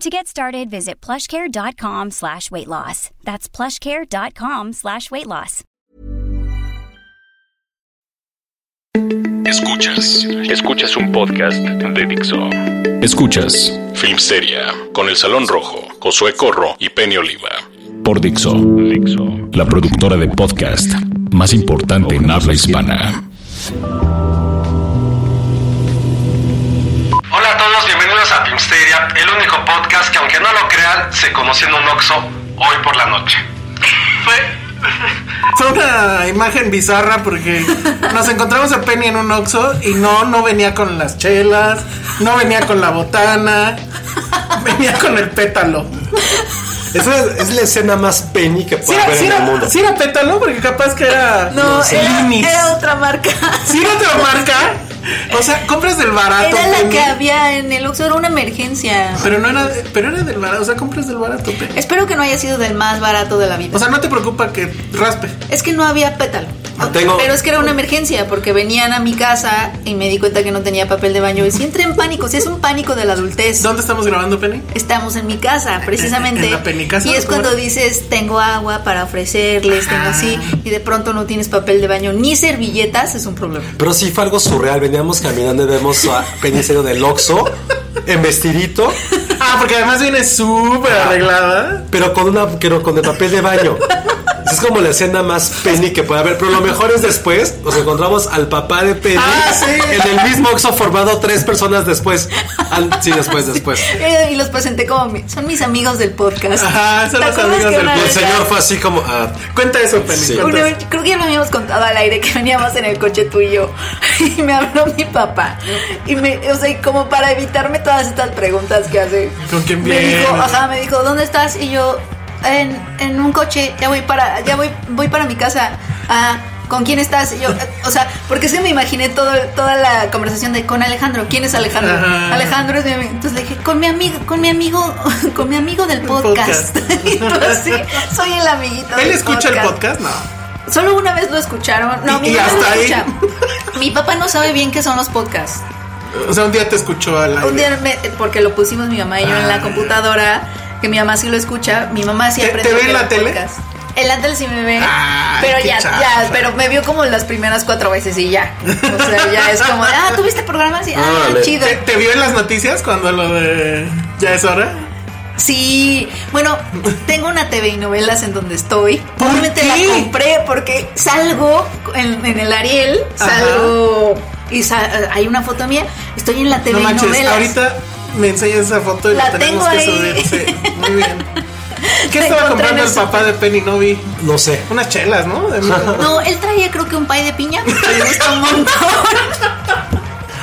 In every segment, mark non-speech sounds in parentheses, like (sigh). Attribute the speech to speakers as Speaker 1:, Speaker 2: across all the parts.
Speaker 1: To get started, visit plushcare.com slash weight loss. That's plushcare.com slash weight loss.
Speaker 2: Escuchas, escuchas un podcast de Dixo. Escuchas Filmsteria con El Salón Rojo, Josué Corro y Penny Oliva. Por Dixo, la productora de podcast más importante en habla hispana.
Speaker 3: Hola a todos, bienvenidos a Filmsteria, el único podcast que aunque no lo crean, se conoció en un Oxxo hoy por la noche.
Speaker 4: Fue una imagen bizarra porque nos encontramos a Penny en un Oxxo y no, no venía con las chelas, no venía con la botana, venía con el pétalo.
Speaker 5: Es la, es la escena más penny que
Speaker 4: Si
Speaker 5: puede
Speaker 4: era,
Speaker 5: haber
Speaker 4: sí
Speaker 5: en el
Speaker 4: era,
Speaker 5: mundo.
Speaker 4: sí era pétalo porque capaz que era...
Speaker 6: No, era,
Speaker 4: Linis.
Speaker 6: era otra marca.
Speaker 4: Sí era
Speaker 6: (laughs)
Speaker 4: otra marca. O sea, compras del barato.
Speaker 6: Era la
Speaker 4: Penny,
Speaker 6: que había en el Oxxo, era una emergencia.
Speaker 4: Pero no era, pero era del barato, o sea, compras del barato. Penny.
Speaker 6: Espero que no haya sido del más barato de la vida.
Speaker 4: O sea, no te preocupa que raspe.
Speaker 6: es que no había pétalo.
Speaker 4: Ah,
Speaker 5: No tengo-
Speaker 6: Pero es que era una emergencia porque venían a mi casa y me di cuenta que no tenía papel de baño. Y si entré en pánico, si es un pánico de la adultez.
Speaker 4: ¿Dónde estamos grabando, Penny?
Speaker 6: Estamos en mi casa, precisamente.
Speaker 4: en la penicasa,
Speaker 6: y es
Speaker 4: ¿no?
Speaker 6: cuando dices, tengo agua para ofrecerles, tengo
Speaker 4: Ah.
Speaker 6: así, y de pronto no tienes papel de baño ni servilletas, es un problema.
Speaker 5: Pero sí fue algo surreal. Veníamos caminando y vemos
Speaker 4: (laughs)
Speaker 5: a Penny saliendo del Oxxo en vestidito,
Speaker 4: Ah, porque además viene súper arreglada.
Speaker 5: pero con una pero con el papel de baño. Es como la escena más Penny que puede haber. Pero lo mejor es después. Nos encontramos al papá de Penny
Speaker 4: Ah, sí.
Speaker 5: en (laughs) el mismo Oxxo formado tres personas después. Al- sí,
Speaker 6: (laughs)
Speaker 5: después, después.
Speaker 6: Eh, y los presenté como, mi- son mis amigos del podcast.
Speaker 4: Ajá, son
Speaker 6: ¿Te
Speaker 4: los
Speaker 6: acuerdas
Speaker 4: amigos
Speaker 6: que
Speaker 4: del
Speaker 6: una
Speaker 5: Y el
Speaker 6: vez
Speaker 5: señor fue así como. ah,
Speaker 4: Cuenta eso, Penny.
Speaker 5: Sí.
Speaker 4: cuenta
Speaker 6: Una
Speaker 4: eso.
Speaker 6: vez- creo que ya lo habíamos contado al aire que veníamos en el coche tú y yo (laughs) y me habló mi papá y me o sea y como para evitarme todas estas preguntas que hace
Speaker 4: ¿Con quién
Speaker 6: me dijo
Speaker 4: vienes?
Speaker 6: ajá me dijo dónde estás y yo en, en un coche ya voy para ya voy voy para mi casa ah ¿Con quién estás? Y yo, eh, o sea, porque se me imaginé todo, toda la conversación de con Alejandro. ¿Quién es Alejandro?
Speaker 4: Ajá.
Speaker 6: Alejandro es mi amigo. Entonces le dije, con mi amigo, con mi amigo, (laughs) con mi amigo del podcast.
Speaker 4: podcast.
Speaker 6: (laughs) Y tú así, soy el amiguito.
Speaker 4: ¿Él
Speaker 6: del
Speaker 4: escucha el podcast? No.
Speaker 6: Solo una vez lo escucharon. No,
Speaker 4: Y-
Speaker 6: mi
Speaker 4: y
Speaker 6: papá
Speaker 4: hasta
Speaker 6: no
Speaker 4: ahí.
Speaker 6: escucha. (laughs) Mi papá no sabe bien qué son los podcasts.
Speaker 4: O sea, un día te escuchó al aire.
Speaker 6: Un día me- porque lo pusimos mi mamá y yo en la computadora, que mi mamá sí lo escucha, mi mamá sí
Speaker 4: Ah. ¿Te-
Speaker 6: aprende.
Speaker 4: te ve
Speaker 6: que
Speaker 4: en la
Speaker 6: los
Speaker 4: tele?
Speaker 6: podcasts. En la tele sí me ve.
Speaker 4: Ay,
Speaker 6: pero
Speaker 4: qué
Speaker 6: ya,
Speaker 4: chafa.
Speaker 6: ya, pero me vio como las primeras cuatro veces y ya. O sea, ya es como, de, ah, ¿tuviste programas? Y, ah,
Speaker 5: Órale.
Speaker 6: chido.
Speaker 4: Eh, ¿Te, te vio en las noticias cuando lo de. Ya es hora?
Speaker 6: Sí, bueno, tengo una TV y novelas en donde estoy.
Speaker 4: ¿Por
Speaker 6: Obviamente
Speaker 4: qué?
Speaker 6: la compré porque salgo en, en el Ariel,
Speaker 4: Ajá.
Speaker 6: salgo y sa- eh, hay una foto mía, estoy en la TV
Speaker 4: no
Speaker 6: y
Speaker 4: manches,
Speaker 6: novelas.
Speaker 4: ahorita me enseñas esa foto y la,
Speaker 6: La
Speaker 4: tenemos
Speaker 6: tengo
Speaker 4: que
Speaker 6: ahí.
Speaker 4: subir. Sí, muy
Speaker 6: (laughs)
Speaker 4: bien. ¿Qué
Speaker 6: Te
Speaker 4: estaba
Speaker 6: encontré
Speaker 4: comprando el
Speaker 6: en el
Speaker 4: papá de Penny? No vi.
Speaker 5: no sé.
Speaker 4: Unas chelas, ¿no? De
Speaker 5: (laughs)
Speaker 4: mí.
Speaker 6: No, él traía creo que un pay de piña porque le gusta un montón.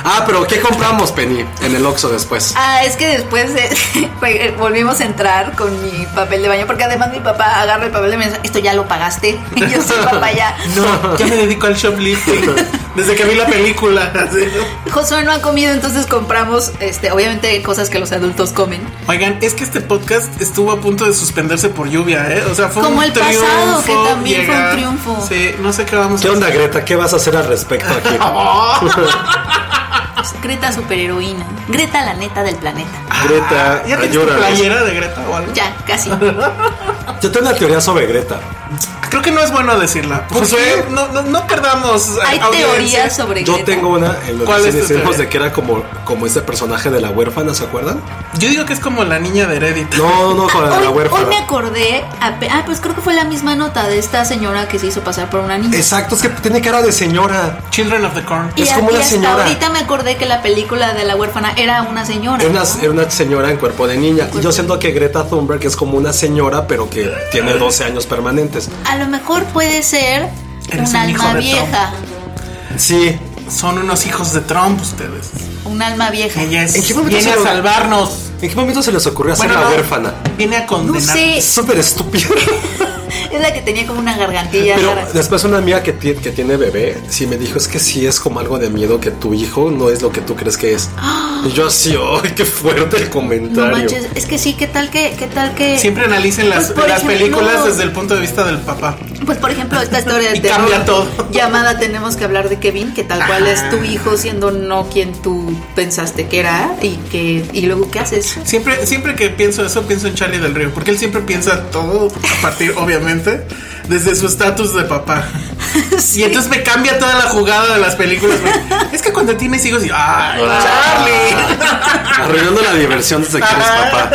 Speaker 5: Ah, pero ¿qué compramos, Penny? En el Oxxo después.
Speaker 6: Ah, es que después eh, (laughs) volvimos a entrar con mi papel de baño, porque además mi papá agarra el papel de baño y me dice, esto ya lo pagaste. (laughs) Y yo sí, papá, ya.
Speaker 4: No, yo me dedico al
Speaker 5: (laughs)
Speaker 4: shoplifting. Desde que vi la película. (laughs) así.
Speaker 6: Josué no ha comido, entonces compramos, este, obviamente, cosas que los adultos comen.
Speaker 4: Oigan, es que este podcast estuvo a punto de suspenderse por lluvia, ¿eh? O sea, fue
Speaker 6: Como
Speaker 4: un
Speaker 6: el
Speaker 4: triunfo.
Speaker 6: pasado, que también fue un triunfo.
Speaker 4: Sí, no sé qué vamos
Speaker 5: ¿Qué
Speaker 4: a
Speaker 5: onda,
Speaker 4: hacer.
Speaker 5: Greta? ¿Qué vas a hacer al
Speaker 4: (laughs)
Speaker 5: respecto aquí?
Speaker 4: Ah,
Speaker 6: Greta superheroína. Greta la neta del planeta.
Speaker 5: Greta,
Speaker 4: ¿Ya tienes tu
Speaker 5: ¿eh? ayúdanos. (laughs)
Speaker 4: playera de Greta o algo?
Speaker 6: Ya, casi. Ah,
Speaker 5: Yo tengo una teoría sobre Greta.
Speaker 4: Creo que no es bueno decirla.
Speaker 5: ¿Por
Speaker 4: Josué,
Speaker 5: qué?
Speaker 4: no, no, no perdamos. eh,
Speaker 6: Hay
Speaker 4: audiencia.
Speaker 6: teorías sobre
Speaker 5: Yo
Speaker 6: Greta.
Speaker 5: tengo una en los
Speaker 4: ¿Cuál es tu
Speaker 5: decimos
Speaker 4: teoría?
Speaker 5: de que era como, como ese personaje de la huérfana, ¿se acuerdan?
Speaker 4: Yo digo que es como la niña de Reddit.
Speaker 5: No, no, con la de
Speaker 6: Hoy,
Speaker 5: la
Speaker 6: hoy me
Speaker 5: huérfana.
Speaker 6: acordé, ape- ah, pues creo que fue la misma nota de esta señora que se hizo pasar por una niña.
Speaker 5: Exacto, es que tiene cara de señora.
Speaker 4: Children of the Corn.
Speaker 6: y
Speaker 5: es
Speaker 6: a- y
Speaker 5: como una
Speaker 6: hasta
Speaker 5: señora.
Speaker 6: ahorita me acordé que la película de la huérfana era una señora.
Speaker 5: Era una, eh.
Speaker 6: ¿no?
Speaker 5: era una señora en cuerpo de niña. Y yo siento que Greta Thunberg es como una señora, pero que tiene 12 años permanentes.
Speaker 6: A lo mejor puede ser
Speaker 4: Eres
Speaker 6: un
Speaker 4: un hijo
Speaker 6: alma
Speaker 4: de
Speaker 6: vieja.
Speaker 5: Sí,
Speaker 4: Son unos hijos de Trump ustedes.
Speaker 6: Un alma vieja.
Speaker 4: Ella
Speaker 5: ¿En qué
Speaker 4: es,
Speaker 5: momento
Speaker 4: viene
Speaker 5: se
Speaker 4: a
Speaker 5: lo-
Speaker 4: salvarnos.
Speaker 5: ¿En qué momento se les ocurrió hacer la
Speaker 4: no,
Speaker 5: huérfana?
Speaker 4: Viene a
Speaker 6: No
Speaker 4: condenar.
Speaker 6: sé,
Speaker 5: Es súper estúpido.
Speaker 6: es la que tenía como una gargantilla
Speaker 5: (laughs) Pero
Speaker 6: rara.
Speaker 5: después una amiga que, ti- que tiene bebé, sí me dijo, es que sí es como algo de miedo que tu hijo no es lo que tú crees
Speaker 6: (gasps)
Speaker 5: que es. Y yo así, ¡ay, qué fuerte el
Speaker 6: No
Speaker 5: comentario!
Speaker 6: manches, es que sí, ¿qué tal que, qué tal que?
Speaker 4: Siempre analicen las,
Speaker 6: Pues, por
Speaker 4: las
Speaker 6: ejemplo,
Speaker 4: películas
Speaker 6: no.
Speaker 4: desde el punto de vista del papá.
Speaker 6: Pues por ejemplo esta historia
Speaker 4: (laughs)
Speaker 6: de
Speaker 4: Y cambia todo. Ah.
Speaker 6: llamada tenemos que hablar de Kevin, que tal cual es tu hijo siendo no quien tú pensaste que era y que y luego qué haces.
Speaker 4: Siempre, siempre que pienso eso, pienso en Charlie del Río, porque él siempre piensa todo a partir, (laughs) obviamente, desde su estatus de
Speaker 6: (laughs)
Speaker 4: papá. Y entonces me cambia toda la jugada de las películas. porque es que cuando tienes hijos, y, ¡ay,
Speaker 5: Ah.
Speaker 4: Charlie!
Speaker 5: Arruinando la diversión desde que eres papá.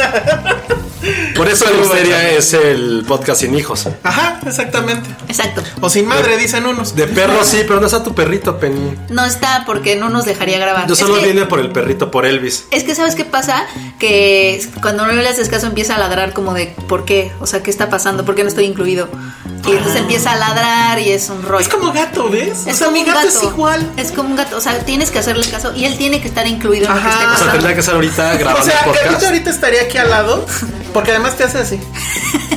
Speaker 5: Por eso la miseria es el podcast sin hijos.
Speaker 4: Ajá, exactamente.
Speaker 6: Exacto.
Speaker 4: O sin madre, dicen unos.
Speaker 5: De perro sí, pero no está tu perrito, Penny.
Speaker 6: No está porque no nos dejaría grabar. Ah,
Speaker 5: Yo
Speaker 6: Es
Speaker 5: solo
Speaker 6: que-
Speaker 5: vine por el perrito, por Elvis.
Speaker 6: Es que sabes qué pasa que cuando no le haces caso empieza a ladrar como de ¿por qué? O sea, ¿qué está pasando? ¿Por qué no estoy incluido? Y entonces empieza a ladrar y es un rollo.
Speaker 4: Ah. Es como gato, ¿ves?
Speaker 6: Es
Speaker 4: o sea,
Speaker 6: como
Speaker 4: mi
Speaker 6: un
Speaker 4: gato, es igual.
Speaker 6: Es como un gato, o sea, tienes que hacerle caso y él tiene que estar incluido en lo que
Speaker 4: Ajá.
Speaker 6: esté
Speaker 5: O sea,
Speaker 6: pasando.
Speaker 5: tendría que estar ahorita grabando
Speaker 4: O sea,
Speaker 5: el
Speaker 4: Carlito
Speaker 5: podcast.
Speaker 4: ahorita estaría aquí al lado, porque además te hace así.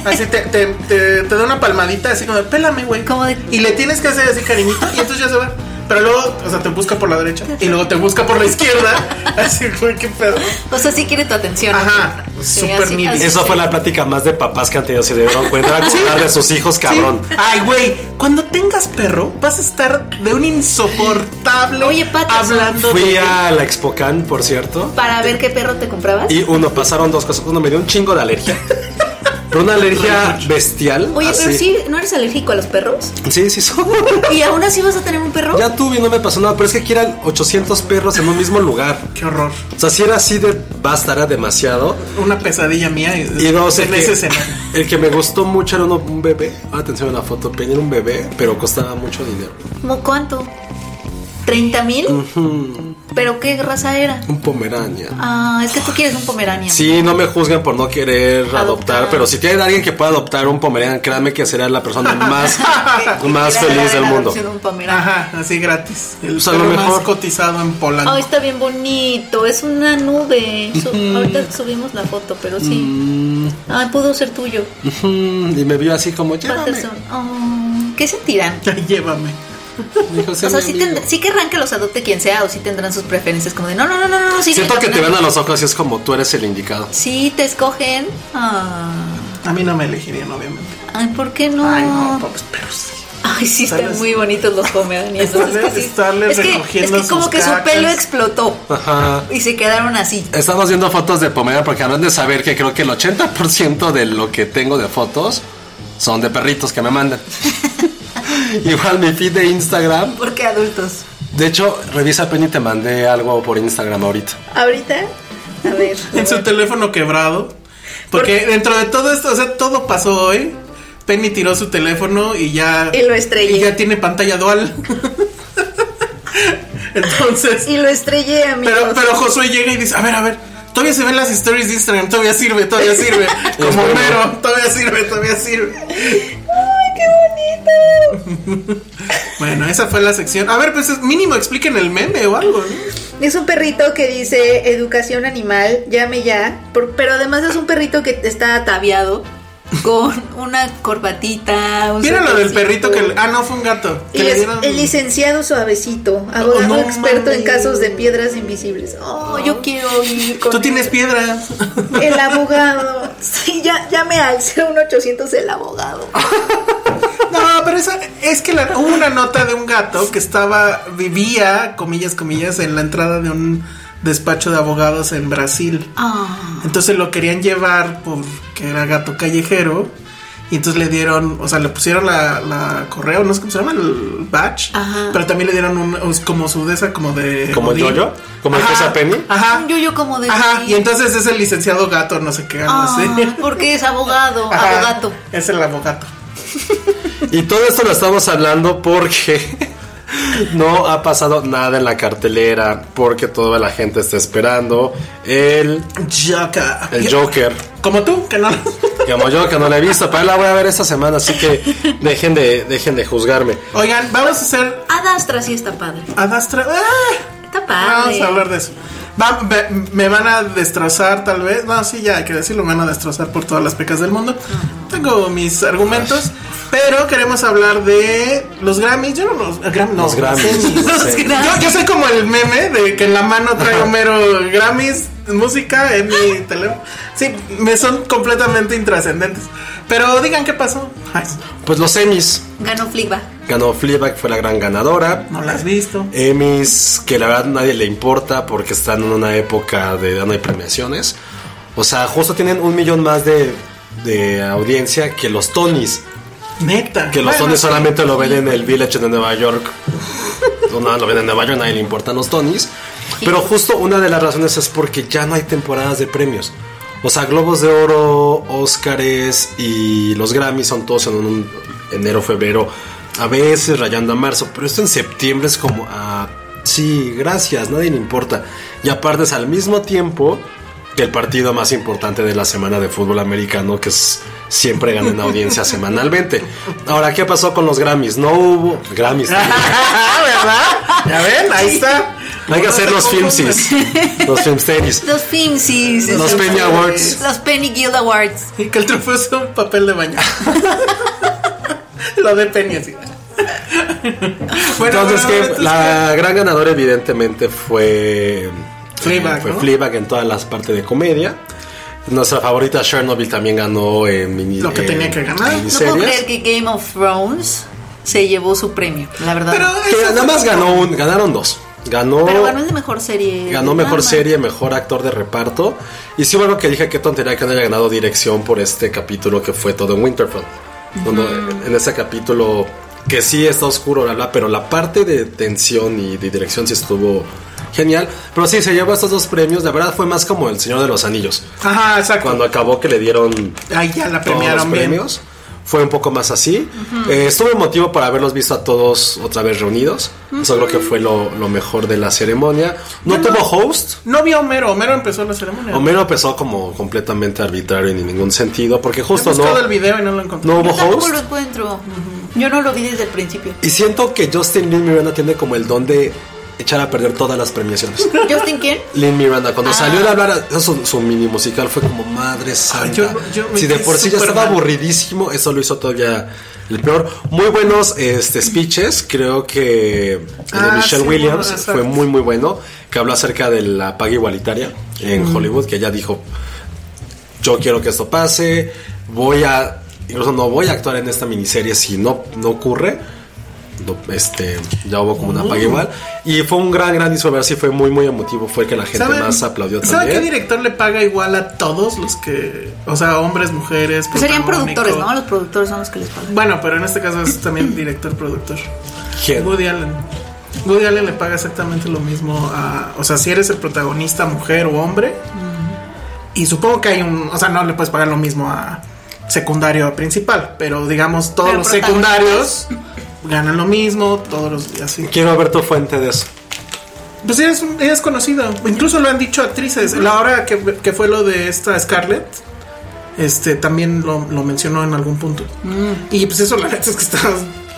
Speaker 4: Así te, te, te- te da una palmadita, así como de pélame, güey.
Speaker 6: Como de-
Speaker 4: Y le tienes que hacer así cariñito, y entonces ya se va. Pero luego, o sea, te busca por la derecha y luego te busca por la izquierda. (laughs) Así, güey, qué pedo.
Speaker 6: O sea, sí quiere tu atención.
Speaker 4: Ajá,
Speaker 6: Sí,
Speaker 4: súper
Speaker 6: así-
Speaker 4: needy.
Speaker 6: así-
Speaker 5: Esa fue la plática más de papás que han tenido. Se dieron cuenta de cuidar de sus hijos, cabrón.
Speaker 4: Sí. Ay, güey, cuando tengas perro, vas a estar de un insoportable
Speaker 6: Oye, Patterson.
Speaker 4: hablando
Speaker 5: Fui
Speaker 4: de.
Speaker 5: a la Expocan, por cierto.
Speaker 6: Para ver qué perro te comprabas.
Speaker 5: Y uno, pasaron dos cosas. Uno, me dio un chingo de alergia. Pero una alergia bestial.
Speaker 6: Oye, pero
Speaker 5: así.
Speaker 6: sí, ¿no eres alérgico a los perros?
Speaker 5: Sí, sí, son.
Speaker 6: ¿Y aún así vas a tener un perro?
Speaker 5: Ya tuve y no me pasó nada. Pero es que aquí eran 800 perros en un mismo lugar.
Speaker 4: Qué horror.
Speaker 5: O sea, si era así de basta, era demasiado.
Speaker 4: Una pesadilla mía es-
Speaker 5: Y no sé.
Speaker 4: en
Speaker 5: que-
Speaker 4: ese escenario.
Speaker 5: El que me gustó mucho era uno, un bebé. Ahora te enseño una foto. Peña era un bebé, pero costaba mucho dinero.
Speaker 6: ¿Cómo cuánto? ¿30 mil? ¿Pero qué raza era?
Speaker 5: Un pomerania.
Speaker 6: Ah, es que tú quieres un pomerania. (laughs)
Speaker 5: Sí, no me juzguen por no querer adoptar,
Speaker 6: Adoptar.
Speaker 5: pero si tienen alguien que pueda adoptar un pomeranian, créanme que será
Speaker 6: (laughs)
Speaker 5: la persona más, más
Speaker 6: Quieres
Speaker 5: feliz
Speaker 6: dar en
Speaker 5: del mundo.
Speaker 6: adopción un pomerania.
Speaker 4: Ajá, así gratis. El
Speaker 5: Pues a lo
Speaker 4: perro más
Speaker 5: mejor-
Speaker 4: cotizado en Polanco.
Speaker 6: Oh, está bien bonito, es una nube. Su- ahorita subimos la foto, pero sí. Ah, pudo ser tuyo.
Speaker 5: Mm, Y me vio así como, llévame.
Speaker 6: Patterson. Oh, ¿Qué sentirán?
Speaker 4: (laughs) Ya llévame.
Speaker 5: Dijo, "Sé
Speaker 6: O sea,
Speaker 5: mi
Speaker 6: sí,
Speaker 5: amigo".
Speaker 6: tend- sí querrán que los adopte quien sea o sí tendrán sus preferencias como de no, no, no, no, no, no, sí.
Speaker 5: Siento que te
Speaker 6: no, no".
Speaker 5: ven a los ojos y es como, tú eres el indicado.
Speaker 6: Sí, te escogen. Ah,
Speaker 4: A mí no me elegirían, obviamente. Ah.
Speaker 6: ay, ¿por qué no?
Speaker 4: Ay, no, pobres perros. sí.
Speaker 6: Ay, sí, están
Speaker 4: Estarles-
Speaker 6: muy bonitos los
Speaker 4: (laughs)
Speaker 6: pomeranias. Es
Speaker 4: Estarles-
Speaker 6: que sí-
Speaker 4: estarles
Speaker 6: es que,
Speaker 4: recogiendo
Speaker 6: es que como
Speaker 4: sus
Speaker 6: que su
Speaker 4: cacas.
Speaker 6: pelo explotó
Speaker 5: Ajá.
Speaker 6: y se quedaron así.
Speaker 5: Estamos viendo fotos de pomerania porque habrán de saber que creo que el 80% de lo que tengo de fotos son de perritos que me (laughs) mandan. Igual mi feed de Instagram.
Speaker 6: ¿Por qué adultos?
Speaker 5: De hecho, revisa Penny, te mandé algo por Instagram ahorita.
Speaker 6: Ahorita, a ver.
Speaker 4: (laughs) En su teléfono quebrado. Porque dentro de todo esto, o sea, todo pasó hoy. Penny tiró su teléfono y ya.
Speaker 6: Y lo estrellé.
Speaker 4: Y ya tiene pantalla dual. (laughs) Entonces.
Speaker 6: Y lo estrellé, amigos.
Speaker 4: Pero, pero Josué llega y dice: A ver, a ver. Todavía se ven las stories de Instagram. Todavía sirve, todavía sirve. Como Homero. Todavía sirve, todavía sirve. (laughs) Bueno, esa fue la sección. A ver, pues es- mínimo expliquen el meme o algo, ¿no?
Speaker 6: Es un perrito que dice educación animal, llame ya. por- pero además es un perrito que está ataviado (laughs) con una corbatita. un
Speaker 4: Mira lo del
Speaker 6: suétercito.
Speaker 4: perrito que. le- Ah, no, fue un gato.
Speaker 6: Y
Speaker 4: Que le
Speaker 6: es
Speaker 4: dieron-
Speaker 6: el licenciado suavecito, abogado
Speaker 4: no
Speaker 6: experto en
Speaker 4: mames.
Speaker 6: casos de piedras invisibles. Oh, yo quiero ir con
Speaker 4: Tú tienes piedras.
Speaker 6: el abogado. Sí, ya, llame al 01800 el abogado.
Speaker 4: (laughs) No, pero esa, es que la- hubo una nota de un gato que estaba, vivía, comillas, comillas, en la entrada de un despacho de abogados en
Speaker 6: Ah.
Speaker 4: Brasil. Entonces lo querían llevar porque era gato callejero Y entonces le dieron, o sea, le pusieron la, la correo, no sé cómo se llama, el badge.
Speaker 6: Ajá.
Speaker 4: Pero también le dieron un, os- como su de esa, como de.
Speaker 5: ¿Como el
Speaker 4: Godín.
Speaker 5: yoyo? ¿Como el que usa Penny?
Speaker 4: Ajá.
Speaker 6: Un yoyo como de.
Speaker 4: Ajá. Y entonces es el licenciado gato, no sé qué, algo
Speaker 6: Ah,
Speaker 4: así.
Speaker 6: Porque es abogado,
Speaker 4: Ajá,
Speaker 6: (laughs) abogato.
Speaker 4: Es el abogado.
Speaker 5: Y todo esto lo estamos hablando porque (laughs) no ha pasado nada en la cartelera, porque toda la gente está esperando el,
Speaker 4: Joker.
Speaker 5: el Joker.
Speaker 4: Como tú, que no. (laughs)
Speaker 5: Como yo que no la he visto, pero la voy a ver esta semana, así que dejen de, dejen de juzgarme.
Speaker 4: Oigan, vamos a hacer
Speaker 6: Adastra sí está padre.
Speaker 4: Adastra. ¡Ah!
Speaker 6: Está
Speaker 4: Vamos
Speaker 6: padre.
Speaker 4: a hablar de eso. Va- me, me van a destrozar, tal vez. No, sí, ya hay que decirlo. Me van a destrozar por todas las pecas del mundo.
Speaker 6: Ah.
Speaker 4: Tengo mis argumentos. Pero queremos hablar de los Grammys. Yo no los. Gram- no,
Speaker 5: Los Grammys. (laughs)
Speaker 4: Emmys.
Speaker 5: no sé.
Speaker 4: Yo, yo soy como el meme de que en la mano trae Homero Grammys, música en mi teléfono. Sí, me son completamente intrascendentes. Pero digan qué pasó. Ay,
Speaker 5: Pues los Emmys.
Speaker 6: Ganó Flickback.
Speaker 5: Ganó Fleabag, fue la gran ganadora.
Speaker 4: no la has visto.
Speaker 5: Emmys que la verdad nadie le importa porque están en una época de ya no hay premiaciones. O sea, justo tienen un millón más de, de audiencia que los Tonys.
Speaker 4: Neta.
Speaker 5: Que los
Speaker 4: Bueno,
Speaker 5: Tonys
Speaker 4: sí.
Speaker 5: solamente lo ven en el Village de Nueva York. No, nada, lo ven en Nueva York, nadie le importan los Tonys. Pero justo una de las razones es porque ya no hay temporadas de premios. O sea, Globos de Oro, Óscares y los Grammys son todos en un enero, febrero, a veces rayando a marzo. Pero esto en septiembre es como, ah, sí, gracias, nadie le importa. Y aparte es al mismo tiempo que el partido más importante de la semana de fútbol americano, que es siempre
Speaker 4: (laughs)
Speaker 5: ganan audiencia semanalmente. Ahora, ¿qué pasó con los Grammys? No hubo
Speaker 4: (laughs)
Speaker 5: Grammys.
Speaker 4: ¿Verdad? Ya ven, ahí está.
Speaker 5: Hay que hacer los filmsis,
Speaker 4: (laughs)
Speaker 5: los filmsteris.
Speaker 6: Los Filmsis.
Speaker 5: Los Penny Awards.
Speaker 6: Los Penny Guild Awards.
Speaker 4: Y que el trofeo sea un papel de baño. Lo de Penny así. Bueno,
Speaker 5: Entonces,
Speaker 4: bueno,
Speaker 5: que
Speaker 4: bueno,
Speaker 5: la gran ganadora, evidentemente, fue
Speaker 4: Fleabag,
Speaker 5: fue
Speaker 4: ¿no?
Speaker 5: Fleabag en todas las partes de comedia. Nuestra favorita Chernobyl también ganó en mini-
Speaker 4: Lo que
Speaker 5: en
Speaker 4: tenía que ganar.
Speaker 6: No puedo
Speaker 5: miniseries.
Speaker 6: creer que Game of Thrones se llevó su premio, la verdad.
Speaker 4: Pero,
Speaker 5: Que
Speaker 4: eso
Speaker 5: nada
Speaker 4: fue-
Speaker 5: más ganó un, ganaron dos. Ganó,
Speaker 6: Pero ganó el de mejor serie.
Speaker 5: ganó
Speaker 6: de
Speaker 5: mejor
Speaker 6: drama.
Speaker 5: serie, mejor actor de reparto. Y sí, bueno, que dije qué tontería que no haya ganado dirección por este capítulo que fue todo en Winterfell. Donde, En ese capítulo que sí está oscuro, bla, bla, pero la parte de tensión y de dirección sí estuvo genial. Pero sí, se llevó estos dos premios. La verdad fue más como El Señor de los Anillos.
Speaker 4: Ajá, exacto.
Speaker 5: Cuando acabó que le dieron
Speaker 4: Ahí ya la
Speaker 5: todos los
Speaker 4: premiaron bien.
Speaker 5: premios. Fue un poco más así. Eh, estuvo motivo para haberlos visto a todos otra vez reunidos. Eso creo que fue lo, lo mejor de la ceremonia. No
Speaker 4: Yo no-
Speaker 5: tuvo host.
Speaker 4: No vi a Homero. Homero empezó la ceremonia.
Speaker 5: Homero empezó como completamente arbitrario y en ningún sentido, porque
Speaker 4: He
Speaker 5: justo
Speaker 4: buscado el
Speaker 5: no,
Speaker 4: video y no lo encontré.
Speaker 5: no hubo
Speaker 6: Yo tampoco lo
Speaker 5: host.
Speaker 6: encuentro. Yo no lo vi desde el principio.
Speaker 5: Y siento que Justin Lin Miranda tiene como el don de echar a perder todas las premiaciones.
Speaker 6: ¿Justin quién?
Speaker 5: Lin Miranda,
Speaker 4: Ah.
Speaker 5: cuando salió a hablar a- su, su mini musical, fue como madre santa.
Speaker 4: yo no- yo me
Speaker 5: si de
Speaker 4: quedé
Speaker 5: por sí ya
Speaker 4: súper
Speaker 5: estaba
Speaker 4: mal.
Speaker 5: aburridísimo, eso lo hizo todavía el peor. Muy buenos este, speeches, creo que el de
Speaker 4: Ah,
Speaker 5: Michelle
Speaker 4: sí,
Speaker 5: Williams
Speaker 4: bueno, exacto.
Speaker 5: fue muy, muy bueno, que habló acerca de la paga igualitaria en Hollywood, que ella dijo, yo quiero que esto pase, voy a, incluso no voy a actuar en esta miniserie si no, no ocurre. No, Este, ya hubo como una paga
Speaker 4: Mm.
Speaker 5: igual. Y fue un gran, gran disco. sí fue muy, muy emotivo. Fue el que la gente
Speaker 4: ¿Saben-
Speaker 5: más aplaudió
Speaker 4: ¿Saben qué
Speaker 5: también.
Speaker 4: director le paga igual a todos los que. O sea, hombres, mujeres.
Speaker 6: Pues serían
Speaker 4: protagónico?
Speaker 6: productores, ¿no? Los productores son los que les pagan.
Speaker 4: Bueno, pero en este caso es también director-productor.
Speaker 5: ¿Quién?
Speaker 4: Woody Allen. Woody Allen le paga exactamente lo mismo a. O sea, si eres el protagonista, mujer o hombre. Y supongo que hay un. O sea, no le puedes pagar lo mismo a secundario o principal. Pero digamos, todos
Speaker 6: Pero
Speaker 4: los
Speaker 6: protagonistas.
Speaker 4: secundarios ganan lo mismo. Todos los. y Así.
Speaker 5: Quiero ver tu fuente de eso.
Speaker 4: Pues ella es, ella es conocida. Incluso lo han dicho actrices. La hora que, que fue lo de esta Scarlett, este también lo, lo mencionó en algún punto. Y pues eso la verdad es que está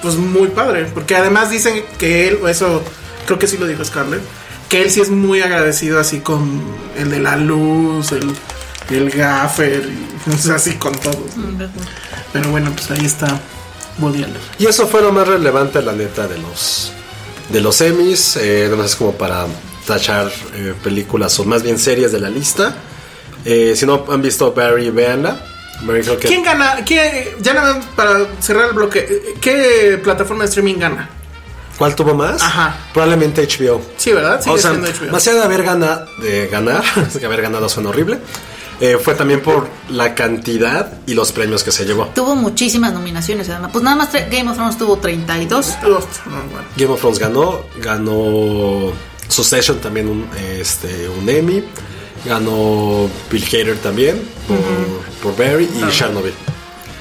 Speaker 4: pues muy padre. Porque además dicen que él, o eso creo que sí lo dijo Scarlett, que él sí es muy agradecido así con el de la luz, el, el gaffer, y, (laughs) o sea, así con todo.
Speaker 6: Mm.
Speaker 4: Pero bueno, pues ahí está Woody Allen.
Speaker 5: Y eso fue lo más relevante, la neta, de los de los Emmys. Eh, nada más es como para tachar eh, películas o más bien series de la lista. Eh, si no han visto Barry, véanla. Barry creo que
Speaker 4: ¿Quién gana? ¿Qué, ya nada más para cerrar el bloque, ¿qué plataforma de streaming gana?
Speaker 5: ¿Cuál tuvo más?
Speaker 4: Ajá.
Speaker 5: Probablemente HBO.
Speaker 4: Sí, ¿verdad? Sigue
Speaker 5: o sea,
Speaker 4: siendo HBO.
Speaker 5: (laughs) más allá de haber gana- de ganar, es que haber ganado suena horrible. eh, fue también por la cantidad y los premios que se llevó.
Speaker 6: Tuvo muchísimas nominaciones, además. Pues nada más tre- Game of Thrones tuvo 32.
Speaker 4: Uf, no, bueno.
Speaker 5: Game of Thrones ganó, ganó Succession también un, este, un Emmy, ganó Bill Hader también por, por Barry y Chernobyl.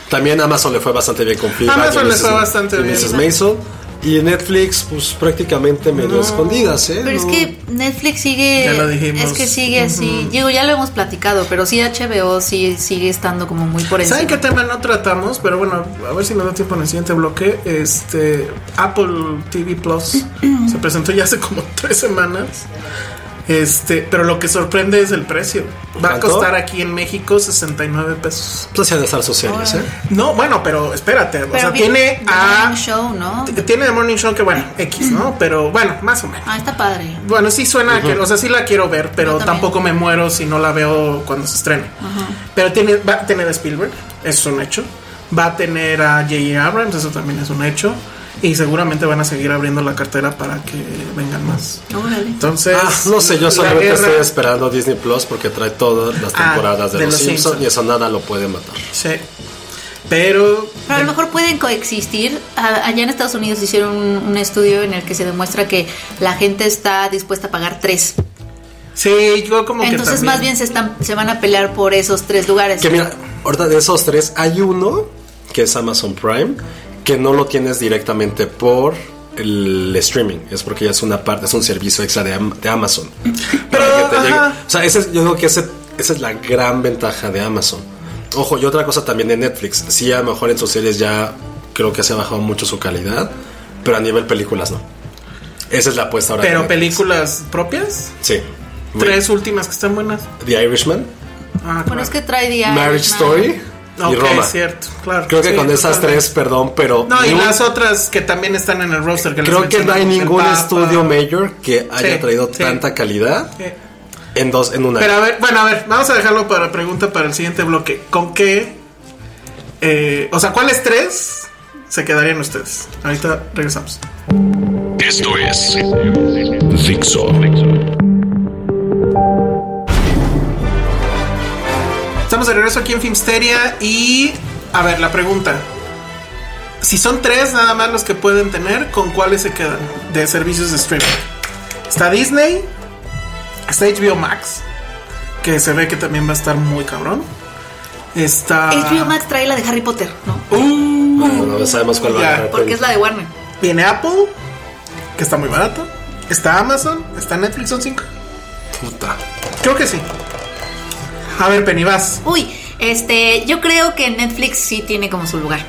Speaker 5: También Amazon le fue bastante bien con Fleabag y
Speaker 4: Amazon le
Speaker 5: Mrs.
Speaker 4: fue bastante
Speaker 5: y
Speaker 4: bien.
Speaker 5: Mrs. Maisel. Y Netflix, pues prácticamente medio escondidas, ¿eh?
Speaker 6: Pero es
Speaker 5: No-
Speaker 6: que Netflix sigue.
Speaker 4: Ya lo dijimos.
Speaker 6: Es que sigue así. Digo, ya lo hemos platicado, pero sí HBO sí sigue estando como muy por encima.
Speaker 4: ¿Saben qué tema no tratamos? Pero bueno, a ver si nos da tiempo en el siguiente bloque. Este Apple TV Plus se presentó ya hace como (laughs) tres semanas. Este, pero lo que sorprende es el precio. Va a
Speaker 5: ¿Cuánto?
Speaker 4: costar aquí en México 69 pesos.
Speaker 5: Pues así han de estar sus series, ¿eh?
Speaker 4: No, bueno, pero espérate, o sea,
Speaker 6: vi-
Speaker 4: tiene
Speaker 6: The
Speaker 4: a
Speaker 6: Morning Show, ¿no?
Speaker 4: t- tiene The Morning Show que bueno, X, ¿no? Pero bueno, más o menos.
Speaker 6: Ah, está padre.
Speaker 4: Bueno, sí suena, que, o sea, sí la quiero ver, pero
Speaker 6: Yo también.
Speaker 4: tampoco me muero si no la veo cuando se estrene. Pero tiene, va a tener a Spielberg, eso es un hecho. Va a tener a J.J. Abrams, eso también es un hecho. Y seguramente van a seguir abriendo la cartera para que vengan más.
Speaker 6: Órale.
Speaker 4: Entonces,
Speaker 5: Ah, no sé, yo
Speaker 4: la
Speaker 5: solamente
Speaker 4: guerra-
Speaker 5: estoy esperando Disney Plus porque trae todas las
Speaker 4: Ah,
Speaker 5: temporadas de, Los Simpsons y eso nada lo puede matar.
Speaker 4: Sí. Pero
Speaker 6: Pero a lo mejor pueden coexistir. A- Allá en Estados Unidos hicieron un, un estudio en el que se demuestra que la gente está dispuesta a pagar tres.
Speaker 4: sí, yo como que
Speaker 6: Entonces,
Speaker 4: también.
Speaker 6: más bien se están se van a pelear por esos tres lugares.
Speaker 5: Que mira, ahorita de esos tres hay uno que es Amazon Prime que no lo tienes directamente por el streaming, es porque ya es una parte, es un servicio extra de, Am- de Amazon. Para
Speaker 4: (laughs) Pero,
Speaker 5: que te llegue-
Speaker 4: ajá.
Speaker 5: O sea, ese es- yo creo que ese- esa es la gran ventaja de Amazon. Ojo, y otra cosa también de Netflix, sí a lo mejor en sus series ya creo que se ha bajado mucho su calidad, pero a nivel películas no. Esa es la apuesta ahora.
Speaker 4: Pero
Speaker 5: de Netflix.
Speaker 4: películas propias.
Speaker 5: Sí.
Speaker 4: Tres últimas que están buenas.
Speaker 5: The Irishman,
Speaker 4: Ah,
Speaker 6: Bueno, es que trae día.
Speaker 5: Marriage Story y
Speaker 4: Ok,
Speaker 5: Roma.
Speaker 4: cierto, claro.
Speaker 5: Creo que
Speaker 4: Sí,
Speaker 5: con esas
Speaker 4: totalmente.
Speaker 5: tres, perdón, pero
Speaker 4: No, y
Speaker 5: ni un-
Speaker 4: las otras que también están en el roster. Que les
Speaker 5: creo que no
Speaker 4: mencionamos,
Speaker 5: hay
Speaker 4: el
Speaker 5: ningún
Speaker 4: Papa.
Speaker 5: estudio mayor que haya
Speaker 4: Sí,
Speaker 5: traído
Speaker 4: sí.
Speaker 5: tanta calidad
Speaker 4: Sí.
Speaker 5: en dos en una.
Speaker 4: Pero a ver, bueno, a ver, vamos a dejarlo para pregunta para el siguiente bloque. ¿Con qué? eh, o sea, ¿cuáles tres se quedarían ustedes? Ahorita regresamos.
Speaker 2: Esto es Dixo.
Speaker 4: Estamos de regreso aquí en Filmsteria y. A ver, la pregunta. Si son tres nada más los que pueden tener, ¿con cuáles se quedan? De servicios de streaming. Está Disney, está HBO Max, que se ve que también va a estar muy cabrón. Está.
Speaker 6: HBO Max trae la de Harry Potter, ¿no?
Speaker 5: no, no sabemos cuál va
Speaker 4: Ya,
Speaker 5: a ganar.
Speaker 6: Porque es la de Warner.
Speaker 4: Viene Apple, que está muy barato. Está Amazon, está Netflix, son cinco.
Speaker 5: puta.
Speaker 4: Creo que sí. A ver, Penny, vas.
Speaker 6: Uy, este, yo creo que Netflix sí tiene como su lugar.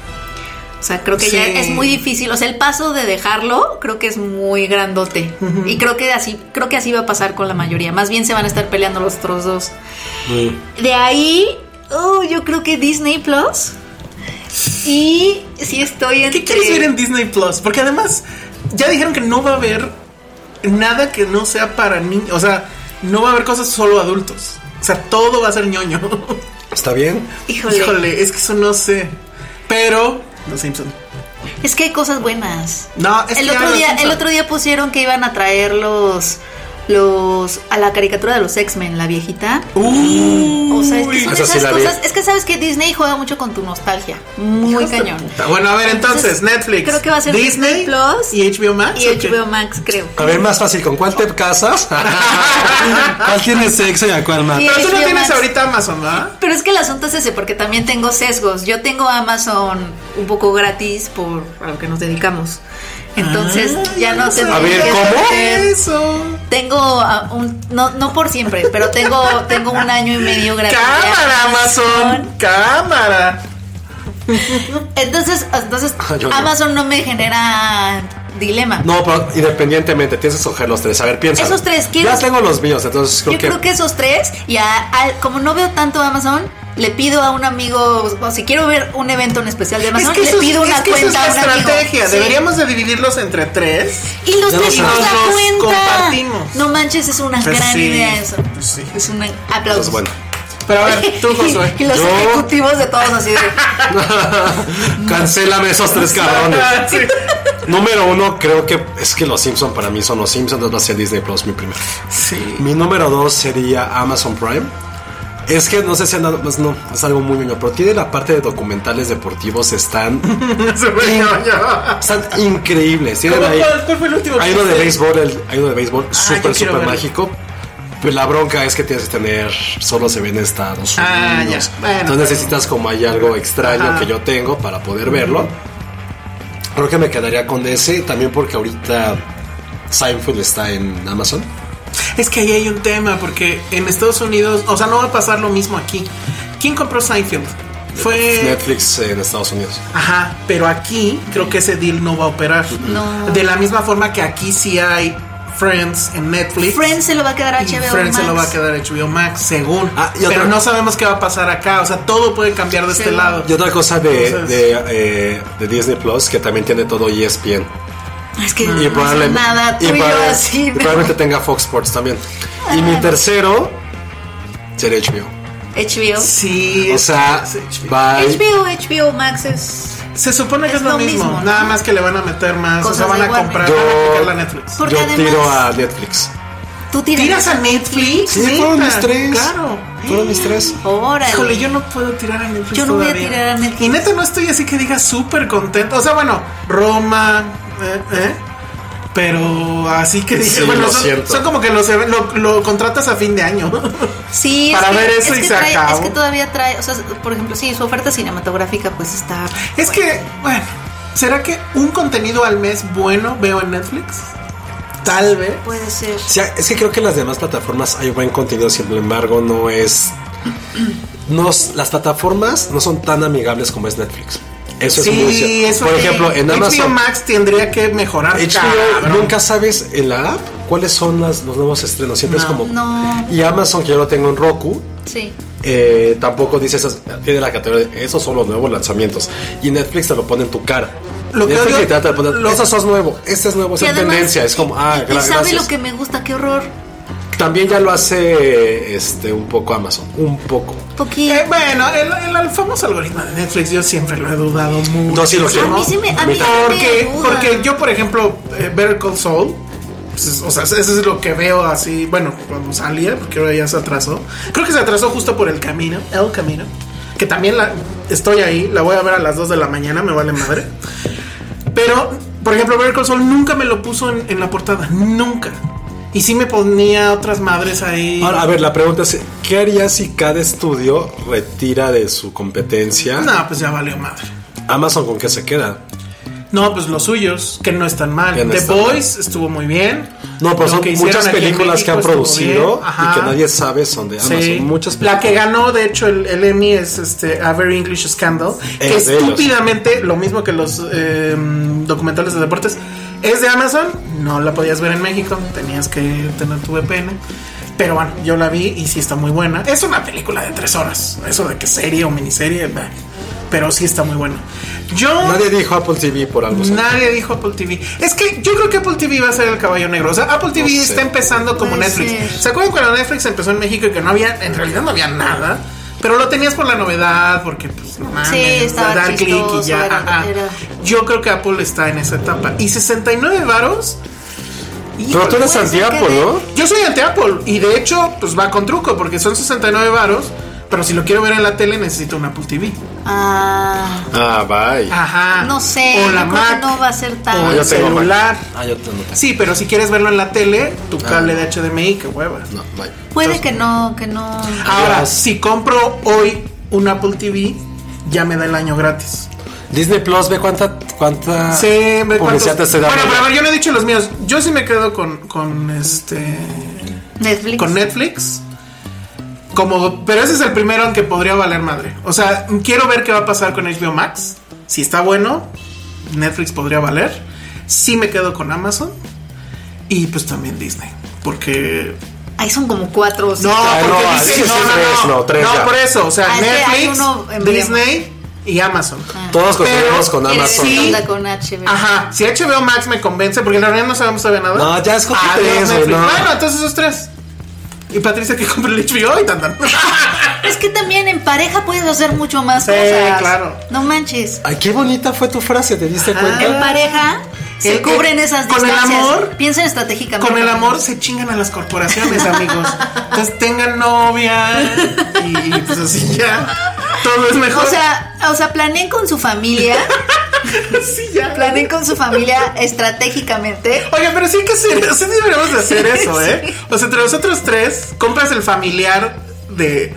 Speaker 6: O sea, creo que ya
Speaker 4: Sí.
Speaker 6: es muy difícil. O sea, el paso de dejarlo creo que es muy grandote. Y creo que así, creo que así va a pasar con la mayoría. Más bien se van a estar peleando los otros dos.
Speaker 5: Mm.
Speaker 6: De ahí, oh, yo creo que Disney Plus. Y sí estoy entre.
Speaker 4: ¿Qué quieres ver en Disney Plus? Porque además ya dijeron que no va a haber nada que no sea para niños. O sea, no va a haber cosas solo adultos. O sea, todo va a ser
Speaker 6: (laughs)
Speaker 4: ñoño.
Speaker 5: Está bien.
Speaker 6: Híjole.
Speaker 4: Híjole, es que eso no sé. Pero Los Simpson.
Speaker 6: Es que hay cosas buenas.
Speaker 4: No, es
Speaker 6: el
Speaker 4: que ya
Speaker 6: otro
Speaker 4: Los
Speaker 6: día, el
Speaker 4: Simpson.
Speaker 6: otro día pusieron que iban a traer los los a la caricatura de los X-Men, la viejita. o sea, es que son
Speaker 5: Esa sí
Speaker 6: esas
Speaker 5: la vi.
Speaker 6: cosas, es que sabes que Disney juega mucho con tu nostalgia, muy cañón.
Speaker 4: Bueno, a ver, entonces,
Speaker 6: Entonces,
Speaker 4: Netflix.
Speaker 6: creo que va a ser Disney Plus
Speaker 4: y HBO Max.
Speaker 6: Y
Speaker 4: ¿o qué?
Speaker 6: HBO Max, creo.
Speaker 5: A ver, más fácil, ¿con cuál te
Speaker 4: (laughs)
Speaker 5: casas? ¿Cuál tiene sexo y a cuál más?
Speaker 6: Sí.
Speaker 4: Pero tú no
Speaker 6: HBO
Speaker 4: tienes
Speaker 6: Max.
Speaker 4: ahorita Amazon, ¿verdad?
Speaker 6: Pero es que el asunto es ese, porque también tengo sesgos. Yo tengo Amazon un poco gratis por a lo que nos dedicamos. Entonces
Speaker 4: Ah,
Speaker 6: ya no sé.
Speaker 4: sabía
Speaker 5: A ver, ¿cómo?
Speaker 4: Eso.
Speaker 6: Tengo ah, un, no, no por siempre, pero tengo, tengo un año y medio gratis. de
Speaker 4: Cámara, Amazon. Cámara.
Speaker 6: Entonces, entonces
Speaker 4: Ah,
Speaker 5: Yo no.
Speaker 6: Amazon no me genera dilema.
Speaker 5: No, pero independientemente, tienes que escoger los tres. A ver, piensa.
Speaker 6: Esos tres, ¿quién
Speaker 5: Ya
Speaker 6: es?
Speaker 5: tengo los míos, entonces creo
Speaker 6: Yo
Speaker 5: que.
Speaker 6: creo que esos tres, y a- a- como no veo tanto Amazon, le pido a un amigo, o si quiero ver un evento en especial de Amazon, le
Speaker 4: eso es-
Speaker 6: pido una
Speaker 4: es que eso
Speaker 6: cuenta
Speaker 4: es la
Speaker 6: a un amigo.
Speaker 4: estrategia.
Speaker 6: Sí.
Speaker 4: Deberíamos de dividirlos entre tres.
Speaker 6: Y los
Speaker 5: Ya
Speaker 6: tres
Speaker 5: lo
Speaker 6: nos
Speaker 4: sabes.
Speaker 6: la
Speaker 4: Nos
Speaker 6: cuenta.
Speaker 4: compartimos.
Speaker 6: No manches, es una
Speaker 4: Pues
Speaker 6: gran
Speaker 4: sí,
Speaker 6: idea eso.
Speaker 4: pues sí.
Speaker 6: Es un
Speaker 5: Pues
Speaker 6: aplauso.
Speaker 5: bueno.
Speaker 4: Pero a ver, tú, Josué.
Speaker 6: (laughs) y los
Speaker 5: Yo-
Speaker 6: ejecutivos de todos así de.
Speaker 5: Cancélame esos tres cabrones.
Speaker 4: (laughs) Sí.
Speaker 5: Número uno, creo que es que los Simpsons para mí son
Speaker 4: (laughs)
Speaker 5: los Simpsons, entonces va a ser Disney Plus mi primero.
Speaker 4: Sí.
Speaker 5: Mi número dos sería Amazon Prime. Es que no sé si han dado, pues no, es algo muy ñoño, pero tiene la parte de documentales deportivos, están,
Speaker 4: Se me ñoño.
Speaker 5: están increíbles. Tienen
Speaker 4: ¿Cuál,
Speaker 5: ahí,
Speaker 4: cuál- cuál fue el último?
Speaker 5: hay uno de
Speaker 4: chiste?
Speaker 5: béisbol, el- hay uno de béisbol
Speaker 4: Ah, yo
Speaker 5: súper,
Speaker 4: quiero
Speaker 5: súper
Speaker 4: verlo.
Speaker 5: mágico. Pues la bronca es que tienes que tener, solo se ve en Estados Unidos.
Speaker 4: Ah, ya. Bueno,
Speaker 5: Entonces necesitas como hay algo extraño
Speaker 4: Ajá.
Speaker 5: que yo tengo para poder verlo. Creo que me quedaría con ese, también porque ahorita Seinfeld está en Amazon.
Speaker 4: Es que ahí hay un tema, porque en Estados Unidos, o sea, no va a pasar lo mismo aquí. ¿Quién compró Seinfeld? Fue.
Speaker 5: Netflix en Estados Unidos.
Speaker 4: Ajá, pero aquí creo que ese deal no va a operar.
Speaker 6: No.
Speaker 4: De la misma forma que aquí sí hay Friends en Netflix.
Speaker 6: Friends se lo va
Speaker 4: (laughs)
Speaker 6: a quedar a
Speaker 4: y
Speaker 6: HBO
Speaker 4: Friends se lo va a
Speaker 6: Max.
Speaker 4: quedar HBO Max, según.
Speaker 5: Ah, y otra-
Speaker 4: pero no sabemos qué va a pasar acá. O sea, todo puede cambiar de
Speaker 6: Sí.
Speaker 4: este lado.
Speaker 5: Y otra cosa de,
Speaker 4: Entonces-
Speaker 5: de, eh, de Disney Plus que también tiene todo E ESPN.
Speaker 6: Es que
Speaker 5: Y
Speaker 6: no
Speaker 5: probable-
Speaker 6: hace nada, tú
Speaker 5: y
Speaker 6: y yo
Speaker 5: probable-
Speaker 6: así.
Speaker 5: y
Speaker 6: ¿no?
Speaker 5: probablemente tenga Fox Sports también. Y mi tercero sería HBO.
Speaker 6: HBO.
Speaker 4: Sí.
Speaker 5: O sea,
Speaker 4: es- es-
Speaker 5: bye.
Speaker 6: HBO, HBO Max es.
Speaker 4: se supone que es,
Speaker 6: es
Speaker 4: lo
Speaker 6: lo
Speaker 4: mismo.
Speaker 6: mismo, ¿no?
Speaker 4: Nada más que le van a meter más. o sea,
Speaker 6: Cosas de
Speaker 4: van a
Speaker 6: Warner.
Speaker 4: comprar,
Speaker 5: Yo-
Speaker 4: van a aplicar la Netflix.
Speaker 6: Porque
Speaker 5: Yo
Speaker 6: además-
Speaker 5: tiro a Netflix.
Speaker 6: Tú tiras.
Speaker 4: ¿Tiras a Netflix?
Speaker 5: Sí, fueron
Speaker 4: ¿Neta?
Speaker 5: mis tres.
Speaker 4: Claro.
Speaker 5: Fueron mis tres.
Speaker 6: Órale.
Speaker 4: Híjole, yo no puedo tirar a Netflix.
Speaker 6: Yo no voy a
Speaker 4: todavía.
Speaker 6: tirar a Netflix.
Speaker 4: Y neta, no estoy así que diga súper contento. O sea, bueno, Roma. eh, eh, Pero así que dije,
Speaker 5: Sí,
Speaker 4: bueno,
Speaker 5: lo
Speaker 4: son,
Speaker 5: siento.
Speaker 4: son como que los, ev- lo, lo contratas a fin de año.
Speaker 6: Sí, es
Speaker 4: para
Speaker 6: que-
Speaker 4: ver eso
Speaker 6: es
Speaker 4: y
Speaker 6: que
Speaker 4: se
Speaker 6: trae-
Speaker 4: acabó.
Speaker 6: Es que todavía trae, o sea, por ejemplo, sí, su oferta cinematográfica pues está.
Speaker 4: es que, bueno, ¿será que un contenido al mes bueno veo en Netflix? Tal vez.
Speaker 6: Puede ser.
Speaker 5: Sí, es que creo que en las demás plataformas hay buen contenido, sin embargo, no es. No, es- las plataformas no son tan amigables como es Netflix. Eso es muy
Speaker 4: sí,
Speaker 5: cierto.
Speaker 4: eso
Speaker 5: Por
Speaker 4: sí.
Speaker 5: ejemplo, en
Speaker 4: HBO
Speaker 5: Amazon.
Speaker 4: Max tendría que mejorar.
Speaker 5: HBO
Speaker 4: cabrón.
Speaker 5: nunca sabes en la app cuáles son las- los nuevos estrenos. Siempre es como.
Speaker 6: No.
Speaker 5: Y Amazon, que yo lo tengo en Roku,
Speaker 6: Sí.
Speaker 5: eh, tampoco dice esas. Tiene la categoría de esos son los nuevos lanzamientos. Y Netflix te lo pone en tu cara.
Speaker 4: Lo que
Speaker 5: Netflix
Speaker 4: odio-
Speaker 5: literal te lo pone,
Speaker 4: lo-
Speaker 5: "Eso sos nuevo, este es nuevo,
Speaker 6: Y
Speaker 5: esa es
Speaker 6: además-
Speaker 5: tendencia. Es como, ah,
Speaker 6: y- y
Speaker 5: gra-
Speaker 6: sabe
Speaker 5: gracias.
Speaker 6: lo que me gusta, qué horror.
Speaker 5: También ya lo hace este un poco Amazon, un poco.
Speaker 6: Poquito.
Speaker 4: Eh, bueno, el, el, famoso algoritmo de Netflix yo siempre lo he dudado mucho.
Speaker 5: No, sí lo quiero.
Speaker 6: a mí sí me. A mí
Speaker 4: Porque,
Speaker 6: me duda.
Speaker 4: porque yo, por ejemplo, eh, Better Call Saul, pues, es- o sea, eso es lo que veo así, bueno, cuando salía, porque ahora ya se atrasó. Creo que se atrasó justo por el camino, el camino. Que también la, estoy ahí, la voy a ver a las 2 de la mañana, me vale madre. Pero, por ejemplo, Better Call Saul nunca me lo puso en, en la portada, nunca. Y sí me ponía otras madres ahí.
Speaker 5: Ahora, a ver, la pregunta es, ¿qué haría si cada estudio retira de su competencia?
Speaker 4: no, pues ya valió madre.
Speaker 5: Amazon con qué se queda?
Speaker 4: No, pues los suyos, que no están mal.
Speaker 5: Que no
Speaker 4: The
Speaker 5: están
Speaker 4: Boys estuvo muy bien.
Speaker 5: No, pero
Speaker 4: Lo
Speaker 5: son
Speaker 4: que hicieron
Speaker 5: muchas
Speaker 4: aquí en
Speaker 5: películas
Speaker 4: México
Speaker 5: que han
Speaker 4: estuvo
Speaker 5: producido
Speaker 4: bien.
Speaker 5: y
Speaker 4: Ajá.
Speaker 5: que nadie sabe son de Amazon.
Speaker 4: Sí.
Speaker 5: Muchas películas.
Speaker 4: La que ganó, de hecho, el, el Emmy es este A Very English Scandal. que
Speaker 5: Es de ellos.
Speaker 4: estúpidamente, lo mismo que los eh, documentales de deportes, es de Amazon. No la podías ver en México, tenías que tener tu VPN. Pero bueno, yo la vi y sí está muy buena. Es una película de tres horas. Eso de que serie o miniserie, bah. pero sí está muy buena. Yo.
Speaker 5: Nadie dijo Apple TV por algo.
Speaker 4: Nadie dijo Apple TV. Es que yo creo que Apple TV va a ser el caballo negro. O sea, Apple TV
Speaker 5: sé.
Speaker 4: está empezando como
Speaker 6: Puede
Speaker 4: Netflix.
Speaker 6: ser.
Speaker 4: ¿Se acuerdan cuando Netflix empezó en México y que no había, en realidad no había nada? Pero lo tenías por la novedad, porque pues no mames,
Speaker 6: estaba
Speaker 4: dar clic y
Speaker 6: chistoso,
Speaker 4: ya.
Speaker 6: era-
Speaker 4: ajá.
Speaker 6: era-
Speaker 4: Yo creo que Apple está en esa etapa. Y 69 varos.
Speaker 5: Pero
Speaker 4: Híjole,
Speaker 5: tú eres
Speaker 6: puede ser
Speaker 5: anti-Apple,
Speaker 6: que de-
Speaker 5: ¿no?
Speaker 4: yo soy ante Apple y de hecho, pues va con truco, porque son 69 varos. Pero si lo quiero ver en la tele, necesito un Apple TV.
Speaker 6: Ah.
Speaker 5: Ah, bye.
Speaker 4: Ajá.
Speaker 6: No sé,
Speaker 4: O la
Speaker 6: yo creo que
Speaker 4: Mac. Oh,
Speaker 6: no va a ser tan-
Speaker 4: O
Speaker 6: Ah,
Speaker 4: el
Speaker 5: yo tengo Mac.
Speaker 4: celular.
Speaker 5: Ah, yo no tengo.
Speaker 4: Sí, pero si quieres verlo en la tele, tu cable de HDMI, que hueva.
Speaker 5: Ah. No, bye.
Speaker 6: Puede que no, que no.
Speaker 4: Ahora, si compro hoy un Apple TV, ya me da el año gratis.
Speaker 5: Disney Plus, ve cuánta, cuánta
Speaker 4: Sí, ve
Speaker 5: Ah, publicidad te
Speaker 4: cuántos-
Speaker 5: estoy
Speaker 4: Bueno,
Speaker 5: dando.
Speaker 4: pero a ver, yo no he dicho los míos. Yo sí me quedo con, con este.
Speaker 6: Netflix.
Speaker 4: con Netflix. Como, pero ese es el primero en que podría valer madre. O sea, quiero ver qué va a pasar con HBO Max. Si está bueno, Netflix podría valer. Sí me quedo con Amazon. Y pues también Disney. Porque
Speaker 6: Ahí son como cuatro. o
Speaker 4: No,
Speaker 6: cinco.
Speaker 5: Ah,
Speaker 4: porque
Speaker 5: no,
Speaker 4: Disney-
Speaker 5: sí, sí,
Speaker 4: no, no,
Speaker 5: tres,
Speaker 4: no,
Speaker 5: no, tres
Speaker 4: No,
Speaker 5: ya.
Speaker 4: por eso, o sea,
Speaker 6: Ah, es que hay
Speaker 4: Netflix,
Speaker 6: uno en Ah.
Speaker 4: Disney y Amazon.
Speaker 5: Todos continuamos
Speaker 4: Pero-
Speaker 5: con
Speaker 6: Quiere ver
Speaker 5: Amazon.
Speaker 6: qué
Speaker 4: Sí.
Speaker 6: onda con HBO.
Speaker 4: Ajá, si HBO Max me convence, porque en realidad no sabemos todavía nada.
Speaker 5: No, ya escogí
Speaker 4: Adiós,
Speaker 5: tres, güey,
Speaker 4: Netflix.
Speaker 5: no.
Speaker 4: Bueno, entonces esos tres. Y Patricia que compre el HBO y tan
Speaker 6: (laughs)
Speaker 4: tan.
Speaker 6: Es que también en pareja puedes hacer mucho más
Speaker 4: Sí,
Speaker 6: cosas.
Speaker 4: claro.
Speaker 6: No manches.
Speaker 4: Ah,
Speaker 5: Ay, qué bonita fue tu frase, ¿te diste cuenta?
Speaker 6: En pareja Se
Speaker 4: El-
Speaker 6: cubren
Speaker 4: el-
Speaker 6: esas
Speaker 4: con el
Speaker 6: distancias.
Speaker 4: amor-
Speaker 6: Piensen estratégicamente.
Speaker 4: Con el amor se chingan a las corporaciones, amigos. Entonces tengan novia y, y, pues así ya. Todo es mejor.
Speaker 6: O sea, o sea, planeen con su familia.
Speaker 4: (laughs) sí, ya.
Speaker 6: Planeen con su familia estratégicamente.
Speaker 4: Oye, pero sí hay
Speaker 6: (laughs)
Speaker 4: que hacer, sí deberíamos de hacer eso,
Speaker 6: Sí.
Speaker 4: ¿eh? O sea, entre nosotros tres, compras el familiar de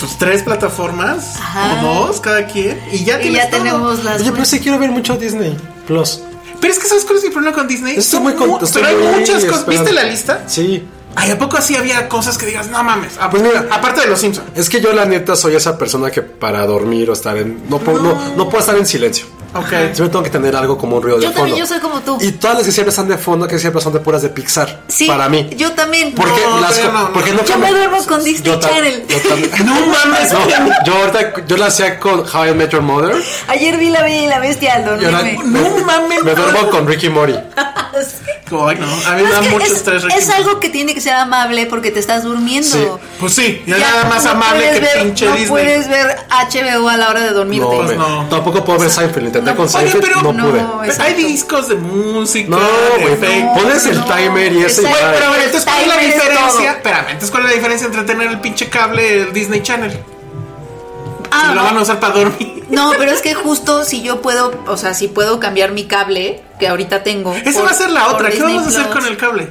Speaker 4: tus tres plataformas
Speaker 6: Ajá.
Speaker 4: o dos cada quien y ya
Speaker 6: Y
Speaker 4: tienes
Speaker 6: ya
Speaker 4: todo.
Speaker 6: tenemos las.
Speaker 5: Oye, pero sí quiero ver mucho Disney Plus.
Speaker 4: Pero es que sabes cuál es mi problema con Disney.
Speaker 5: Estoy
Speaker 4: Son
Speaker 5: muy
Speaker 4: mu-
Speaker 5: contento. estoy
Speaker 4: Pero hay
Speaker 5: muy
Speaker 4: muchas cosas.
Speaker 5: esperando.
Speaker 4: ¿Viste la lista?
Speaker 5: Sí.
Speaker 4: Ay, ¿a poco así había cosas que digas, no mames? Ah,
Speaker 5: Pues mira.
Speaker 4: aparte de los Simpsons.
Speaker 5: Es que yo la neta soy esa persona que para dormir o estar en... No puedo, no. no puedo estar en silencio.
Speaker 4: Ok.
Speaker 5: Siempre tengo que tener algo como un ruido
Speaker 6: Yo
Speaker 5: de
Speaker 6: también,
Speaker 5: fondo.
Speaker 6: yo soy como tú.
Speaker 5: Y todas las que siempre están de fondo, que siempre son de puras de Pixar.
Speaker 6: Sí,
Speaker 5: Para mí.
Speaker 6: Yo también.
Speaker 5: Porque
Speaker 4: No,
Speaker 5: las
Speaker 4: pero
Speaker 5: co-
Speaker 4: no, no.
Speaker 5: porque no
Speaker 6: Yo me duermo con Disney
Speaker 5: Yo ta-
Speaker 6: Channel.
Speaker 5: yo tam- (laughs)
Speaker 4: No mames.
Speaker 5: No, yo ahorita yo la hacía con How I Met Your Mother
Speaker 6: Ayer vi la Bella y la Bestia al
Speaker 5: y ahora
Speaker 6: dormirme.
Speaker 4: No mames.
Speaker 5: me duermo con Ricky Mori.
Speaker 6: Ah,
Speaker 4: Ay, no. A mí me
Speaker 6: Es
Speaker 4: da
Speaker 6: que
Speaker 4: mucho
Speaker 6: es-
Speaker 4: estrés.
Speaker 6: es,
Speaker 4: Ricky.
Speaker 6: algo que tiene que ser amable porque te estás durmiendo.
Speaker 5: Sí.
Speaker 4: Pues sí, ya,
Speaker 6: Ya,
Speaker 4: nada más
Speaker 6: no
Speaker 4: amable que
Speaker 6: puedes ver-
Speaker 4: pinche
Speaker 6: No
Speaker 4: Disney.
Speaker 6: puedes ver HBO a la hora de dormirte.
Speaker 5: No,
Speaker 4: Pues
Speaker 5: me-
Speaker 4: no.
Speaker 5: tampoco puedo ver Seinfeld, intenté
Speaker 6: no.
Speaker 5: con
Speaker 6: Oye,
Speaker 5: Seinfeld,
Speaker 4: pero-
Speaker 5: no,
Speaker 6: no,
Speaker 5: pude.
Speaker 4: Pero
Speaker 6: exacto.
Speaker 4: hay discos de música,
Speaker 5: No,
Speaker 4: de
Speaker 5: güey,
Speaker 4: efectos.
Speaker 5: no. Pones el
Speaker 6: no,
Speaker 5: timer y ese
Speaker 6: exacto.
Speaker 5: ya-
Speaker 4: Güey, pero a ver, entonces ¿cuál es la
Speaker 6: Timer es
Speaker 4: diferencia?
Speaker 6: todo.
Speaker 4: Espérame, entonces ¿cuál es la diferencia entre tener el pinche cable el Disney Channel?
Speaker 6: Ah,
Speaker 4: si lo
Speaker 6: no.
Speaker 4: van a usar para dormir. (laughs)
Speaker 6: No, pero es que justo si yo puedo, o sea, si puedo cambiar mi cable que ahorita tengo.
Speaker 4: Esa
Speaker 6: por-
Speaker 4: va a ser la
Speaker 6: por
Speaker 4: otra. ¿Qué
Speaker 6: Disney
Speaker 4: vamos a hacer
Speaker 6: Plus.
Speaker 4: con el cable?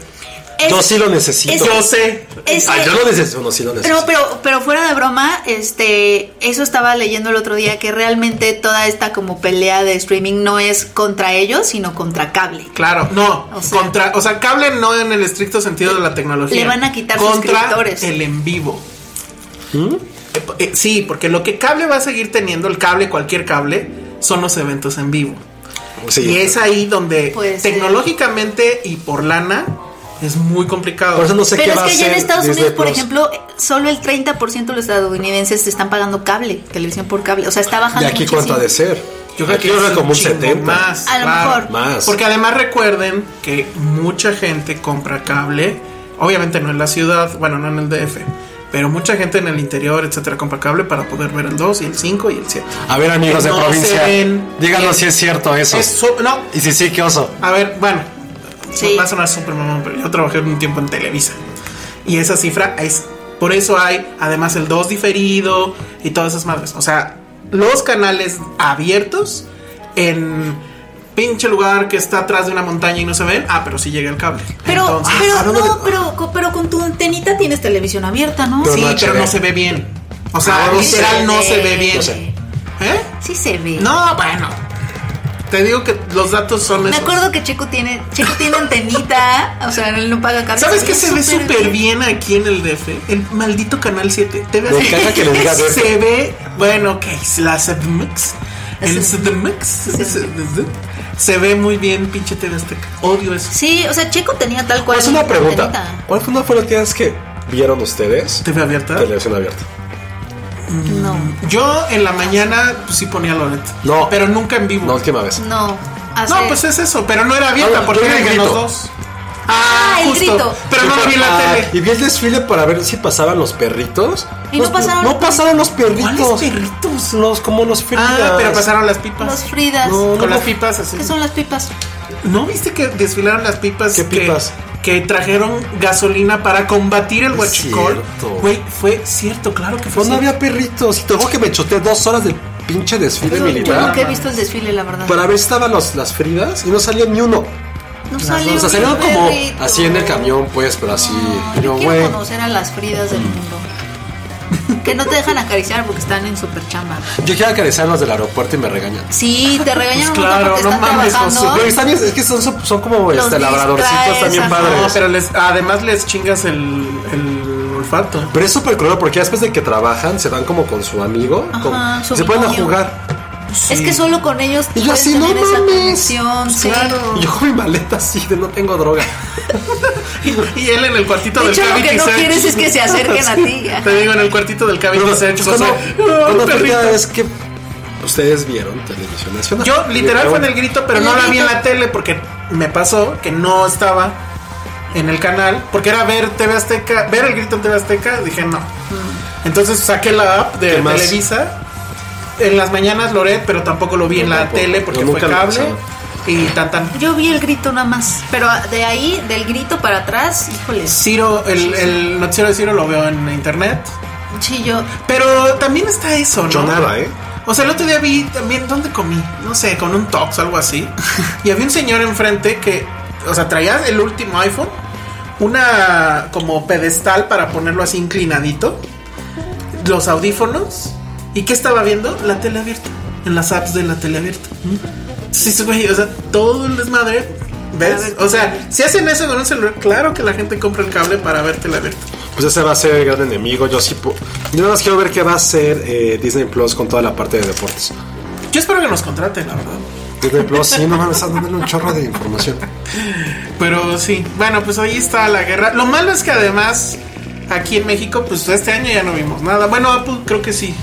Speaker 6: Es-
Speaker 5: Yo sí lo necesito.
Speaker 6: es-
Speaker 4: Yo sé.
Speaker 6: es-
Speaker 5: Ah, yo lo necesito, no, sí lo necesito.
Speaker 6: No, pero, pero fuera de broma, este, eso estaba leyendo el otro día que realmente toda esta como pelea de streaming no es contra ellos, sino contra cable.
Speaker 4: Claro, no.
Speaker 6: O sea-
Speaker 4: contra, o sea, cable no en el estricto sentido de la tecnología.
Speaker 6: Le van a quitar
Speaker 4: contra
Speaker 6: suscriptores.
Speaker 4: el en vivo.
Speaker 5: ¿Mm?
Speaker 4: Eh, po- eh, sí, porque lo que cable va a seguir teniendo, el cable, cualquier cable, son los eventos en vivo.
Speaker 5: Sí.
Speaker 4: Y es ahí donde
Speaker 6: Pues, sí.
Speaker 4: tecnológicamente y por lana es muy complicado.
Speaker 5: Por eso no sé qué
Speaker 6: Pero es
Speaker 5: va a
Speaker 6: que ya en
Speaker 5: hacer
Speaker 6: Estados
Speaker 5: Disney
Speaker 6: Unidos, por
Speaker 5: Plus.
Speaker 6: ejemplo, solo el 30% de los estadounidenses están pagando cable, televisión por cable. O sea, está
Speaker 5: ¿Y
Speaker 6: bajando
Speaker 5: aquí
Speaker 6: muchísimo.
Speaker 5: cuánto ha de ser?
Speaker 4: Yo creo
Speaker 5: Aquí
Speaker 4: que
Speaker 5: yo
Speaker 4: es
Speaker 5: como un
Speaker 4: chingo
Speaker 5: 70.
Speaker 4: más.
Speaker 6: A lo
Speaker 4: claro.
Speaker 6: mejor.
Speaker 5: Más.
Speaker 4: Porque además recuerden que mucha gente compra cable, obviamente no en la ciudad, bueno, no en el DF, pero mucha gente en el interior, etcétera, compra cable para poder ver el 2 y el 5 y el 7.
Speaker 5: A ver, amigos de
Speaker 4: No se
Speaker 5: provincia,
Speaker 4: ven.
Speaker 5: díganos si es cierto eso.
Speaker 4: Eso, no,
Speaker 5: Y si sí, qué oso.
Speaker 4: a ver, bueno,
Speaker 6: Sí.
Speaker 4: va a sonar súper mamón, pero yo trabajé un tiempo en Televisa y esa cifra es, por eso hay además el 2 diferido y todas esas madres. O sea, los canales abiertos en pinche lugar que está atrás de una montaña y no se ven, ah, pero sí llega el cable.
Speaker 6: Pero,
Speaker 4: Entonces- ah,
Speaker 5: Ah,
Speaker 6: pero, no, pero, co- pero con tu antenita tienes televisión abierta, ¿no?
Speaker 5: Pero
Speaker 4: sí,
Speaker 5: no
Speaker 4: pero
Speaker 5: HD.
Speaker 4: no se ve bien. O sea,
Speaker 6: Ah, no
Speaker 4: literal
Speaker 6: se
Speaker 4: no
Speaker 6: ve.
Speaker 4: se ve bien.
Speaker 5: No sé.
Speaker 4: ¿Eh?
Speaker 6: Sí se ve.
Speaker 4: No, bueno. Te digo que los datos son
Speaker 6: Me
Speaker 4: esos.
Speaker 6: acuerdo que Checo tiene, Checo tiene antenita, o sea, él no paga cable.
Speaker 4: ¿Sabes qué se ve súper
Speaker 6: bien.
Speaker 4: bien aquí en el DF? El maldito Canal 7. Te
Speaker 5: Me encanta que le digas DF.
Speaker 4: Se ve, bueno, ok, la CDMX. El
Speaker 6: Es el-
Speaker 4: CDMX.
Speaker 6: es
Speaker 4: Se ve muy bien, pinche TV Azteca. Odio eso.
Speaker 6: Sí, o sea, Checo tenía tal cual.
Speaker 5: Pues una pregunta.
Speaker 6: antenita.
Speaker 5: ¿Cuál fue una fue la última vez que vieron ustedes?
Speaker 4: ¿TV abierta?
Speaker 5: Televisión abierta.
Speaker 6: No,
Speaker 4: Mm. Yo en la mañana pues, sí ponía Loret.
Speaker 5: No.
Speaker 4: Pero nunca en vivo.
Speaker 5: La última vez.
Speaker 6: no. hace-
Speaker 4: No, pues es eso, pero no era abierta
Speaker 5: Ah, no,
Speaker 4: porque
Speaker 5: yo vi
Speaker 4: era
Speaker 5: el
Speaker 4: de los
Speaker 5: grito.
Speaker 4: dos. Ah,
Speaker 6: el
Speaker 4: justo.
Speaker 6: grito.
Speaker 4: Pero no lo vi en la
Speaker 5: Ah,
Speaker 4: tele.
Speaker 5: Y vi el desfile para ver si pasaban los perritos.
Speaker 6: Y no pasaron
Speaker 5: No
Speaker 6: los perritos.
Speaker 5: pasaron los perritos.
Speaker 4: ¿Cuáles perritos?
Speaker 5: Los como los
Speaker 4: Ah,
Speaker 5: Fridas.
Speaker 4: pero pasaron las pipas.
Speaker 6: Los Fridas.
Speaker 5: No,
Speaker 4: Con las pipas así.
Speaker 6: ¿Qué son las pipas?
Speaker 4: ¿No viste que desfilaron las pipas?
Speaker 5: ¿Qué
Speaker 4: que-
Speaker 5: pipas?
Speaker 4: Que, trajeron gasolina para combatir el
Speaker 5: Es
Speaker 4: huachicol.
Speaker 5: cierto.
Speaker 4: Güey, fue cierto, claro que fue.
Speaker 5: Pues no
Speaker 4: cierto.
Speaker 5: había perritos. Y tengo que me choté dos horas del pinche desfile
Speaker 6: Yo
Speaker 5: militar.
Speaker 6: nunca he visto el desfile, la verdad.
Speaker 5: Para ver si estaban los, las Fridas y no salía ni uno.
Speaker 6: no salió.
Speaker 5: O sea, salieron
Speaker 6: mi
Speaker 5: como
Speaker 6: perrito.
Speaker 5: así en el camión, pues, pero así.
Speaker 6: No,
Speaker 5: yo,
Speaker 6: yo quiero
Speaker 5: güey.
Speaker 6: conocer a las Fridas del mundo. Que no te dejan acariciar porque están en super chamba.
Speaker 5: Yo quiero acariciar a los del aeropuerto y me regañan.
Speaker 6: Sí, te
Speaker 4: Pues
Speaker 6: regañan un montón
Speaker 4: claro,
Speaker 6: porque
Speaker 4: no
Speaker 6: están
Speaker 4: mames,
Speaker 6: trabajando.
Speaker 5: Pero están bien, es que son, son como
Speaker 6: Los
Speaker 5: este, labradorcitos
Speaker 6: distraes,
Speaker 5: también
Speaker 6: ajá.
Speaker 4: No,
Speaker 5: padres.
Speaker 4: pero les, además les chingas el, el olfato.
Speaker 5: Pero es súper cruel porque después de que trabajan se van como con su amigo
Speaker 6: Ajá,
Speaker 5: con-
Speaker 6: su
Speaker 5: se pueden a
Speaker 6: novio.
Speaker 5: jugar.
Speaker 6: Es que solo con ellos
Speaker 5: Y yo
Speaker 6: puedes
Speaker 5: así, no
Speaker 6: tener esa
Speaker 5: mames.
Speaker 6: conexión, sí.
Speaker 5: Y yo con mi maleta así de no tengo droga.
Speaker 6: (laughs)
Speaker 4: Y él en el cuartito
Speaker 6: De
Speaker 4: del
Speaker 6: hecho, lo que
Speaker 4: Cavity
Speaker 6: no
Speaker 4: Search.
Speaker 6: quieres es que se acerquen a ti. ajá.
Speaker 4: Te digo, en el cuartito del Cavity
Speaker 5: Pero
Speaker 4: Search.
Speaker 5: es
Speaker 4: José,
Speaker 5: cuando,
Speaker 4: "Oh,
Speaker 5: cuando fue la
Speaker 4: perrito".
Speaker 5: vez que ustedes vieron televisión nacional.
Speaker 4: Yo literal fue en el
Speaker 5: grito.
Speaker 4: grito, pero
Speaker 6: En
Speaker 4: no
Speaker 6: el
Speaker 4: la vi en
Speaker 6: grito.
Speaker 4: la tele porque me pasó que no estaba en el canal, porque era ver TV Azteca, ver el grito en TV Azteca, dije no. Entonces saqué la app de
Speaker 5: Mm. ¿Qué más?
Speaker 4: Televisa. En las mañanas Loret, pero tampoco lo vi
Speaker 5: Yo
Speaker 4: en la
Speaker 5: tampoco.
Speaker 4: tele
Speaker 5: Yo
Speaker 4: porque fue
Speaker 5: nunca lo
Speaker 4: cable.
Speaker 5: pasaba.
Speaker 4: y tan tan.
Speaker 6: Yo vi el grito nada más, pero de ahí, del grito para atrás, híjoles.
Speaker 4: Ciro, el, el noticiero de Ciro lo veo en internet.
Speaker 6: Sí, yo.
Speaker 4: Pero también está eso, ¿no?
Speaker 5: Yo nada, ¿eh?
Speaker 4: O sea, el otro día vi también dónde comí, no sé, con un Tox, algo así. (laughs) Y había un señor enfrente que, o sea, traía el último iPhone, una como pedestal para ponerlo así inclinadito, los audífonos, y ¿qué estaba viendo? La tele abierta, en las apps de la tele abierta. Sí, sí, güey, o sea, todo el desmadre. ¿Ves? O sea, si hacen eso con un celular, claro que la gente compra el cable para ver tele abierta.
Speaker 5: Pues ese va a ser el gran enemigo. Yo sí. pu- Yo nada más quiero ver qué va a hacer eh, Disney Plus con toda la parte de deportes.
Speaker 4: Yo espero que nos contraten, la verdad.
Speaker 5: Disney Plus, sí, no mames, están dándole un chorro de información.
Speaker 4: Pero sí, bueno, pues ahí está la guerra. Lo malo es que además aquí en México, pues este año ya no vimos nada. Bueno, Apple creo que sí.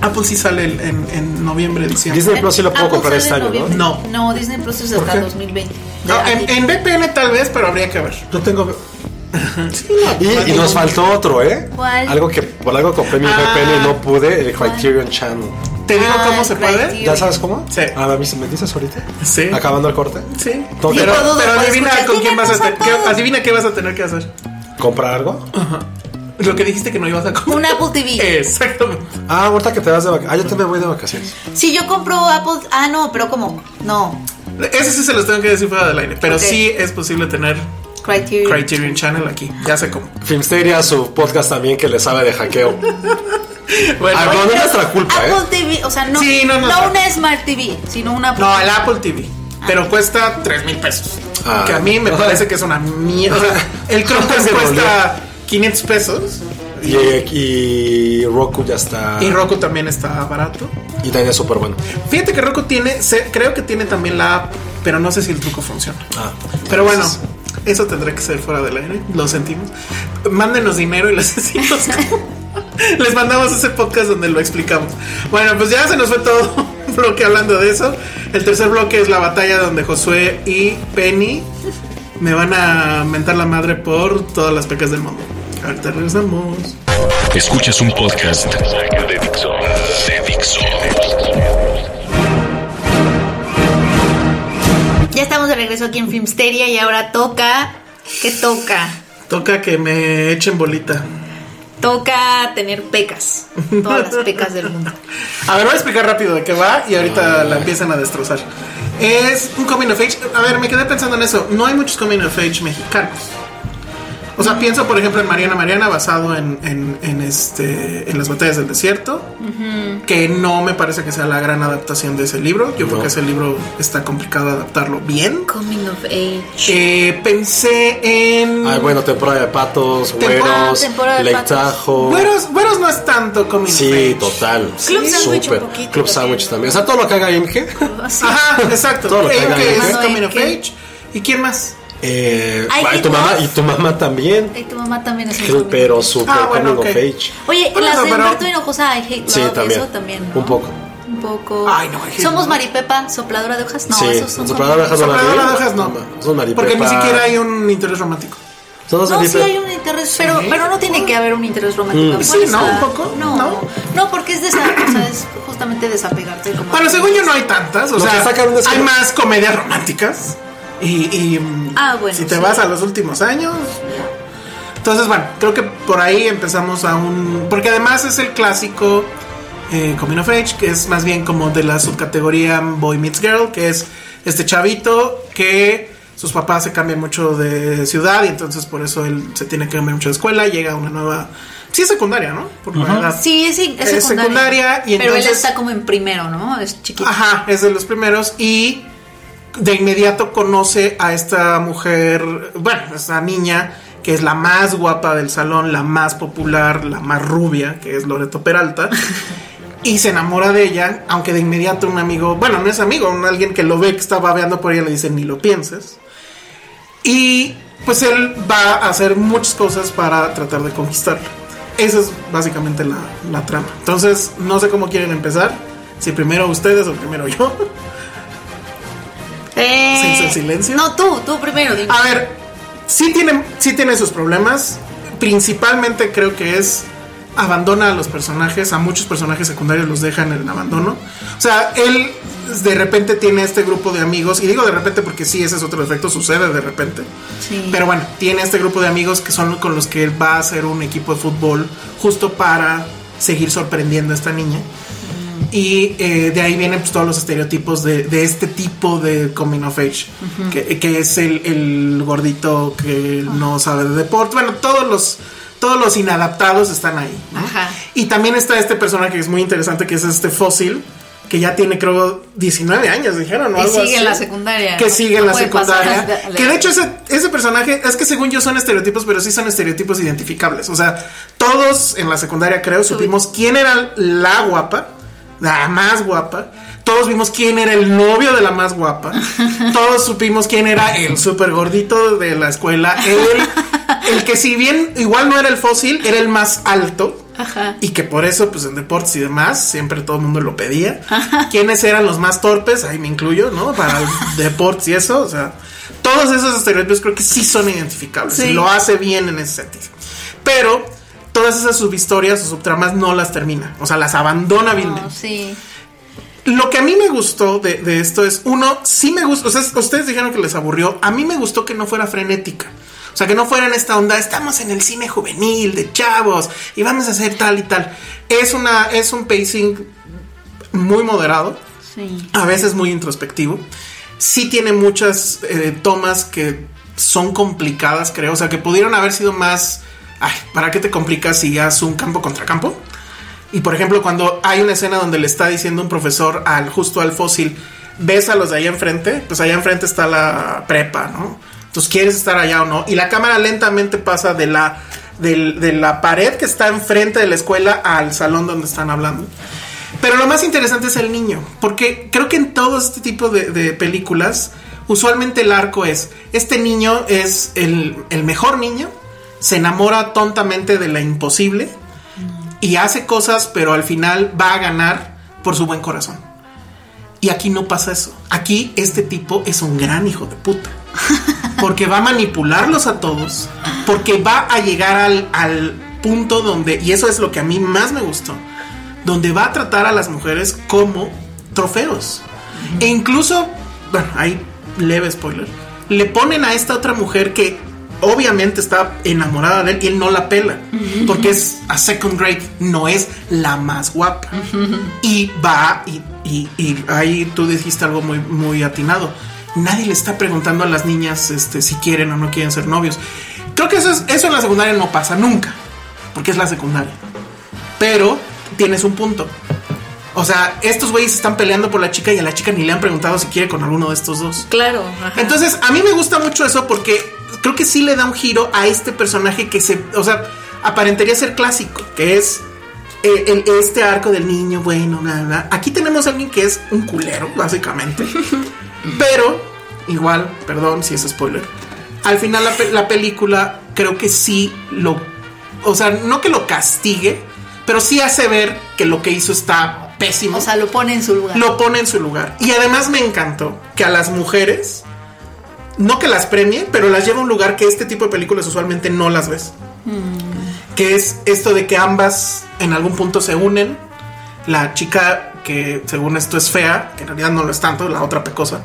Speaker 4: Apple sí sale el- en, en noviembre, diciembre.
Speaker 5: Disney Plus sí lo puedo
Speaker 6: Apple
Speaker 5: comprar
Speaker 6: Ah, sale
Speaker 5: este
Speaker 6: en
Speaker 5: año,
Speaker 6: noviembre.
Speaker 5: ¿no?
Speaker 4: ¿no?
Speaker 6: No, Disney Plus es
Speaker 4: qué?
Speaker 6: hasta 2020.
Speaker 4: No,
Speaker 6: Ya,
Speaker 4: en,
Speaker 6: ya.
Speaker 4: en VPN tal vez, pero habría que ver.
Speaker 5: Yo tengo.
Speaker 4: Sí, no,
Speaker 5: Y,
Speaker 4: no
Speaker 5: y nos
Speaker 4: digo-
Speaker 5: faltó otro, ¿eh?
Speaker 6: ¿Cuál?
Speaker 5: Algo que por algo compré mi
Speaker 4: Ah.
Speaker 5: VPN y no pude, el Criterion Channel.
Speaker 4: ¿Te digo
Speaker 6: Ah,
Speaker 4: cómo se puede?
Speaker 6: Criterion.
Speaker 5: ¿Ya sabes cómo?
Speaker 4: Sí.
Speaker 5: Ah, ¿me dices- me dices ahorita?
Speaker 4: Sí.
Speaker 5: Acabando el corte.
Speaker 4: Sí.
Speaker 5: Todo
Speaker 4: Pero,
Speaker 6: Yo dudo pues,
Speaker 4: pero
Speaker 6: para
Speaker 4: adivina
Speaker 6: escuchar.
Speaker 4: con quién vas a
Speaker 6: Díganos a
Speaker 4: tener. qué-
Speaker 6: todos.
Speaker 4: Adivina qué vas a tener que hacer.
Speaker 5: ¿Comprar algo?
Speaker 4: Lo que dijiste que no ibas a comprar.
Speaker 6: Un Apple
Speaker 4: Eh. (laughs)
Speaker 6: TV.
Speaker 4: Exactamente.
Speaker 5: Ah, ahorita que te vas de vacaciones. Ah, yo también voy de vacaciones.
Speaker 6: Si yo compro Apple. Ah, no, pero como. No.
Speaker 4: Ese sí se los tengo que decir fuera del aire. Pero
Speaker 6: Ok.
Speaker 4: sí es posible tener
Speaker 6: Criterion.
Speaker 4: Criterion Channel aquí. Ya sé cómo.
Speaker 5: Filmsteria, su podcast también que le sabe de hackeo.
Speaker 4: Bueno,
Speaker 5: Ah, no, no es nuestra culpa, ¿eh?
Speaker 4: pues,
Speaker 6: Apple TV, o sea, no,
Speaker 4: Sí, no, no, no.
Speaker 6: una Smart TV, sino una
Speaker 4: No, el Apple TV. Pero cuesta 3 mil pesos.
Speaker 5: Ah.
Speaker 4: Que a mí me parece que es una mierda. O sea, el Chromecast
Speaker 5: Me
Speaker 4: cuesta 500 pesos.
Speaker 5: Y, y Roku ya está.
Speaker 4: Y Roku también está barato.
Speaker 5: Y también es súper bueno.
Speaker 4: Fíjate que Roku tiene, se- creo que tiene también la app, pero no sé si el truco funciona.
Speaker 5: Ah,
Speaker 4: Pero bueno,
Speaker 5: entonces-
Speaker 4: eso tendrá que ser fuera del aire. Lo sentimos. Mándenos dinero y les (laughs) decimos cómo. Les mandamos ese podcast donde lo explicamos. Bueno, pues ya se nos fue todo (laughs) un bloque hablando de eso. El tercer bloque es la batalla donde Josué y Penny me van a mentar la madre por todas las pecas del mundo. Ahorita regresamos.
Speaker 2: Escuchas un podcast de Dixo. De Dixo.
Speaker 6: Ya estamos de regreso aquí en Filmsteria y ahora toca, ¿qué toca?
Speaker 4: Toca que me echen bolita.
Speaker 6: Toca tener pecas, todas las pecas del mundo.
Speaker 4: A ver, voy a explicar rápido de qué va y ahorita la empiezan a destrozar. Es un coming of age. A ver, me quedé pensando en eso. No hay muchos coming of age mexicanos. O sea, pienso, por ejemplo, en Mariana Mariana, basado en, en- en este, en las batallas del desierto, que no me parece que sea la gran adaptación de ese libro. Yo creo que ese libro está complicado adaptarlo bien.
Speaker 6: Coming of Age.
Speaker 4: Eh, pensé en...
Speaker 5: Ay, bueno, temporada de patos,
Speaker 4: Temporada-
Speaker 5: güeros,
Speaker 6: temporada de
Speaker 5: Lake
Speaker 6: patos.
Speaker 5: Tahoe.
Speaker 4: Güeros, Güeros no es tanto coming of
Speaker 5: Sí,
Speaker 4: age.
Speaker 5: total.
Speaker 6: Club Sandwich un
Speaker 5: Súper.
Speaker 6: poquito
Speaker 5: Club
Speaker 6: también.
Speaker 5: Sandwich también. O sea, todo lo que
Speaker 6: (laughs)
Speaker 5: haga Imge.
Speaker 6: Sí.
Speaker 4: Ajá, exacto.
Speaker 5: Todo lo que
Speaker 4: Creo
Speaker 5: hagan
Speaker 4: que
Speaker 5: ellos,
Speaker 4: es
Speaker 6: ¿no?
Speaker 4: coming of
Speaker 6: ¿Qué?
Speaker 4: age. ¿Y quién más?
Speaker 5: Eh,
Speaker 6: Ay,
Speaker 5: ay,
Speaker 6: ¿qué
Speaker 5: tu mamá,
Speaker 6: más?
Speaker 5: y tu mamá también.
Speaker 6: Ay, tu mamá también es un coming of
Speaker 5: Pero súper
Speaker 4: Ah, bueno,
Speaker 5: coming
Speaker 4: ok.
Speaker 5: of age.
Speaker 6: Age. Oye,
Speaker 4: Bueno,
Speaker 6: las de
Speaker 4: pero-
Speaker 6: Humberto Hinojosa, I hate love,
Speaker 5: Sí, también.
Speaker 6: eso también. ¿no?
Speaker 5: Un poco.
Speaker 6: Un poco.
Speaker 4: Ay, no, I hate
Speaker 6: Somos
Speaker 4: love.
Speaker 6: Maripepa, sopladora de hojas. No,
Speaker 5: sí,
Speaker 6: esos son.
Speaker 5: sopladora de hojas no la vi.
Speaker 4: Sopladora de hojas no.
Speaker 5: Son maripepas.
Speaker 4: Porque ni siquiera hay un interés romántico.
Speaker 5: Son dos
Speaker 6: No, sí
Speaker 5: maripepas.
Speaker 6: hay un interés, pero, pero no tiene que haber un interés romántico.
Speaker 4: Mm. Sí,
Speaker 6: Puede
Speaker 4: ¿no?
Speaker 6: estar.
Speaker 4: Un poco,
Speaker 6: No,
Speaker 4: ¿no?
Speaker 6: no, porque es, desa- o sea, es justamente desapegarte. Como
Speaker 4: Bueno, según yo no hay tantas. O
Speaker 5: Lo que
Speaker 4: sea,
Speaker 5: sacaron es que
Speaker 4: hay
Speaker 5: no-
Speaker 4: más comedias románticas. Y, y, mm,
Speaker 6: Ah, bueno,
Speaker 4: si te
Speaker 6: sí.
Speaker 4: vas a los últimos años. Entonces, bueno, creo que por ahí empezamos a un. Porque además es el clásico eh, Coming of Age, que es más bien como de la subcategoría Boy Meets Girl, que es este chavito que sus papás se cambian mucho de ciudad y entonces por eso él se tiene que cambiar mucho de escuela. Llega a una nueva. Sí, es secundaria, ¿no? Por la edad.
Speaker 6: Sí, es, es secundaria.
Speaker 4: Es secundaria y
Speaker 6: Pero él
Speaker 4: entonces-
Speaker 6: está como en primero, ¿no? Es chiquito.
Speaker 4: Ajá, es de los primeros y de inmediato conoce a esta mujer, bueno, esta niña que es la más guapa del salón, la más popular, la más rubia, que es Loreto Peralta. Y se enamora de ella, aunque de inmediato un amigo, bueno, no es amigo, un alguien que lo ve que está babeando por ella le dice ni lo pienses. Y pues él va a hacer muchas cosas para tratar de conquistarla. Esa es básicamente la, la trama. Entonces, no sé cómo quieren empezar. Si primero ustedes o primero yo. (laughs)
Speaker 6: Eh,
Speaker 4: ¿Se hizo el silencio?
Speaker 6: No, tú, tú primero. dime.
Speaker 4: A ver, sí tiene, sí tiene sus problemas. Principalmente creo que es abandona a los personajes, a muchos personajes secundarios los dejan en el abandono. O sea, él de repente tiene este grupo de amigos, y digo de repente porque sí, ese es otro efecto, sucede de repente.
Speaker 6: Sí.
Speaker 4: Pero bueno, tiene este grupo de amigos que son con los que él va a hacer un equipo de fútbol justo para seguir sorprendiendo a esta niña. Y eh, de ahí vienen pues, todos los estereotipos de, de este tipo de coming of age, que, que es el, el gordito que no sabe de deporte. Bueno, todos los, todos los inadaptados están ahí. ¿no?
Speaker 6: Ajá.
Speaker 4: Y también está este personaje que es muy interesante, que es este fósil, que ya tiene creo 19 años, dijeron. ¿no?
Speaker 6: Y
Speaker 4: Algo
Speaker 6: sigue en la
Speaker 4: así.
Speaker 6: secundaria,
Speaker 4: Que
Speaker 6: ¿no?
Speaker 4: sigue en la
Speaker 6: Puede
Speaker 4: secundaria.
Speaker 6: pasar de-
Speaker 4: Que de hecho ese, ese personaje, es que según yo son estereotipos, pero sí son estereotipos identificables. O sea, todos en la secundaria creo supimos quién era la guapa, la más guapa. Todos vimos quién era el novio de la más guapa. Todos supimos quién era el super gordito de la escuela. El, el que si bien igual no era el fósil, era el más alto.
Speaker 6: Ajá.
Speaker 4: Y que por eso, pues en deportes y demás, siempre todo el mundo lo pedía. ¿Quiénes eran los más torpes? Ahí me incluyo, ¿no? Para el deportes y eso. O sea, todos esos estereotipos creo que sí son identificables.
Speaker 6: Sí.
Speaker 4: Y lo hace bien en ese sentido. Pero todas esas subhistorias o subtramas no las termina. O sea, las abandona vilmente.
Speaker 6: No, sí.
Speaker 4: Lo que a mí me gustó de, de esto es, uno, sí me gustó, o sea, ustedes dijeron que les aburrió, a mí me gustó que no fuera frenética. O sea, que no fuera en esta onda, estamos en el cine juvenil de chavos y vamos a hacer tal y tal. Es, una, es un pacing muy moderado,
Speaker 6: Sí.
Speaker 4: a veces muy introspectivo. Sí tiene muchas eh, tomas que son complicadas, creo. O sea, que pudieron haber sido más... Ay, ¿para qué te complicas si ya es un campo contra campo? Y por ejemplo, cuando hay una escena donde le está diciendo un profesor al justo al fósil, ves a los de allá enfrente, pues allá enfrente está la prepa, ¿no? Entonces quieres estar allá o no. Y la cámara lentamente pasa de la, del- de la pared que está enfrente de la escuela al salón donde están hablando. Pero lo más interesante es el niño, porque creo que en todo este tipo de, de películas, usualmente el arco es, este niño es el, el mejor niño, se enamora tontamente de la imposible y hace cosas, pero al final va a ganar por su buen corazón. Y aquí no pasa eso. Aquí este tipo es un gran hijo de puta. Porque va a manipularlos a todos. Porque va a llegar al, al punto donde, y eso es lo que a mí más me gustó, donde va a tratar a las mujeres como trofeos. E incluso, bueno, hay leve spoiler, le ponen a esta otra mujer que obviamente está enamorada de él y él no la pela, porque es a second grade, no es la más guapa. Y va, y, y- y ahí tú dijiste algo muy, muy atinado. Nadie le está preguntando a las niñas este, si quieren o no quieren ser novios. Creo que eso, es, eso en la secundaria no pasa nunca, porque es la secundaria. Pero tienes un punto. O sea, estos güeyes están peleando por la chica y a la chica ni le han preguntado si quiere con alguno de estos dos.
Speaker 6: Claro. ajá.
Speaker 4: Entonces, a mí me gusta mucho eso porque creo que sí le da un giro a este personaje que se, o sea, aparentaría ser clásico, que es eh, el- este arco del niño, bueno, nada, nada. Aquí tenemos a alguien que es un culero,
Speaker 6: (laughs)
Speaker 4: básicamente. Pero, igual, perdón si es spoiler. Al final la, pe- la película creo que sí lo... O sea, no que lo castigue, pero sí hace ver que lo que hizo está pésimo
Speaker 6: o sea, lo pone en su lugar.
Speaker 4: lo pone en su lugar. Y además me encantó que a las mujeres, no que las premie, pero las lleva a un lugar que este tipo de películas usualmente no las ves. Que es esto de que ambas en algún punto se unen. La chica que según esto es fea, que en realidad no lo es tanto, la otra pecosa.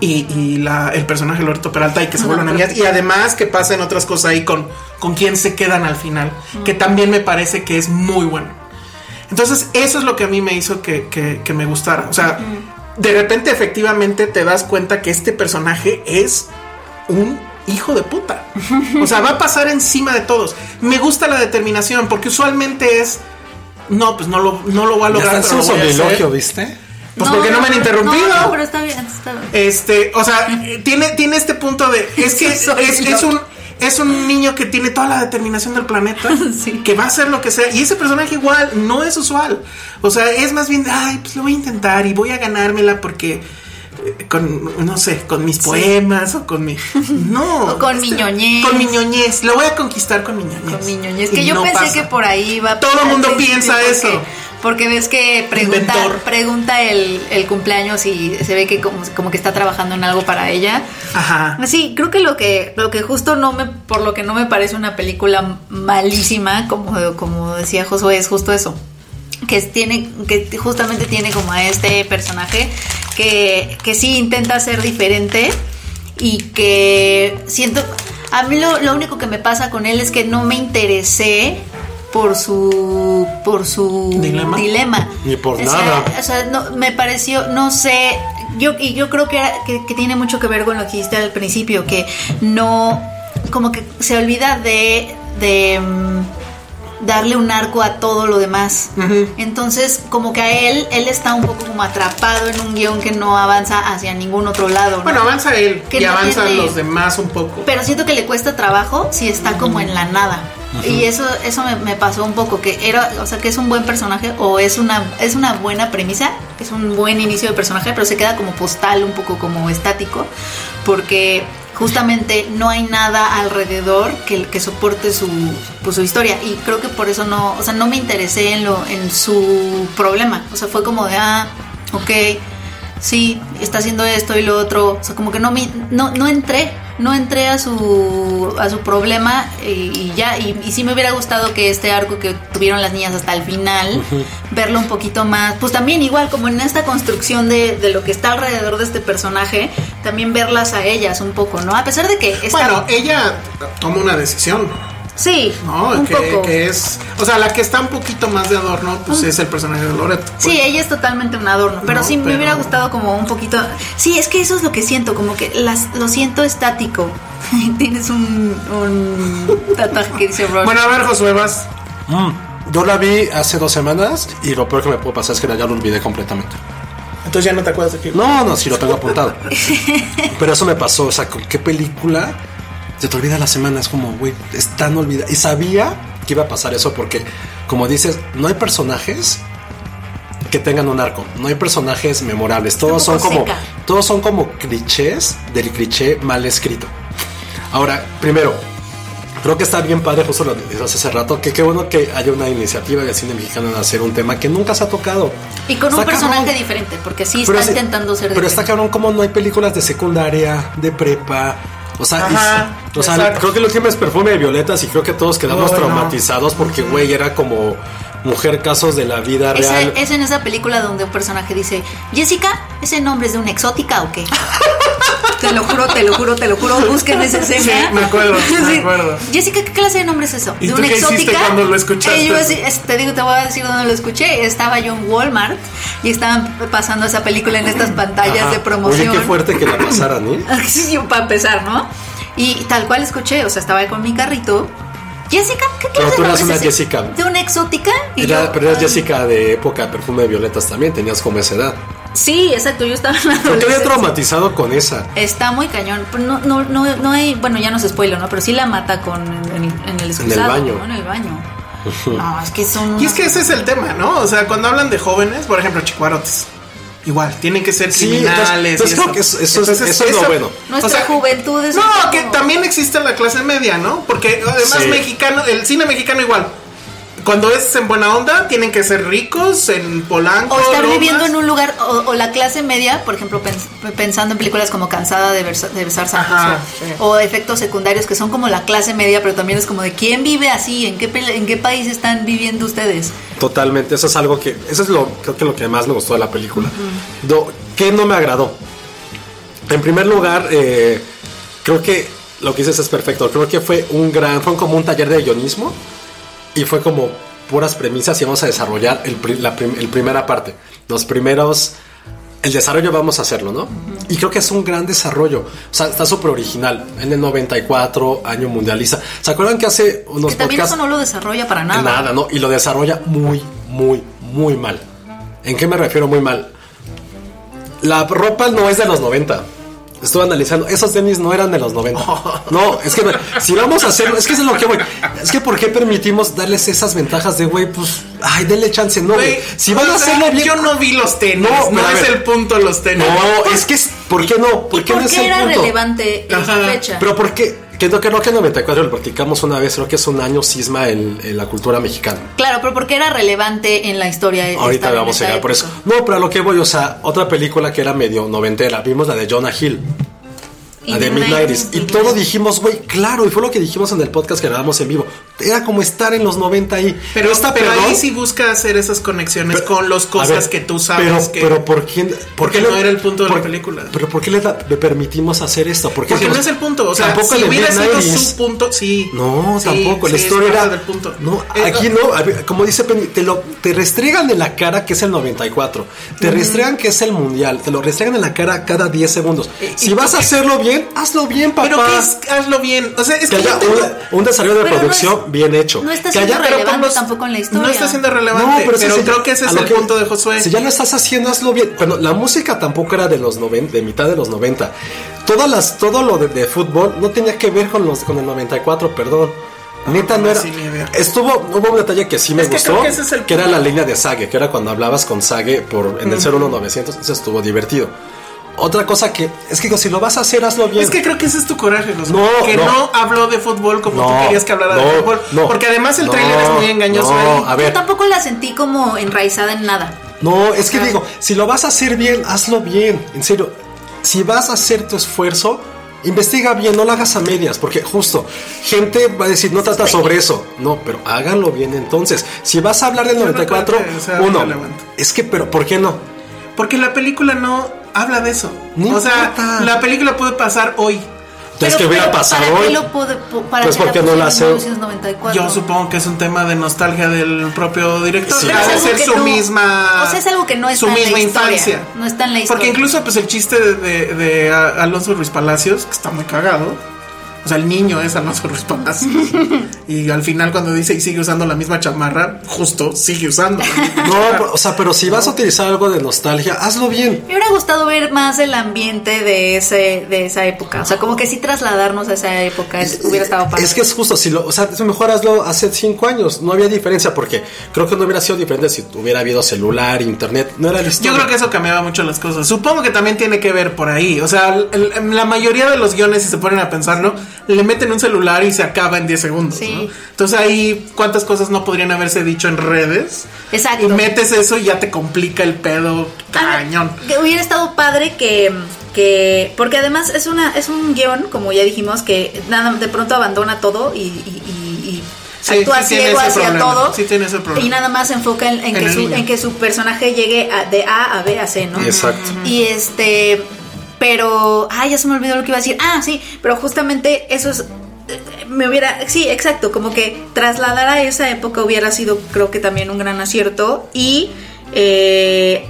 Speaker 4: Y, y la- el personaje Loreto Peralta y que se vuelven amigas. Y además que pasen otras cosas ahí con, con quién se quedan al final. Que también me parece que es muy bueno. Entonces, eso es lo que a mí me hizo que, que- que me gustara. O sea, de repente, efectivamente, te das cuenta que este personaje es un hijo de puta. O sea, va a pasar encima de todos. Me gusta la determinación, porque usualmente es. No, pues no lo, no lo voy a
Speaker 5: Ya
Speaker 4: lograr.
Speaker 5: está
Speaker 4: pero
Speaker 5: en
Speaker 4: lo
Speaker 5: su
Speaker 4: voy a hacer".
Speaker 5: elogio, ¿viste?
Speaker 4: Pues porque no me han interrumpido.
Speaker 6: No, no, pero está bien. Está bien.
Speaker 4: Este, o sea, eh, tiene, tiene este punto
Speaker 6: (laughs)
Speaker 4: de. Es que es,
Speaker 6: Soy
Speaker 4: es
Speaker 6: loca.
Speaker 4: un. Es un niño que tiene toda la determinación del planeta,
Speaker 6: (laughs) Sí.
Speaker 4: que va a hacer lo que sea. Y ese personaje igual no es usual. O sea, es más bien, de, ay, pues lo voy a intentar y voy a ganármela porque, eh, con, no sé, con mis poemas o
Speaker 6: (laughs)
Speaker 4: con mi... No. Este,
Speaker 6: O con mi ñoñez.
Speaker 4: Con mi ñoñez. Lo voy a conquistar con mi ñoñez.
Speaker 6: Con mi ñoñez.
Speaker 4: Y
Speaker 6: Que yo
Speaker 4: no
Speaker 6: pensé
Speaker 4: pasa.
Speaker 6: que por ahí va a
Speaker 4: Todo
Speaker 6: pasar
Speaker 4: el mundo
Speaker 6: al principio
Speaker 4: piensa
Speaker 6: porque-
Speaker 4: eso.
Speaker 6: Porque ves que pregunta,
Speaker 4: Inventor.
Speaker 6: pregunta el, el cumpleaños y se ve que como, como que está trabajando en algo para ella.
Speaker 4: Ajá.
Speaker 6: Sí, creo que lo que lo que justo no me por lo que no me parece una película malísima, como como decía Josué, es justo eso. que tiene que justamente tiene como a este personaje que, que sí intenta ser diferente y que siento a mí lo, lo único que me pasa con él es que no me interesé por su por su
Speaker 4: Dilema.
Speaker 5: Ni por
Speaker 6: O sea,
Speaker 5: nada.
Speaker 6: o sea, no, me pareció, no sé, yo, y yo creo que, era- que, que tiene mucho que ver con lo que dijiste al principio, que no, como que se olvida de, de mm, darle un arco a todo lo demás. Entonces, como que a él, él está un poco como atrapado en un guión que no avanza hacia ningún otro lado. ¿no?
Speaker 4: Bueno, avanza él
Speaker 6: Que
Speaker 4: y
Speaker 6: no
Speaker 4: avanzan
Speaker 6: tiene-
Speaker 4: los demás un poco.
Speaker 6: pero siento que le cuesta trabajo si está como en la nada. Y eso, eso me, me pasó un poco, que era, o sea que es un buen personaje, o es una, es una buena premisa, es un buen inicio de personaje, pero se queda como postal, un poco como estático, porque justamente no hay nada alrededor que, que soporte su, pues, su historia. Y creo que por eso no, o sea, no me interesé en lo, en su problema. O sea, fue como de ah, ok sí, está haciendo esto y lo otro. O sea, como que no me, no, no entré, no entré a su, a su problema y, y ya. Y, y sí me hubiera gustado que este arco que tuvieron las niñas hasta el final, verlo un poquito más. Pues también igual, como en esta construcción de, de lo que está alrededor de este personaje, también verlas a ellas un poco, ¿no? A pesar de que está...
Speaker 4: Bueno, ella toma una decisión,
Speaker 6: sí,
Speaker 4: ¿no?
Speaker 6: un
Speaker 4: que,
Speaker 6: poco.
Speaker 4: que es. O sea, la que está un poquito más de adorno, pues
Speaker 5: Ah.
Speaker 4: es el personaje de Loreto. pues.
Speaker 6: Sí, ella es totalmente un adorno, pero
Speaker 4: No,
Speaker 6: sí me
Speaker 4: pero-
Speaker 6: hubiera gustado como un poquito. Sí, es que eso es lo que siento, como que las, lo siento estático. (laughs) Tienes un, un tatuaje que dice Rush.
Speaker 4: Bueno, a ver, Mm. Josué, vas.
Speaker 5: Yo la vi hace dos semanas y lo peor que me puede pasar es que ya lo olvidé completamente.
Speaker 4: Entonces ya no te acuerdas de que.
Speaker 5: No, no, sí lo
Speaker 6: (laughs)
Speaker 5: tengo apuntado. Pero eso me pasó, o sea, ¿con qué película se te olvida la semana? Es como, güey, es tan olvidada. Y sabía que iba a pasar eso porque, como dices, no hay personajes que tengan un arco, no hay personajes memorables, todos
Speaker 6: Está
Speaker 5: son
Speaker 6: un poco
Speaker 5: como,
Speaker 6: seca.
Speaker 5: todos son como clichés del cliché mal escrito. Ahora, primero, creo que está bien padre, justo lo decías hace rato, que qué bueno que haya una iniciativa de cine mexicano en hacer un tema que nunca se ha tocado.
Speaker 6: y con un
Speaker 5: Está cabrón.
Speaker 6: personaje diferente, porque sí está
Speaker 5: Pero sí-
Speaker 6: intentando ser
Speaker 5: Pero está
Speaker 6: diferente.
Speaker 5: cabrón como no hay películas de secundaria, de prepa. O sea,
Speaker 4: Ajá,
Speaker 5: y- o sea,
Speaker 4: exacto.
Speaker 5: creo que lo último es perfume de violetas y creo que todos quedamos
Speaker 4: Ay, no.
Speaker 5: traumatizados porque, güey, era como mujer casos de la vida
Speaker 6: Ese-
Speaker 5: real.
Speaker 6: es en esa película donde un personaje dice, Jessica, ¿ese nombre es de una exótica o qué? (laughs) te lo juro, te lo juro, te lo juro, busquen esa escena.
Speaker 4: Sí, me acuerdo, me
Speaker 6: (laughs) Sí.
Speaker 4: acuerdo.
Speaker 6: Jessica, ¿qué clase de nombre es eso?
Speaker 4: ¿Y
Speaker 6: ¿De
Speaker 4: tú
Speaker 6: una
Speaker 4: qué hiciste
Speaker 6: exótica?
Speaker 4: cuando lo escuchaste?
Speaker 6: Eh, yo así, es- te digo, te voy a decir dónde lo escuché. Estaba yo en Walmart y estaban pasando esa película en estas pantallas
Speaker 5: Ajá.
Speaker 6: de promoción.
Speaker 5: Oye, qué fuerte que la pasaran, ¿eh?
Speaker 6: (laughs) Sí, yo para empezar, ¿no? Y tal cual escuché, o sea, estaba ahí con mi carrito. Jessica, ¿qué
Speaker 5: Pero
Speaker 6: clase
Speaker 5: tú
Speaker 6: de
Speaker 5: eras
Speaker 6: nombre
Speaker 5: una
Speaker 6: es ese?
Speaker 5: Jessica.
Speaker 6: ¿De una exótica? Y
Speaker 5: Era-
Speaker 6: yo,
Speaker 5: pero eras
Speaker 6: ah,
Speaker 5: Jessica de época perfume de violetas también, tenías como
Speaker 6: (laughs)
Speaker 5: esa edad.
Speaker 6: Sí, exacto, yo estaba en la
Speaker 5: Yo quedé
Speaker 6: adolescencia.
Speaker 5: traumatizado con esa.
Speaker 6: Está muy cañón. Pero No, no, no, no hay, bueno, ya no se spoiler, ¿no? Pero sí la mata con en, en el excusado,
Speaker 5: baño.
Speaker 6: ¿no? En el
Speaker 4: (laughs)
Speaker 6: baño. No, es que son
Speaker 4: Y es que ese es el tema, ¿no? O sea, cuando hablan de jóvenes, por ejemplo, chicuarotes. Igual, tienen que ser
Speaker 5: Sí,
Speaker 4: criminales.
Speaker 5: entonces-
Speaker 4: y
Speaker 5: entonces creo que eso- eso es- eso es lo bueno.
Speaker 6: Nuestra juventud es un
Speaker 4: No,
Speaker 6: poco-
Speaker 4: que también existe la clase media, ¿no? Porque eh, además
Speaker 5: Sí.
Speaker 4: mexicano, el cine mexicano igual. Cuando es en buena onda, tienen que ser ricos, en Polanco.
Speaker 6: O estar
Speaker 4: Lomas.
Speaker 6: viviendo en un lugar, o, o la clase media, por ejemplo, pens- pensando en películas como Cansada de, Versa- de Besar Santos,
Speaker 4: Ajá,
Speaker 6: o, o efectos secundarios que son como la clase media, pero también es como de quién vive así, en qué, pel- en qué país están viviendo ustedes.
Speaker 5: Totalmente, eso es algo que, eso es lo, creo que lo que más me gustó de la película. Do- ¿Qué no me agradó? En primer lugar, eh, creo que lo que dices es perfecto. Creo que fue un gran, fue como un taller de guionismo y fue como puras premisas y vamos a desarrollar el, pri- la prim- el primera parte. Los primeros, el desarrollo vamos a hacerlo, ¿no? Y creo que es un gran desarrollo. O sea, está súper original. En el 94, año mundialista. ¿Se acuerdan que hace unos
Speaker 6: Que también
Speaker 5: podcasts-
Speaker 6: eso no lo desarrolla para nada.
Speaker 5: Nada, ¿no? Y lo desarrolla muy, muy, muy mal. ¿En qué me refiero muy mal? La ropa no es de los 90. Estuve analizando, esos tenis no eran de los 90. No, es que no- si vamos a hacerlo, es que eso es lo que voy. Es que ¿por qué permitimos darles esas ventajas de güey? Pues, ay, denle chance, no, güey.
Speaker 4: Güey,
Speaker 5: Si van
Speaker 4: o
Speaker 5: a
Speaker 4: sea,
Speaker 5: hacerlo bien.
Speaker 4: Yo no vi los tenis.
Speaker 5: No,
Speaker 4: No,
Speaker 5: pero a
Speaker 4: es
Speaker 5: ver.
Speaker 4: el punto los tenis.
Speaker 5: No, es que es, ¿por qué no? ¿Por
Speaker 6: ¿Y
Speaker 5: qué
Speaker 6: por
Speaker 5: no es
Speaker 6: qué
Speaker 5: el
Speaker 6: era
Speaker 5: punto?
Speaker 6: relevante en esa
Speaker 4: Ajá.
Speaker 6: fecha?
Speaker 5: Pero ¿por qué? Que no, creo que en 94 lo practicamos una vez, creo que es un año cisma en- en la cultura mexicana.
Speaker 6: Claro, pero porque era relevante en la historia.
Speaker 5: Ahorita
Speaker 6: estar en
Speaker 5: vamos a
Speaker 6: esa
Speaker 5: llegar por eso.
Speaker 6: época.
Speaker 5: No, pero a lo que voy, o sea, otra película que era medio noventera, vimos la de Jonah Hill.
Speaker 6: Y
Speaker 5: A The Midnighties. Y todos dijimos, güey, claro, y fue lo que dijimos en el podcast que grabamos en vivo. Era como estar en los 90 ahí.
Speaker 4: Pero,
Speaker 5: esta
Speaker 4: pero
Speaker 5: perdón,
Speaker 4: ahí sí busca hacer esas conexiones
Speaker 5: pero-
Speaker 4: con las
Speaker 5: a
Speaker 4: cosas
Speaker 5: ver,
Speaker 4: que tú sabes
Speaker 5: Pero,
Speaker 4: que.
Speaker 5: pero ¿por quién? ¿Por
Speaker 4: porque no era el punto de la película.
Speaker 5: Pero ¿por qué le, da- le permitimos hacer esto? ¿Por qué
Speaker 4: porque no
Speaker 5: hicimos-
Speaker 4: es el punto. O sea,
Speaker 5: Tampoco
Speaker 4: si
Speaker 5: The
Speaker 4: hubiera sido
Speaker 5: Midnighties.
Speaker 4: su punto, sí.
Speaker 5: No,
Speaker 4: Sí,
Speaker 5: tampoco. la
Speaker 4: sí, es
Speaker 5: historia
Speaker 4: parte
Speaker 5: era.
Speaker 4: del punto.
Speaker 5: No,
Speaker 4: Eh,
Speaker 5: aquí no. a ver, Como dice Penny, te, lo, te restregan en la cara que es el 94. Te restregan que es el mundial. Te lo restregan en la cara cada 10 segundos.
Speaker 4: Eh,
Speaker 5: si
Speaker 4: y-
Speaker 5: vas a hacerlo bien, hazlo bien, papá.
Speaker 4: Pero que es, hazlo bien. O sea, es
Speaker 5: que
Speaker 4: que. yo
Speaker 5: haya
Speaker 4: tengo-
Speaker 5: un, un desarrollo de
Speaker 6: Pero no es-
Speaker 5: producción bien hecho.
Speaker 6: no está
Speaker 5: que
Speaker 6: siendo
Speaker 5: haya-
Speaker 4: pero
Speaker 6: relevante
Speaker 4: Carlos,
Speaker 6: tampoco en la historia.
Speaker 4: No está siendo relevante.
Speaker 5: No,
Speaker 4: pero
Speaker 5: pero, si-
Speaker 4: creo que ese
Speaker 5: a
Speaker 4: es
Speaker 5: lo
Speaker 4: el
Speaker 5: que-
Speaker 4: punto de Josué.
Speaker 5: Si ya lo estás haciendo, hazlo bien. Bueno, la música tampoco era de los 90, de mitad de los 90. Todas las, todo lo de, de fútbol no tenía que ver con los con el 94, perdón. Neta no era.
Speaker 4: Ah, Sí, ni idea.
Speaker 5: Estuvo, hubo un detalle que sí me
Speaker 4: Es que
Speaker 5: gustó,
Speaker 4: creo que ese es el
Speaker 5: era
Speaker 4: punto.
Speaker 5: la línea de Sage, que era cuando hablabas con Sage por en el 01900, eso estuvo divertido. Otra cosa que es que digo, si lo vas a hacer, hazlo bien.
Speaker 4: Es que creo que ese es tu coraje, Josué.
Speaker 5: No,
Speaker 4: que
Speaker 5: no.
Speaker 4: no. habló de fútbol como tú querías que hablara
Speaker 5: no,
Speaker 4: de fútbol.
Speaker 5: no,
Speaker 4: porque además el
Speaker 5: no,
Speaker 4: trailer es muy engañoso.
Speaker 5: No,
Speaker 4: ahí.
Speaker 5: a ver.
Speaker 6: Yo tampoco la sentí como enraizada en nada.
Speaker 5: No, es que digo, si lo vas a hacer bien, hazlo bien. En serio, si vas a hacer tu esfuerzo, investiga bien, no lo hagas a medias, porque justo, gente va a decir, no trata sobre eso. No, pero háganlo bien entonces. Si vas a hablar del
Speaker 4: Yo no
Speaker 5: 94,
Speaker 4: creo que sea
Speaker 5: uno,
Speaker 4: relevante.
Speaker 5: es que, pero, ¿por qué no?
Speaker 4: Porque la película no habla de eso.
Speaker 5: No
Speaker 4: o sea,
Speaker 5: importa.
Speaker 4: la película puede pasar hoy.
Speaker 5: Es que hubiera pasado
Speaker 6: ¿Para
Speaker 5: hoy.
Speaker 6: qué lo pude- po- para
Speaker 5: Pues
Speaker 6: qué
Speaker 5: porque no la hace-
Speaker 6: pusieron en 1994?
Speaker 4: Yo supongo que es un tema de nostalgia del propio director.
Speaker 5: Sí.
Speaker 4: Ha
Speaker 5: Pero
Speaker 4: de
Speaker 5: es algo
Speaker 4: ser
Speaker 6: que
Speaker 4: su
Speaker 6: no-
Speaker 4: misma.
Speaker 6: o sea, es algo que no está
Speaker 4: Su
Speaker 6: en la
Speaker 4: misma
Speaker 6: historia.
Speaker 4: infancia.
Speaker 6: No está en la
Speaker 4: Porque
Speaker 6: historia.
Speaker 4: incluso, pues el chiste de, de- de a- Alonso Ruiz Palacios, que está muy cagado. O sea, el niño es Alonso Ruiz Palacios.
Speaker 6: (laughs)
Speaker 4: y al final, cuando dice y sigue usando la misma chamarra, justo sigue usando. la misma
Speaker 5: No,
Speaker 4: chamarra.
Speaker 5: pero, o sea, pero si vas a utilizar algo de nostalgia, hazlo bien.
Speaker 6: Me hubiera gustado ver más el ambiente de ese de esa época. O sea, como que sí trasladarnos a esa época es- hubiera estado padre.
Speaker 5: Es que es justo, si lo, o sea, es mejor hazlo hace cinco años, no había diferencia, porque creo que no hubiera sido diferente si hubiera habido celular, internet, no era listo.
Speaker 4: Yo creo que eso cambiaba mucho las cosas. Supongo que también tiene que ver por ahí. O sea, el- el- la mayoría de los guiones, si se ponen a pensarlo, le meten un celular y se acaba en 10 segundos.
Speaker 6: Sí.
Speaker 4: ¿no? Entonces ahí, ¿cuántas cosas no podrían haberse dicho en redes?
Speaker 6: Exacto.
Speaker 4: Y metes eso y ya te complica el pedo
Speaker 6: A ver,
Speaker 4: cañón.
Speaker 6: Que hubiera estado padre que, que porque además es una es un guión, como ya dijimos, que nada de pronto abandona todo y, y- y- y
Speaker 4: Sí,
Speaker 6: actúa
Speaker 4: sí tiene
Speaker 6: ciego
Speaker 4: ese
Speaker 6: hacia
Speaker 4: problema,
Speaker 6: todo.
Speaker 4: sí tiene ese problema.
Speaker 6: Y nada más se enfoca en, en
Speaker 4: En
Speaker 6: que
Speaker 4: el
Speaker 6: su,
Speaker 4: niño.
Speaker 6: en que su personaje llegue a- de A a B a C, ¿no?
Speaker 5: Exacto.
Speaker 6: Y este, pero, ay, ya se me olvidó lo que iba a decir. Ah, sí, pero justamente eso es, eh, me hubiera, sí, exacto, como que trasladar a esa época hubiera sido, creo que también un gran acierto y, eh,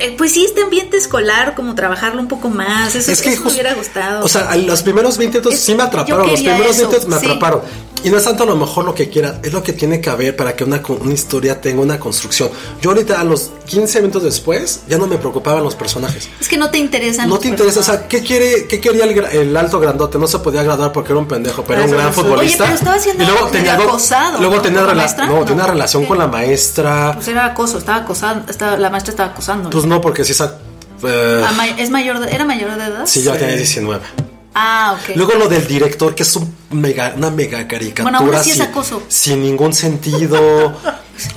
Speaker 6: eh, pues sí, este ambiente escolar, como trabajarlo un poco más, eso,
Speaker 5: Es que
Speaker 6: eso me
Speaker 5: jus-
Speaker 6: hubiera gustado.
Speaker 5: O sea, a los primeros 20 minutos
Speaker 6: Es-
Speaker 5: sí me
Speaker 6: yo
Speaker 5: atraparon. Los
Speaker 6: quería
Speaker 5: primeros
Speaker 6: eso,
Speaker 5: 20 me
Speaker 6: sí.
Speaker 5: atraparon. Y no es tanto a lo mejor lo que quiera, es lo que tiene que haber para que una, co- una historia tenga una construcción. Yo ahorita a los 15 minutos después ya no me preocupaban los personajes.
Speaker 6: es que Ah, no pues te interesan.
Speaker 5: No
Speaker 6: los
Speaker 5: te interesa, o sea,
Speaker 6: personajes.
Speaker 5: ¿qué, quiere, qué quería el, gra- el alto grandote? No se podía graduar porque era un pendejo, pero era un
Speaker 4: Eso
Speaker 5: gran
Speaker 4: no sé.
Speaker 5: futbolista.
Speaker 6: Ah, Oye, pero estaba siendo
Speaker 5: y luego tenía
Speaker 6: medio
Speaker 5: algo-
Speaker 6: acosado,
Speaker 5: Luego
Speaker 6: ¿no?
Speaker 5: tenía,
Speaker 6: ¿Con la
Speaker 5: rela-
Speaker 6: maestra?
Speaker 5: no, tenía
Speaker 6: No.
Speaker 5: relación con la maestra.
Speaker 6: Pues era acoso, estaba acosando, estaba, la maestra estaba acosando.
Speaker 5: Pues no, porque si esa. eh,
Speaker 6: ¿Es mayor de- ¿Era mayor de edad?
Speaker 5: sí, yo tenía 19.
Speaker 6: Ah, ok.
Speaker 5: Luego lo del director, que es un mega, una mega caricatura.
Speaker 6: Bueno, aún así es
Speaker 5: sin,
Speaker 6: acoso.
Speaker 5: sin
Speaker 6: (laughs)
Speaker 5: ningún sentido.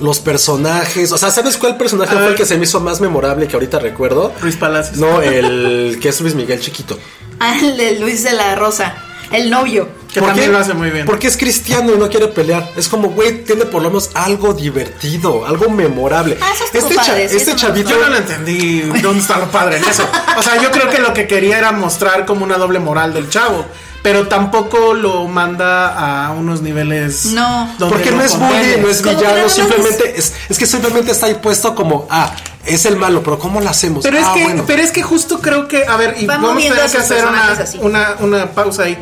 Speaker 5: los personajes. O sea, ¿sabes cuál
Speaker 4: A
Speaker 5: personaje
Speaker 6: Ah.
Speaker 5: fue el
Speaker 4: ver.
Speaker 5: que se me hizo más memorable y que ahorita recuerdo?
Speaker 4: Luis Palacios.
Speaker 5: No, el que es Luis Miguel Chiquito.
Speaker 6: (laughs) Ah, el de Luis de la Rosa, el novio.
Speaker 4: Que
Speaker 5: ¿Por
Speaker 4: también
Speaker 5: qué?
Speaker 4: lo hace muy bien.
Speaker 5: Porque es cristiano y no quiere pelear. Es como, güey, tiene por lo menos algo divertido, algo memorable.
Speaker 6: Ah, eso estuvo
Speaker 5: este
Speaker 6: padre, sí, eso
Speaker 5: este
Speaker 6: me
Speaker 5: chavito.
Speaker 4: Yo no lo (laughs) entendí dónde está lo padre en eso. O sea, yo creo que lo que quería era mostrar como una doble moral del chavo. Pero tampoco lo manda a unos niveles.
Speaker 6: No.
Speaker 4: donde
Speaker 5: Porque
Speaker 4: lo
Speaker 5: no es bullying,
Speaker 4: condenes.
Speaker 5: no es
Speaker 6: Como que
Speaker 5: villano,
Speaker 6: nada
Speaker 5: simplemente es, es que simplemente está ahí puesto como, ah, es el malo, pero ¿cómo lo hacemos?
Speaker 4: Pero es,
Speaker 5: Ah,
Speaker 4: que,
Speaker 5: bueno.
Speaker 4: pero es que justo creo que, a ver, y
Speaker 6: Va
Speaker 4: vamos a
Speaker 6: moviendo
Speaker 4: tener
Speaker 6: a
Speaker 4: que
Speaker 6: sus
Speaker 4: hacer
Speaker 6: personajes
Speaker 4: una,
Speaker 6: así.
Speaker 4: una, una pausa ahí.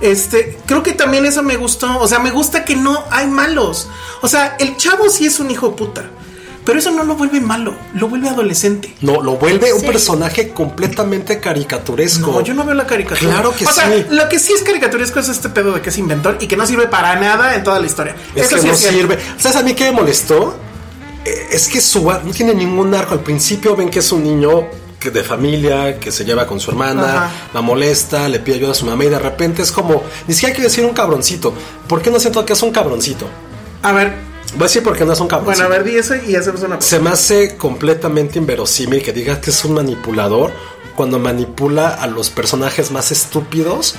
Speaker 4: Este, creo que también eso me gustó. O sea, me gusta que no hay malos. O sea, el chavo sí es un hijo de puta. Pero eso no lo vuelve malo, lo vuelve adolescente.
Speaker 5: No, lo vuelve un
Speaker 6: Sí.
Speaker 5: personaje completamente caricaturesco.
Speaker 4: No, yo no veo la caricatura.
Speaker 5: Claro que
Speaker 4: o sea,
Speaker 5: sí.
Speaker 4: Lo que sí es caricaturesco es este pedo de que es inventor y que no sirve para nada en toda la historia.
Speaker 5: Es
Speaker 4: Eso
Speaker 5: que
Speaker 4: sí
Speaker 5: no
Speaker 4: cierto.
Speaker 5: sirve. ¿Sabes a mí qué me molestó? Eh, Es que su ar- no tiene ningún arco. Al principio ven que es un niño que- de familia, que se lleva con su hermana,
Speaker 4: Ajá.
Speaker 5: la molesta, le pide ayuda a su mamá y de repente es como, ni siquiera quiero decir un cabroncito. ¿Por qué no siento que es un cabroncito?
Speaker 4: A ver,
Speaker 5: Voy a decir porque no son cabrones.
Speaker 4: Bueno, a ver, di eso y hacemos una.
Speaker 5: Se me hace completamente inverosímil que digas que es un manipulador cuando manipula a los personajes más estúpidos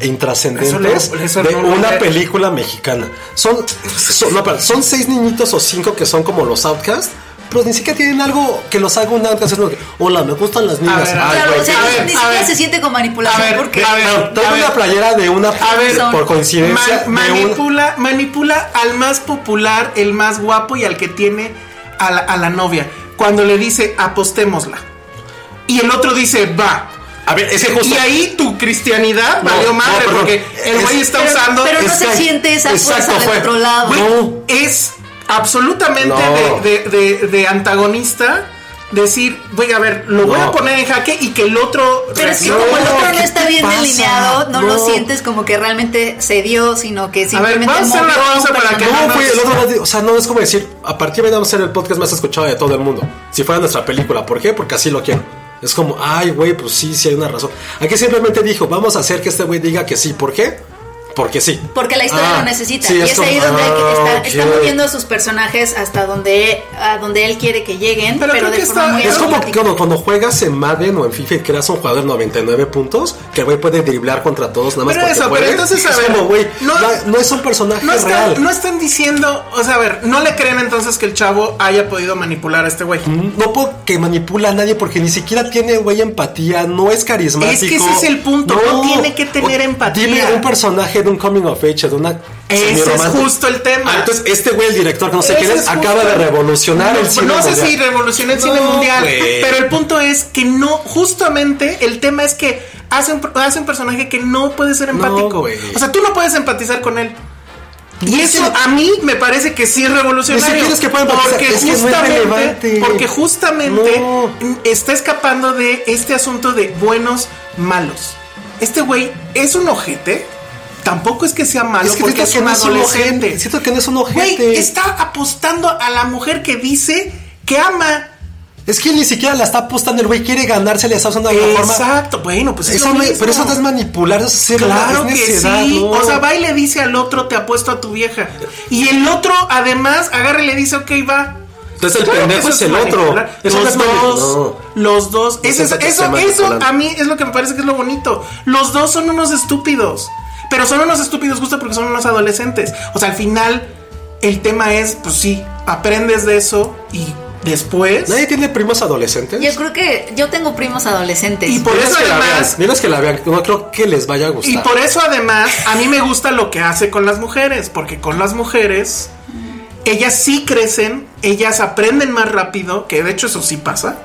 Speaker 5: e intrascendentes
Speaker 4: Eso no- eso
Speaker 5: de
Speaker 4: no eh. lo
Speaker 5: una
Speaker 4: ve.
Speaker 5: película mexicana. Son, son, no, perdón, son seis niñitos o cinco que son como los Outcast. Pero ni siquiera tienen algo que los haga un outcast. Es lo que, Hola, me gustan las niñas.
Speaker 4: ver,
Speaker 5: Ay,
Speaker 6: Claro,
Speaker 5: güey,
Speaker 6: o sea,
Speaker 4: a
Speaker 6: ni-
Speaker 4: ver,
Speaker 6: ni
Speaker 4: a
Speaker 6: siquiera
Speaker 4: ver.
Speaker 6: se siente con manipulación
Speaker 4: A ver,
Speaker 6: porque
Speaker 4: a ver,
Speaker 5: Pero trae
Speaker 4: a ver.
Speaker 5: una playera de una
Speaker 4: A ver,
Speaker 5: por coincidencia
Speaker 4: Ma-
Speaker 5: de un-
Speaker 4: manipula, manipula al más popular, el más guapo y al que tiene a la, a la novia. Cuando le dice apostémosla. Y el otro dice va.
Speaker 5: A ver, ese justo
Speaker 4: Y ahí tu cristianidad
Speaker 5: No,
Speaker 4: valió madre
Speaker 5: no, perdón.
Speaker 4: porque el güey
Speaker 5: Es-
Speaker 4: está
Speaker 6: pero-
Speaker 4: usando.
Speaker 6: pero no
Speaker 4: es,
Speaker 6: se siente esa fuerza
Speaker 5: exacto,
Speaker 6: del
Speaker 5: fue.
Speaker 6: otro lado.
Speaker 4: güey,
Speaker 5: No.
Speaker 4: es absolutamente de,
Speaker 5: No.
Speaker 4: de- de- de antagonista. Decir, voy a ver, lo voy
Speaker 5: No.
Speaker 4: a poner en jaque y que el otro.
Speaker 6: Pero es que
Speaker 4: reaccione.
Speaker 6: como el otro
Speaker 5: ¿qué
Speaker 6: no está
Speaker 5: te
Speaker 6: bien
Speaker 5: pasa?
Speaker 6: delineado, no, lo
Speaker 5: No.
Speaker 6: sientes como que realmente se dio, sino que
Speaker 4: A ver,
Speaker 6: simplemente
Speaker 4: vamos a hacer una
Speaker 6: movió un
Speaker 4: pausa para que
Speaker 6: personaje.
Speaker 5: No,
Speaker 4: no
Speaker 5: güey,
Speaker 4: nos-
Speaker 5: el otro lado de- o sea, no es como decir, a partir de hoy vamos a ser el podcast más escuchado de todo el mundo. Si fuera nuestra película, ¿por qué? Porque así lo quiero. Es como, ay, güey, pues sí, sí hay una razón. Aquí simplemente dijo, vamos a hacer que este güey diga que sí. ¿Por qué? Porque sí.
Speaker 6: Porque la historia
Speaker 5: Ah,
Speaker 6: lo necesita.
Speaker 5: sí,
Speaker 6: y
Speaker 5: es
Speaker 6: es ahí
Speaker 5: como,
Speaker 6: donde hay que- está,
Speaker 5: ah,
Speaker 6: está
Speaker 5: ok.
Speaker 6: moviendo a sus personajes hasta donde, a donde él quiere que lleguen,
Speaker 4: Pero
Speaker 6: pero,
Speaker 4: creo
Speaker 6: de
Speaker 4: que
Speaker 6: forma
Speaker 4: está-
Speaker 6: muy
Speaker 5: Es como que
Speaker 6: automática.
Speaker 5: cuando, cuando juegas en Madden o en FIFA y creas un jugador de 99 puntos, que el güey puede driblar contra todos nada más
Speaker 4: Pero
Speaker 5: porque
Speaker 4: eso, pero
Speaker 5: puede.
Speaker 4: entonces, a
Speaker 5: es
Speaker 4: ver,
Speaker 5: como, güey,
Speaker 4: no-
Speaker 5: no, no es un personaje
Speaker 4: No
Speaker 5: real.
Speaker 4: están, no están diciendo, o sea, a ver, no le creen entonces que el chavo haya podido manipular a este güey.
Speaker 5: No porque manipula a nadie, porque ni siquiera tiene, güey, empatía, no es carismático.
Speaker 4: Es que ese es el punto, no tiene que tener
Speaker 5: o-
Speaker 4: empatía.
Speaker 5: Dile a un personaje de un coming of age, de una.
Speaker 4: Ese es
Speaker 5: semirromántica.
Speaker 4: justo el tema.
Speaker 5: Ah, entonces, este güey, el director, que no sé
Speaker 4: Ese
Speaker 5: quién es,
Speaker 4: es justo
Speaker 5: acaba de
Speaker 4: el-
Speaker 5: revolucionar
Speaker 4: no,
Speaker 5: el cine.
Speaker 4: No sé
Speaker 5: mundial.
Speaker 4: si revolucionó el cine
Speaker 5: No,
Speaker 4: mundial,
Speaker 5: güey.
Speaker 4: pero el punto es que no, justamente el tema es que hace un, hace un personaje que no puede ser empático.
Speaker 5: güey.
Speaker 4: o sea, tú no puedes empatizar con él. Y
Speaker 5: Es
Speaker 4: eso
Speaker 5: que-
Speaker 4: a mí me parece que sí es revolucionario.
Speaker 5: Ni siquiera es que pueda empatizar,
Speaker 4: porque
Speaker 5: es que no es
Speaker 4: justamente,
Speaker 5: relevante.
Speaker 4: porque justamente
Speaker 5: No.
Speaker 4: está escapando de este asunto de buenos malos. Este güey es un ojete. Tampoco es que sea malo
Speaker 5: Es que
Speaker 4: porque
Speaker 5: siento
Speaker 4: es
Speaker 5: que
Speaker 4: un
Speaker 5: no es un ojete.
Speaker 4: adolescente.
Speaker 5: Siento que no es un
Speaker 4: Güey,
Speaker 5: ojete.
Speaker 4: está apostando a la mujer que dice que ama.
Speaker 5: Es que ni siquiera la está apostando, el güey quiere ganársela, está usando de alguna forma.
Speaker 4: Exacto, bueno, pues es
Speaker 5: Eso
Speaker 4: lo
Speaker 5: no es-
Speaker 4: mismo.
Speaker 5: pero eso no es manipular, eso es ser
Speaker 4: Claro
Speaker 5: es
Speaker 4: que
Speaker 5: necedad,
Speaker 4: sí.
Speaker 5: no.
Speaker 4: O sea, va y le dice al otro, te apuesto a tu vieja. Y el otro, además, agarra y le dice, ok, va.
Speaker 5: Entonces el
Speaker 4: Claro que eso
Speaker 5: pendejo es el otro.
Speaker 4: manipular.
Speaker 5: Eso no
Speaker 4: los,
Speaker 5: es manipular.
Speaker 4: dos,
Speaker 5: No.
Speaker 4: los dos.
Speaker 5: No
Speaker 4: Ese es-
Speaker 5: siento que esté
Speaker 4: eso, eso
Speaker 5: manipulando.
Speaker 4: a mí es lo que me parece que es lo bonito. Los dos son unos estúpidos. Pero son unos estúpidos justo porque son unos adolescentes. O sea, al final, el tema es, pues sí, aprendes de eso y después.
Speaker 5: Nadie tiene primos adolescentes.
Speaker 6: Yo creo que yo tengo primos adolescentes.
Speaker 4: Y por
Speaker 5: Diles
Speaker 4: eso
Speaker 5: que la
Speaker 4: además.
Speaker 5: vean, diles que la vean, no creo que les vaya a gustar.
Speaker 4: Y por eso además a mí me gusta lo que hace con las mujeres, porque con las mujeres ellas sí crecen, ellas aprenden más rápido, que de hecho eso sí pasa,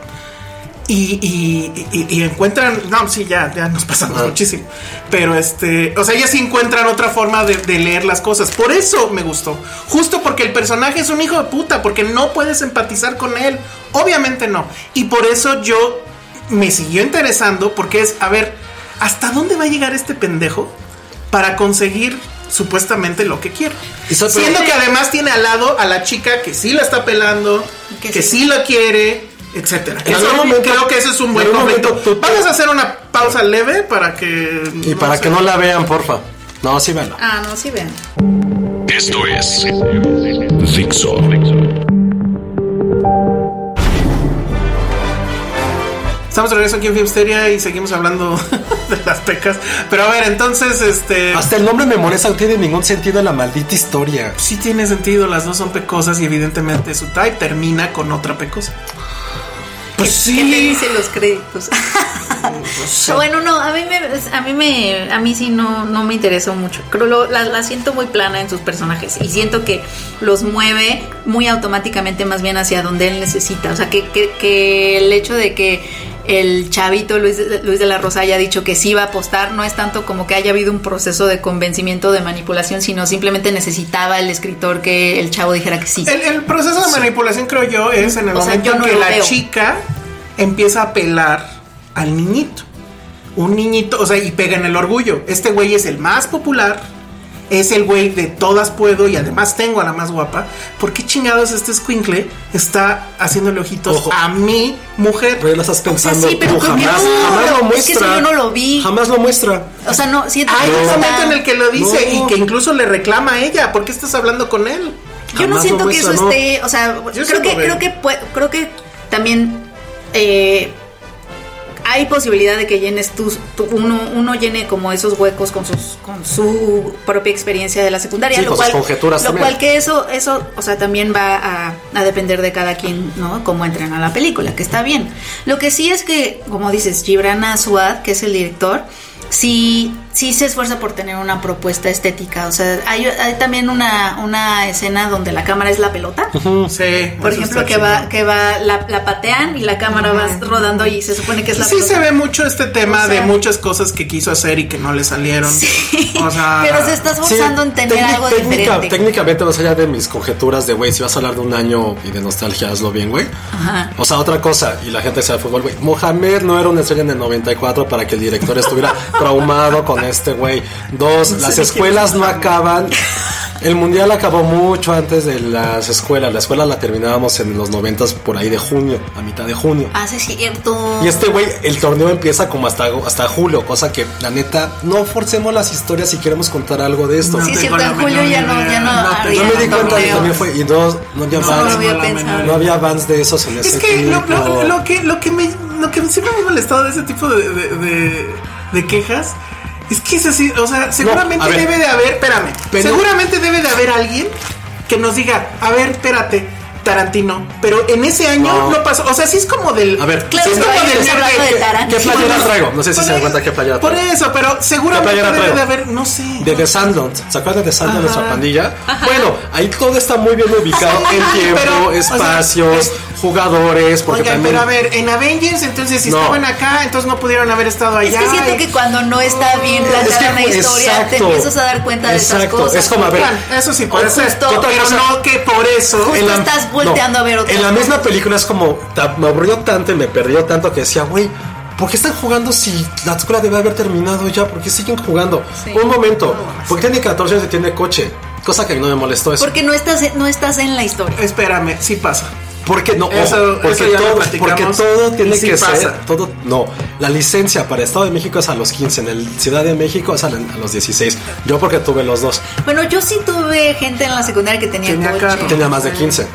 Speaker 4: y, y- y- y encuentran, no, sí, ya, ya nos pasamos
Speaker 5: Ah.
Speaker 4: muchísimo, pero este, o sea, ellas sí encuentran otra forma de, de leer las cosas, por eso me gustó, justo porque el personaje es un hijo de puta, porque no puedes empatizar con él, obviamente no, y por eso yo me siguió interesando, porque es, a ver, ¿hasta dónde va a llegar este pendejo para conseguir supuestamente lo que quiere?
Speaker 5: Y so-
Speaker 4: Siendo
Speaker 5: pero-
Speaker 4: que además tiene al lado a la chica que sí la está pelando,
Speaker 6: Que
Speaker 4: que,
Speaker 6: sí.
Speaker 4: sí. la quiere, etcétera.
Speaker 5: En
Speaker 4: Eso
Speaker 5: algún momento-
Speaker 4: creo que ese es un buen
Speaker 5: en algún
Speaker 4: momento.
Speaker 5: momento tú-
Speaker 4: Vamos a hacer una pausa leve para que.
Speaker 5: Y para
Speaker 4: sé.
Speaker 5: que no la vean, porfa. No, sí, véanla.
Speaker 6: Ah, no, sí, vean.
Speaker 2: Esto es Dixo.
Speaker 4: Estamos de regreso aquí en Filmsteria y seguimos hablando (laughs) de las pecas. Pero a ver, entonces, este.
Speaker 5: Hasta el nombre me molesta, no tiene ningún sentido la maldita historia.
Speaker 4: Sí tiene sentido, las dos son pecosas y evidentemente su type termina con otra pecosa. Pues sí. Mm,
Speaker 6: ¿Qué te dicen los
Speaker 4: (laughs)
Speaker 6: créditos? bueno, no, a mí me, a mí me, a mí sí no, no me interesó mucho. Creo lo- la, la siento muy plana en sus personajes y siento que los mueve muy automáticamente más bien hacia donde él necesita. O sea, que, que- que el hecho de que el chavito Luis, de- Luis de la Rosa haya dicho que sí va a apostar no es tanto como que haya habido un proceso de convencimiento de manipulación, sino simplemente necesitaba el escritor que el chavo dijera que sí.
Speaker 4: El, el proceso de manipulación, creo yo, es en el
Speaker 6: O sea,
Speaker 4: momento
Speaker 6: yo no
Speaker 4: en que
Speaker 6: lo
Speaker 4: la
Speaker 6: veo.
Speaker 4: chica empieza a pelar al niñito. Un niñito, o sea, y pega en el orgullo. Este güey es el más popular, es el güey de todas puedo y además tengo a la más guapa. ¿Por qué chingados este escuincle está haciéndole ojitos
Speaker 5: Ojo.
Speaker 4: a mi mujer?
Speaker 5: Pero lo estás pensando
Speaker 6: Pues sí, pero
Speaker 5: tú,
Speaker 6: creo que
Speaker 5: jamás,
Speaker 6: no,
Speaker 5: jamás lo
Speaker 6: es que
Speaker 5: muestra.
Speaker 6: eso yo no lo vi.
Speaker 5: Jamás lo muestra.
Speaker 6: O sea, no, siento
Speaker 4: Hay
Speaker 6: que
Speaker 4: un
Speaker 6: está-
Speaker 4: momento en el que lo dice
Speaker 5: No.
Speaker 4: y que incluso le reclama a ella. ¿Por qué estás hablando con él?
Speaker 6: Yo no
Speaker 5: Jamás
Speaker 6: siento
Speaker 5: lo
Speaker 6: que eso
Speaker 5: beso, ¿no?
Speaker 6: esté, o sea,
Speaker 4: Yo
Speaker 6: creo
Speaker 4: sí
Speaker 6: que,
Speaker 4: lo veo.
Speaker 6: creo que pue- creo que también eh, hay posibilidad de que llenes tus, tu- uno, uno llene como esos huecos con sus, con su propia experiencia de la secundaria,
Speaker 5: Sí,
Speaker 6: lo
Speaker 5: con sus
Speaker 6: cual,
Speaker 5: conjeturas
Speaker 6: lo
Speaker 5: también.
Speaker 6: cual que eso, eso, o sea, también va a, a depender de cada quien, ¿no? Cómo entren a la película, que está bien. Lo que sí es que, como dices, Gibran Asuad, que es el director, sí, sí se esfuerza por tener una propuesta estética. O sea, hay, hay también una, una escena donde la cámara es la pelota.
Speaker 4: Sí.
Speaker 6: Por
Speaker 4: eso
Speaker 6: ejemplo,
Speaker 4: está
Speaker 6: que
Speaker 4: chido.
Speaker 6: va, que va, la, la patean y la cámara va rodando y se supone que es la
Speaker 4: Sí
Speaker 6: pelota.
Speaker 4: se ve mucho este tema
Speaker 6: O sea-
Speaker 4: de muchas cosas que quiso hacer y que no le salieron. O sea,
Speaker 6: (laughs) Pero se está esforzando en tener
Speaker 5: técnic-
Speaker 6: algo
Speaker 5: técnica-
Speaker 6: diferente.
Speaker 5: Técnicamente, más allá de mis conjeturas de, güey, si vas a hablar de un año y de nostalgia, hazlo bien, güey.
Speaker 6: Ajá.
Speaker 5: O sea, otra cosa, y la gente sabe fútbol, güey. Mohamed no era una estrella en el 94 para que el
Speaker 6: (laughs)
Speaker 5: director estuviera traumado con este, güey. Dos, las
Speaker 6: sé de quién
Speaker 5: escuelas no acaban. El mundial acabó mucho antes de las escuelas. La escuela la terminábamos en los 90 por ahí de junio, a mitad de junio.
Speaker 6: Ah, sí, es cierto.
Speaker 5: Y este güey, el torneo empieza como hasta, hasta julio, cosa que la neta, no forcemos las historias si queremos contar algo de esto.
Speaker 4: No
Speaker 6: Sí, es
Speaker 4: tengo
Speaker 6: cierto, en
Speaker 4: la
Speaker 6: julio
Speaker 4: menor
Speaker 6: ya no,
Speaker 4: idea.
Speaker 6: ya no,
Speaker 4: No tengo-
Speaker 6: habría
Speaker 5: Yo me di
Speaker 6: tanto
Speaker 5: cuenta que
Speaker 6: video.
Speaker 5: también fue, y dos, no había
Speaker 4: No,
Speaker 6: No lo
Speaker 5: vans,
Speaker 6: había
Speaker 4: la
Speaker 6: pensado.
Speaker 4: menor
Speaker 5: no había vans de esos en ese
Speaker 4: Es que lo,
Speaker 5: tiempo.
Speaker 4: lo- lo que lo que me lo que siempre me ha molestado de ese tipo de, de- de- de quejas es que es así, o sea, seguramente
Speaker 5: a ver.
Speaker 4: debe de haber, espérame,
Speaker 5: Pero-
Speaker 4: seguramente debe de haber alguien que nos diga, a ver, espérate, Tarantino, pero en ese año
Speaker 5: No.
Speaker 4: no, pasó, o sea, sí es como del,
Speaker 5: A ver,
Speaker 6: Claro,
Speaker 4: sí es
Speaker 6: pero
Speaker 4: como
Speaker 6: ahí
Speaker 4: del
Speaker 6: estás
Speaker 4: nerd
Speaker 6: hablando
Speaker 4: que-
Speaker 6: de Tarantino.
Speaker 5: ¿Qué playera
Speaker 4: Por-
Speaker 5: traigo? No sé si
Speaker 4: por
Speaker 5: se dan cuenta
Speaker 4: eso-
Speaker 5: qué playera
Speaker 4: Por
Speaker 5: traigo.
Speaker 4: eso, pero seguramente
Speaker 5: playera
Speaker 4: debe
Speaker 5: traigo?
Speaker 4: de haber, no sé.
Speaker 5: De The Sandlot, ¿se acuerdan de Sandlot, nuestra
Speaker 4: Ajá.
Speaker 5: pandilla? Bueno, ahí todo está muy bien ubicado
Speaker 4: Sí,
Speaker 5: en tiempo,
Speaker 4: pero, o sea,
Speaker 5: espacios,
Speaker 4: es-
Speaker 5: jugadores, porque
Speaker 4: Oigan,
Speaker 5: también...
Speaker 4: pero a ver, en Avengers, entonces si
Speaker 5: No.
Speaker 4: estaban acá, entonces no pudieron haber estado
Speaker 6: Es
Speaker 4: allá.
Speaker 6: que siento
Speaker 4: y-
Speaker 6: que cuando no está bien
Speaker 5: Es que
Speaker 6: planteada una
Speaker 5: ju-
Speaker 6: historia, te
Speaker 5: exacto,
Speaker 6: empiezas a dar cuenta de esas
Speaker 5: exacto,
Speaker 6: cosas.
Speaker 5: es como, a ver,
Speaker 4: Claro, eso sí puede
Speaker 6: O
Speaker 4: ser.
Speaker 6: justo-
Speaker 4: pero
Speaker 5: cosa-
Speaker 4: no que por eso.
Speaker 6: Justo estás volteando a ver otra
Speaker 5: En la
Speaker 6: cosa.
Speaker 5: misma película es como, ta- me aburrió tanto y me perdió tanto que decía, güey, ¿por qué están jugando si la escuela debe haber terminado ya? ¿Por qué siguen jugando?
Speaker 6: Sí.
Speaker 5: Un momento, porque tiene 14 años y tiene coche? Cosa que no me molestó eso.
Speaker 6: Porque no estás, no estás en la historia.
Speaker 4: Espérame, sí pasa.
Speaker 5: Porque no,
Speaker 4: Eso-
Speaker 5: ojo,
Speaker 4: eso
Speaker 5: porque,
Speaker 4: ya lo
Speaker 5: todo,
Speaker 4: platicamos.
Speaker 5: porque todo tiene
Speaker 4: Sí
Speaker 5: que
Speaker 4: pasa.
Speaker 5: ser, todo, no, la licencia para Estado de México es a los 15, en el Ciudad de México es a, la- a los 16, yo porque tuve los dos,
Speaker 6: Bueno, yo sí tuve gente en la secundaria que tenía,
Speaker 4: Tenía
Speaker 6: coche.
Speaker 4: carro.
Speaker 5: tenía más de 15.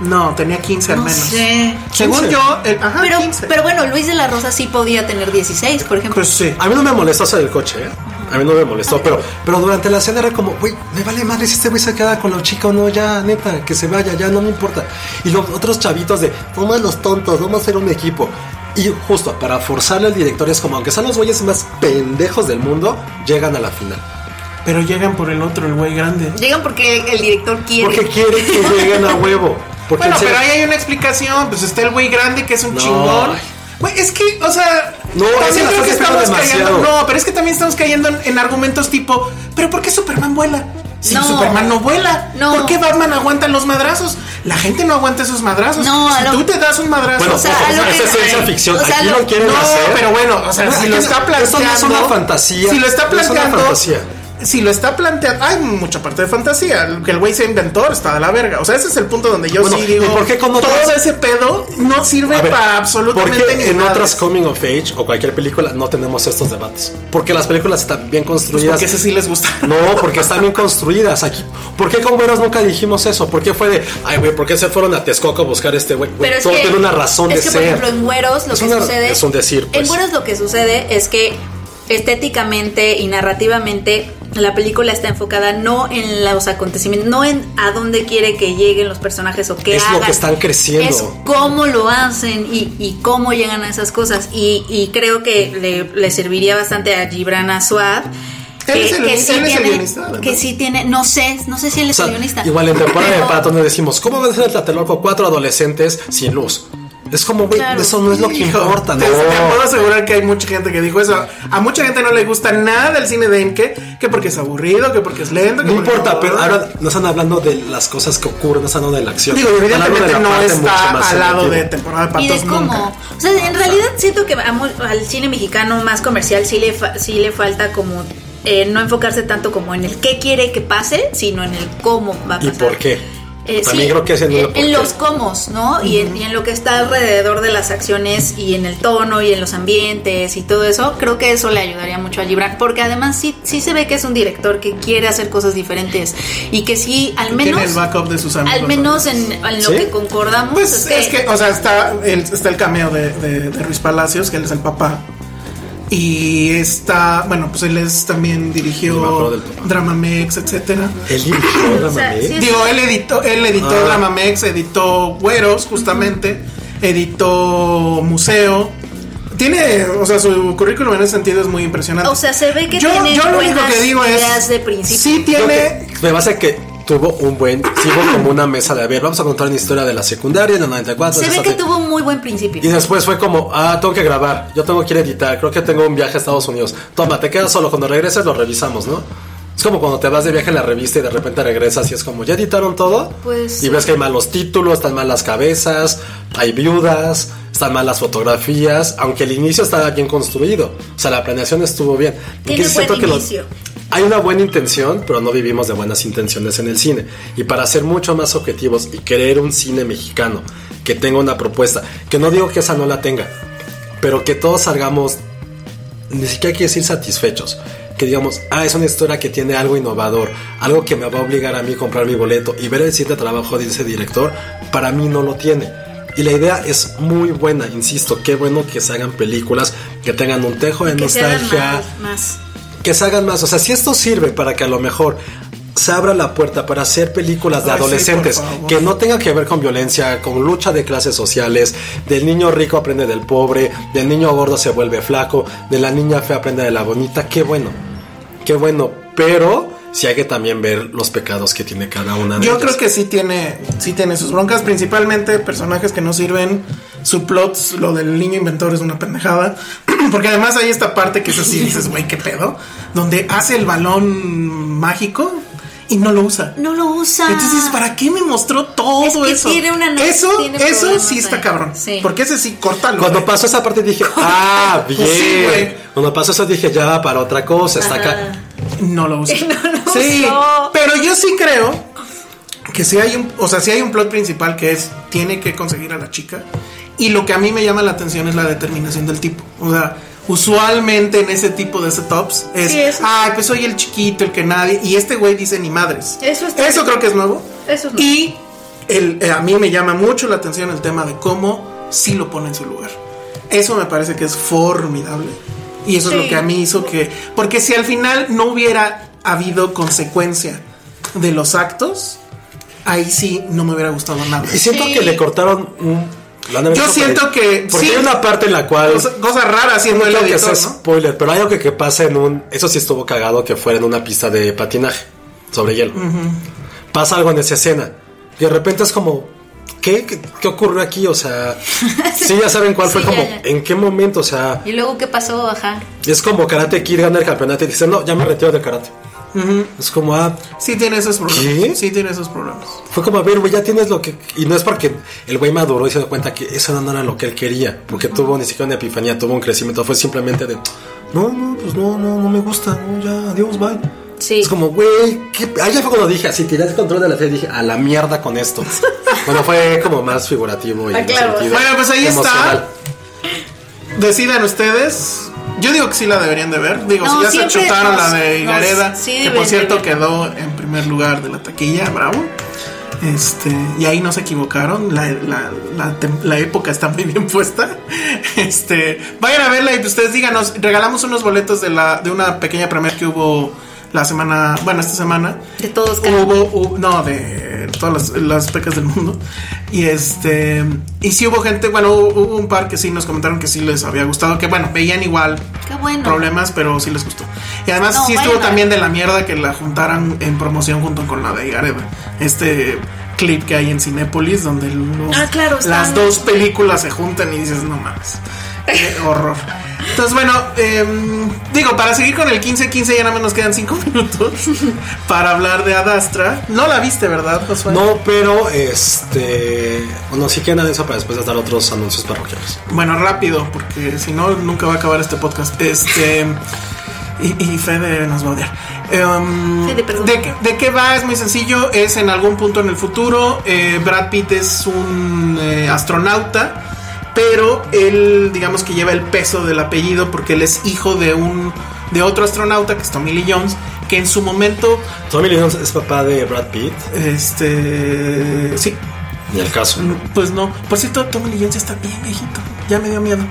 Speaker 4: No, tenía 15 al
Speaker 6: No
Speaker 4: menos.
Speaker 6: sé.
Speaker 4: Según
Speaker 5: 15.
Speaker 4: yo, el- Eh, ajá,
Speaker 6: Pero,
Speaker 4: 15.
Speaker 6: pero bueno, Luis de la Rosa sí podía tener 16, por ejemplo.
Speaker 4: pues sí.
Speaker 5: A mí no me molestó hacer el coche, ¿eh? A mí no me molestó, pero, pero durante la escena era como, güey, me vale madre si este güey se queda con la chica o no, ya, neta, que se vaya, ya, no me importa. Y los otros chavitos de, somos los tontos, vamos a ser un equipo. Y justo para forzarle al director es como, aunque sean los güeyes más pendejos del mundo, llegan a la final.
Speaker 4: Pero llegan por el otro, el güey grande.
Speaker 6: Llegan porque el director quiere.
Speaker 5: Porque quiere que lleguen a huevo. Porque
Speaker 4: Bueno,
Speaker 5: en serio-
Speaker 4: pero ahí hay una explicación. Pues está el güey grande que es un
Speaker 5: No.
Speaker 4: chingón. Güey, es que, o sea.
Speaker 5: No, es que
Speaker 4: también creo
Speaker 5: la
Speaker 4: que
Speaker 5: gente
Speaker 4: estamos
Speaker 5: espera
Speaker 4: cayendo.
Speaker 5: demasiado.
Speaker 4: No, pero es que también estamos cayendo en, en argumentos tipo. ¿Pero por qué Superman vuela? Si
Speaker 6: No.
Speaker 4: Superman no vuela.
Speaker 6: No.
Speaker 4: ¿Por qué Batman aguanta los madrazos? La gente no aguanta esos madrazos.
Speaker 6: No, a
Speaker 4: si
Speaker 6: lo-
Speaker 4: tú te das un madrazo.
Speaker 5: Bueno,
Speaker 6: O sea,
Speaker 5: ojo,
Speaker 6: a lo
Speaker 5: esa
Speaker 6: que-
Speaker 5: es ciencia ficción.
Speaker 6: o sea,
Speaker 5: aquí
Speaker 6: lo-
Speaker 5: lo quieren
Speaker 4: No,
Speaker 5: hacer.
Speaker 4: pero bueno, o sea,
Speaker 5: Bueno,
Speaker 4: si
Speaker 5: aquí
Speaker 4: lo
Speaker 5: no-
Speaker 4: está
Speaker 5: esto
Speaker 4: planteando.
Speaker 5: no es una fantasía.
Speaker 4: Si lo está
Speaker 5: no es una
Speaker 4: planteando.
Speaker 5: fantasía.
Speaker 4: Si lo está planteando. Hay mucha parte de fantasía. Que el güey sea inventor está de la verga. O sea, ese es el punto donde yo
Speaker 5: Bueno,
Speaker 4: sí
Speaker 5: ¿y
Speaker 4: digo.
Speaker 5: por qué con otras-
Speaker 4: Todo ese pedo no sirve
Speaker 5: A ver,
Speaker 4: para absolutamente
Speaker 5: ¿por qué
Speaker 4: ni
Speaker 5: en
Speaker 4: madres?
Speaker 5: otras coming of age o cualquier película no tenemos estos debates? Porque las películas están bien
Speaker 4: Pues
Speaker 5: construidas.
Speaker 4: porque ese sí les gusta.
Speaker 5: No, porque están bien construidas aquí. ¿Por qué con Veras nunca dijimos eso? ¿Por qué fue de, ay, güey, ¿por qué se fueron a Texcoco a buscar a este güey? Güey,
Speaker 6: Pero es
Speaker 5: Todo
Speaker 6: que,
Speaker 5: tiene una razón
Speaker 6: es
Speaker 5: de
Speaker 6: que,
Speaker 5: ser.
Speaker 6: por ejemplo, en Güeros lo
Speaker 5: Es
Speaker 6: que
Speaker 5: una-
Speaker 6: sucede.
Speaker 5: es un decir, pues.
Speaker 6: En Güeros lo que sucede es que estéticamente y narrativamente la película está enfocada no en los acontecimientos, no en a dónde quiere que lleguen los personajes o qué
Speaker 5: Es lo
Speaker 6: hagan.
Speaker 5: que están creciendo.
Speaker 6: Es cómo lo hacen y, y cómo llegan a esas cosas. Y, y creo que le, le serviría bastante a Gibran Asuad.
Speaker 4: Él es el- él es el
Speaker 6: tiene,
Speaker 4: guionista, ¿no?
Speaker 6: que sí tiene, no sé, no sé si él
Speaker 5: O
Speaker 6: es
Speaker 5: sea,
Speaker 6: el guionista.
Speaker 5: igual en temporada de
Speaker 6: Pero-
Speaker 5: pato nos decimos, ¿cómo va a ser el Tlatelolco cuatro adolescentes sin luz? Es como, güey,
Speaker 6: Claro.
Speaker 5: eso no es lo que importa,
Speaker 4: (laughs)
Speaker 5: ¿no?
Speaker 4: Te, te puedo asegurar que hay mucha gente que dijo eso. A mucha gente no le gusta nada del cine de Imke, que porque es aburrido, que porque es lento. que
Speaker 5: No
Speaker 4: porque
Speaker 5: importa, pero
Speaker 4: no-
Speaker 5: ahora no están hablando de las cosas que ocurren, no están hablando de la acción.
Speaker 4: Digo,
Speaker 5: Están hablando
Speaker 4: evidentemente
Speaker 5: de la
Speaker 4: no
Speaker 5: parte mucho
Speaker 4: está
Speaker 5: más
Speaker 4: al lado de
Speaker 5: emotiva.
Speaker 4: temporada de
Speaker 6: y
Speaker 4: patos
Speaker 6: de cómo.
Speaker 4: nunca.
Speaker 6: O sea, en realidad siento que a mu- al cine mexicano más comercial sí le, fa- sí le falta como eh, no enfocarse tanto como en el qué quiere que pase, sino en el cómo va a
Speaker 5: ¿Y
Speaker 6: pasar.
Speaker 5: por qué?
Speaker 6: Eh,
Speaker 5: También creo que es en
Speaker 6: en,
Speaker 5: una
Speaker 6: en
Speaker 5: porquería.
Speaker 6: los comos, ¿no? y, en, y en lo que está alrededor de las acciones y en el tono y en los ambientes y todo eso, creo que eso le ayudaría mucho a Gibran, porque además sí, sí se ve que es un director que quiere hacer cosas diferentes y que sí, al
Speaker 4: Tiene
Speaker 6: menos,
Speaker 4: el backup de sus amigos,
Speaker 6: al menos en, en lo
Speaker 5: ¿Sí?
Speaker 6: que concordamos,
Speaker 4: Pues
Speaker 6: es
Speaker 4: es que, o sea, está el, está el cameo de, de- de Ruiz Palacios, que él es el papá. Y está, bueno, pues él es también
Speaker 5: Yo me
Speaker 4: dirigió
Speaker 5: acuerdo del papá.
Speaker 4: Dramamex, etcétera.
Speaker 5: El hijo, la
Speaker 6: O sea,
Speaker 5: mamé.
Speaker 6: sí es-
Speaker 4: Digo, él editó, él editó
Speaker 5: Ah.
Speaker 4: Dramamex, editó Güeros, justamente, editó Museo. Tiene, o sea, su currículum en ese sentido es muy impresionante.
Speaker 6: O sea, se ve que
Speaker 4: yo,
Speaker 6: tiene
Speaker 4: yo lo único
Speaker 6: buenas
Speaker 4: que digo es,
Speaker 6: ideas de principio.
Speaker 4: sí
Speaker 5: Creo
Speaker 4: tiene,
Speaker 5: que Me pasa que tuvo un buen. Sí, hubo como una mesa de. A ver, vamos a contar una historia de la secundaria en el 94.
Speaker 6: se ve
Speaker 5: esa
Speaker 6: que
Speaker 5: te-
Speaker 6: tuvo un muy buen principio.
Speaker 5: Y después fue como, ah, tengo que grabar, yo tengo que ir a editar, creo que tengo un viaje a Estados Unidos. Toma, te quedas solo, cuando regreses lo revisamos, ¿no? Es como cuando te vas de viaje en la revista y de repente regresas y es como, ¿ya editaron todo?
Speaker 6: Pues,
Speaker 5: Y ves que hay malos títulos, están malas cabezas, hay viudas, están malas fotografías, aunque el inicio estaba bien construido. O sea, la planeación estuvo bien.
Speaker 6: Tiene
Speaker 5: Porque
Speaker 6: buen
Speaker 5: siento que lo-
Speaker 6: inicio.
Speaker 5: hay una buena intención, pero no vivimos de buenas intenciones en el cine. Y para ser mucho más objetivos y querer un cine mexicano que tenga una propuesta, que no digo que esa no la tenga, pero que todos salgamos, ni siquiera quiere decir satisfechos, que digamos, ah, es una historia que tiene algo innovador, algo que me va a obligar a mí a comprar mi boleto y ver el siguiente trabajo de ese director, para mí no lo tiene. Y la idea es muy buena, insisto, qué bueno que se hagan películas que tengan un tejo de
Speaker 6: que se hagan
Speaker 5: nostalgia
Speaker 6: más- más.
Speaker 5: que se hagan más. O sea, si esto sirve para que a lo mejor se abra la puerta para hacer películas de
Speaker 4: Ay, sí,
Speaker 5: adolescentes
Speaker 4: por favor.
Speaker 5: que no tengan que ver con violencia, con lucha de clases sociales, del niño rico aprende del pobre, del niño gordo se vuelve flaco, de la niña fea aprende de la bonita, qué bueno, qué bueno, pero si hay que también ver los pecados que tiene cada una de
Speaker 4: Yo
Speaker 5: ellas.
Speaker 4: creo que sí tiene, sí tiene sus broncas, principalmente personajes que no sirven. Su plot, lo del niño inventor es una pendejada. (clears throat) Porque además hay esta parte que es así, dices, güey, qué pedo. Donde hace el balón mágico y no lo usa.
Speaker 6: No lo usa.
Speaker 4: Entonces, ¿para qué me mostró todo
Speaker 6: Es que
Speaker 4: eso?
Speaker 6: tiene una no-
Speaker 4: eso
Speaker 6: tiene
Speaker 4: eso
Speaker 6: problemas
Speaker 4: sí está
Speaker 6: ahí.
Speaker 4: cabrón.
Speaker 6: Sí.
Speaker 4: Porque ese sí, córtalo.
Speaker 5: Cuando
Speaker 4: güey.
Speaker 5: pasó esa
Speaker 4: (laughs)
Speaker 5: parte dije, ah, bien.
Speaker 4: sí, güey.
Speaker 5: Cuando pasó eso dije, ya va para otra cosa, está acá.
Speaker 4: No
Speaker 6: (laughs)
Speaker 4: lo usa.
Speaker 6: No lo
Speaker 4: sí,
Speaker 6: usó.
Speaker 4: pero yo sí creo que si hay un, o sea, si hay un plot principal que es tiene que conseguir a la chica y lo que a mí me llama la atención es la determinación del tipo. O sea, usualmente en ese tipo de setups es,
Speaker 6: Sí, eso.
Speaker 4: ah, pues soy el chiquito, el que nadie y este güey dice ni madres.
Speaker 6: Eso está-
Speaker 4: Eso creo que es nuevo.
Speaker 6: Eso es nuevo.
Speaker 4: Y el, eh, a mí me llama mucho la atención el tema de cómo sí lo pone en su lugar. Eso me parece que es formidable. Y eso es
Speaker 6: Sí.
Speaker 4: lo que a mí hizo que. Porque si al final no hubiera habido consecuencia de los actos, ahí sí no me hubiera gustado nada.
Speaker 5: Y siento
Speaker 6: Sí.
Speaker 5: que le cortaron un. la han hecho por
Speaker 4: siento
Speaker 5: ahí.
Speaker 4: que
Speaker 5: Porque
Speaker 4: sí.
Speaker 5: hay una parte en la cual.
Speaker 4: Cosa, cosa rara haciendo el
Speaker 5: creo que
Speaker 4: editor,
Speaker 5: es
Speaker 4: ¿no?
Speaker 5: spoiler, pero hay algo que, que pasa en un. Eso sí estuvo cagado que fuera en una pista de patinaje sobre hielo. Pasa algo en esa escena. Y de repente es como. ¿Qué, ¿Qué, qué ocurrió aquí?
Speaker 6: (laughs)
Speaker 5: O sea, sí, ya saben cuál fue
Speaker 6: Sí,
Speaker 5: como,
Speaker 6: ya, ya.
Speaker 5: ¿en qué momento? O sea,
Speaker 6: ¿Y luego qué pasó? Ajá.
Speaker 5: es como Karate Kid gana el campeonato y dice, no, ya me retiro de Karate. Es como, ah,
Speaker 4: Sí tiene esos problemas.
Speaker 5: ¿Qué?
Speaker 4: Sí tiene esos problemas.
Speaker 5: Fue como, a ver, güey, ya tienes lo que... Y no es porque el güey maduró y se dio cuenta que eso no era lo que él quería. Porque tuvo ni siquiera una epifanía, tuvo un crecimiento. Fue simplemente de... No, no, pues no, no, no me gusta. No, ya, adiós, bye.
Speaker 6: Sí.
Speaker 5: Es como, güey, ¿qué? Ahí ya fue cuando dije, así tiré el control de la fe dije, a la mierda
Speaker 6: (laughs)
Speaker 5: con esto. bueno, fue como más figurativo y
Speaker 6: Ah,
Speaker 5: en
Speaker 6: claro.
Speaker 5: sentido
Speaker 4: Bueno, pues ahí está.
Speaker 5: emocional.
Speaker 4: Decidan ustedes. Yo digo que sí la deberían de ver. Digo,
Speaker 6: No,
Speaker 4: si ya se
Speaker 6: siempre
Speaker 4: chutaron
Speaker 6: nos-
Speaker 4: la de
Speaker 6: nos-
Speaker 4: Gareda,
Speaker 6: sí
Speaker 4: que
Speaker 6: deben
Speaker 4: por
Speaker 6: de
Speaker 4: cierto
Speaker 6: ver.
Speaker 4: quedó en primer lugar de la taquilla, bravo. Este, y ahí no se equivocaron, la, la- la tem- la época está muy bien puesta. (laughs) Este, vayan a verla y pues ustedes díganos, regalamos unos boletos de la, de una pequeña premier que hubo la semana, bueno, esta semana.
Speaker 6: De todos casos.
Speaker 4: Hubo, hubo- no, de todas las, las pecas del mundo. Y este, y sí hubo gente, bueno, hubo, hubo un par que sí nos comentaron que sí les había gustado, que bueno, veían igual
Speaker 6: Qué bueno.
Speaker 4: problemas, pero sí les gustó. Y además
Speaker 6: No,
Speaker 4: sí estuvo
Speaker 6: bueno.
Speaker 4: también de la mierda que la juntaran en promoción junto con la de Gareda. Este clip que hay en Cinépolis donde los-
Speaker 6: Ah, claro,
Speaker 4: las
Speaker 6: están-
Speaker 4: dos películas se juntan y dices, no mames.
Speaker 6: (laughs)
Speaker 4: Qué horror. Entonces, bueno, em, digo, para seguir con el 15-15 ya nada más nos quedan 5 (laughs) minutos para hablar de Adastra. No la viste, ¿verdad, Josué?
Speaker 5: No, pero este... Bueno, sí que nada de eso para después dar otros anuncios parroquiales.
Speaker 4: Bueno, rápido, porque si no, nunca va a acabar este podcast. Este. Y, y Fede nos va a odiar. Em,
Speaker 6: Sí, de perdón.
Speaker 4: ¿de, qué- de qué va? Es muy sencillo. Es en algún punto en el futuro. eh, Brad Pitt es un eh, astronauta. Pero él, digamos que lleva el peso del apellido porque él es hijo de un de otro astronauta que es Tommy Lee Jones, que en su momento,
Speaker 5: Tommy Lee Jones es papá de Brad Pitt.
Speaker 4: este, sí,
Speaker 5: Ni el caso.
Speaker 4: pues no. Por cierto, Tommy Lee Jones está bien viejito. Ya me dio miedo.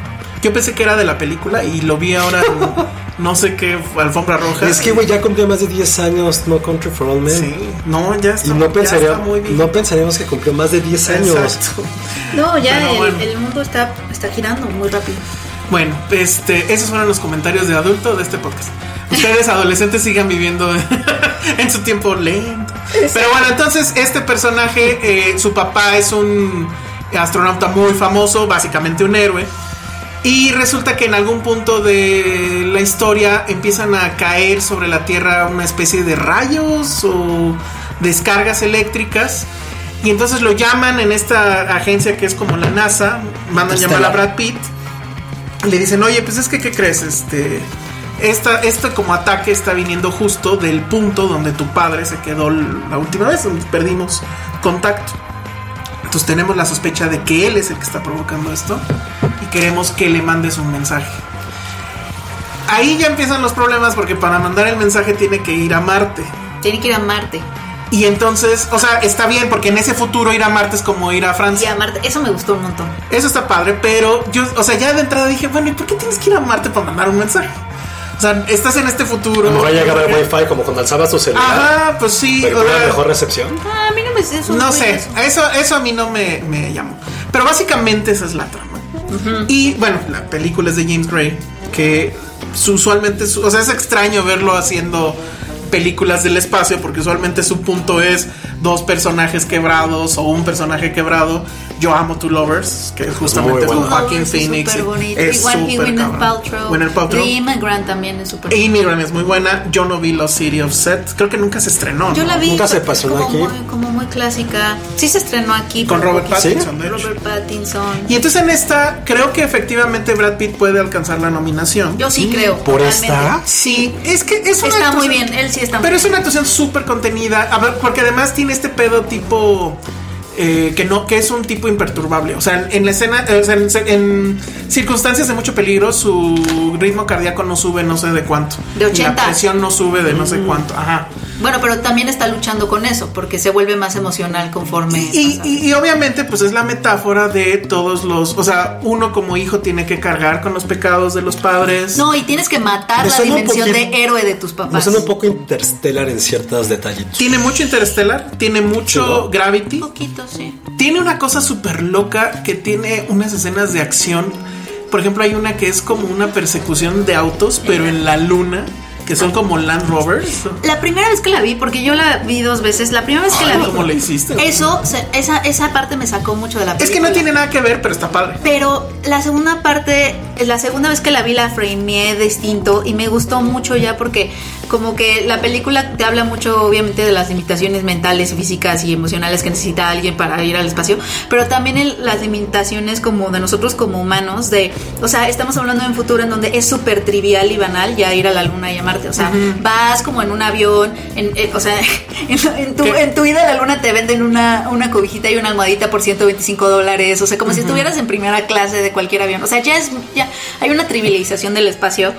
Speaker 4: Yo pensé que era de la película y lo vi ahora
Speaker 5: (laughs)
Speaker 4: en no sé qué alfombra roja.
Speaker 5: Es que, güey, ya cumplió más de 10 años No Country for All Men.
Speaker 4: Sí, no, ya está.
Speaker 5: Y no,
Speaker 4: ya
Speaker 5: pensaría-
Speaker 4: está muy bien.
Speaker 5: no pensaríamos que cumplió más de 10 años.
Speaker 4: Exacto.
Speaker 6: No, ya
Speaker 4: Pero
Speaker 6: el,
Speaker 4: bueno.
Speaker 6: el mundo está, está girando muy rápido.
Speaker 4: Bueno, este, esos fueron los comentarios de adulto de este podcast. Ustedes adolescentes sigan viviendo (laughs) en su tiempo lento. Pero bueno, entonces este personaje, eh, su papá es un astronauta muy famoso, básicamente un héroe. Y resulta que en algún punto de la historia empiezan a caer sobre la Tierra una especie de rayos o descargas eléctricas. Y entonces lo llaman en esta agencia que es como la NASA, mandan llamar a Brad Pitt. Y le dicen, oye, pues es que, ¿qué crees? Este, esta, este como ataque está viniendo justo del punto donde tu padre se quedó la última vez, donde perdimos contacto. Entonces tenemos la sospecha de que él es el que está provocando esto y queremos que le mandes un mensaje. Ahí ya empiezan los problemas porque para mandar el mensaje tiene que ir a Marte.
Speaker 6: Tiene que ir a Marte.
Speaker 4: Y entonces, o sea, está bien porque en ese futuro ir a Marte es como ir a
Speaker 6: Y
Speaker 4: Francia.
Speaker 6: a Marte. Eso me gustó un montón.
Speaker 4: Eso está padre, pero yo, o sea, ya de entrada dije, bueno, ¿y por qué tienes que ir a Marte para mandar un mensaje? O sea, estás en este
Speaker 5: A
Speaker 4: futuro.
Speaker 5: lo mejor ya agarra el wifi como cuando alzabas tu celular.
Speaker 4: Ajá, pues sí.
Speaker 5: Pero
Speaker 4: o
Speaker 5: con
Speaker 4: sea,
Speaker 5: la mejor recepción.
Speaker 6: Ah, a mí no me es un
Speaker 4: No
Speaker 6: ruido
Speaker 4: sé,
Speaker 6: eso.
Speaker 4: eso, eso a mí no me, me llamó. Pero básicamente esa es la trama. Y bueno, la película es de James Gray, que su- usualmente, su- o sea, es extraño verlo haciendo películas del espacio, porque usualmente su punto es dos personajes quebrados o un personaje quebrado. Yo amo Two Lovers, que justamente
Speaker 5: Muy
Speaker 4: es con
Speaker 5: buena.
Speaker 4: Joaquin
Speaker 6: Ese
Speaker 4: Phoenix.
Speaker 6: súper bonito.
Speaker 4: Es
Speaker 6: Igual que
Speaker 4: súper
Speaker 6: Gwyneth
Speaker 4: cabrón.
Speaker 6: Paltrow.
Speaker 4: Gwyneth Paltrow.
Speaker 6: The Immigrant también es súper
Speaker 4: Immigrant es muy buena. Yo no vi Los City of Set. Creo que nunca se estrenó.
Speaker 6: Yo
Speaker 4: ¿no?
Speaker 6: la vi.
Speaker 5: Nunca se
Speaker 6: pero es
Speaker 5: pasó
Speaker 6: como
Speaker 5: aquí.
Speaker 6: Muy, como muy clásica. Sí se estrenó aquí.
Speaker 4: Con
Speaker 6: pero
Speaker 4: Robert
Speaker 6: poquito.
Speaker 4: Pattinson, de hecho.
Speaker 6: Robert Pattinson.
Speaker 4: Y entonces en esta, creo que efectivamente Brad Pitt puede alcanzar la nominación.
Speaker 6: Yo sí creo.
Speaker 5: ¿Por
Speaker 6: realmente.
Speaker 5: esta?
Speaker 4: Sí, es que es una
Speaker 6: Está muy
Speaker 4: actuación-
Speaker 6: bien. Él sí está muy
Speaker 4: Pero es
Speaker 6: bien.
Speaker 4: una actuación súper contenida. A ver, porque además tiene este pedo tipo. eh, que no, que es un tipo imperturbable. O sea, en, en la escena, eh, o sea, en, en circunstancias de mucho peligro, su ritmo cardíaco no sube no sé de cuánto.
Speaker 6: De Mm.
Speaker 4: Y
Speaker 6: 80.
Speaker 4: La presión no sube de no sé cuánto. Ajá.
Speaker 6: Bueno, pero también está luchando con eso. Porque se vuelve más emocional conforme.
Speaker 4: Y,
Speaker 6: pasa.
Speaker 4: y- y obviamente, pues es la metáfora de todos los. O sea, uno como hijo tiene que cargar con los pecados de los padres.
Speaker 6: no, y tienes que matar
Speaker 5: Me
Speaker 6: la
Speaker 5: suena un
Speaker 6: dimensión
Speaker 5: poquito-
Speaker 6: de héroe de tus
Speaker 5: Me
Speaker 6: papás.
Speaker 5: suena un poco interstellar en ciertos detallitos.
Speaker 4: Tiene mucho Interstellar, tiene mucho
Speaker 5: Sí, ¿no?
Speaker 4: Gravity.
Speaker 6: Un poquito, sí.
Speaker 4: Tiene una cosa súper loca que tiene unas escenas de acción. Por ejemplo, hay una que es como una persecución de autos, pero en la luna, que son como Land Rovers.
Speaker 6: La primera vez que la vi, porque yo la vi dos veces, la primera vez que la Eh, vi.
Speaker 4: ¿Cómo le hiciste?
Speaker 6: Eso, se- esa, esa parte me sacó mucho de la
Speaker 4: Es
Speaker 6: película.
Speaker 4: que no tiene nada que ver, pero está padre.
Speaker 6: Pero la segunda parte, la segunda vez que la vi la frameé distinto y me gustó mucho ya porque como que la película te habla mucho obviamente de las limitaciones mentales, físicas y emocionales que necesita alguien para ir al espacio, pero también el- las limitaciones como de nosotros como humanos, de, o sea, estamos hablando de un futuro en donde es súper trivial y banal ya ir a la luna y a Marte, o sea, vas como en un avión, en- en- o sea, (laughs) en, en tu,
Speaker 4: ¿Qué?
Speaker 6: en tu ida a la luna te venden una, una cobijita y una almohadita por 125 dólares, o sea, como si estuvieras en primera clase de cualquier avión, o sea, ya es, ya hay una trivialización del espacio,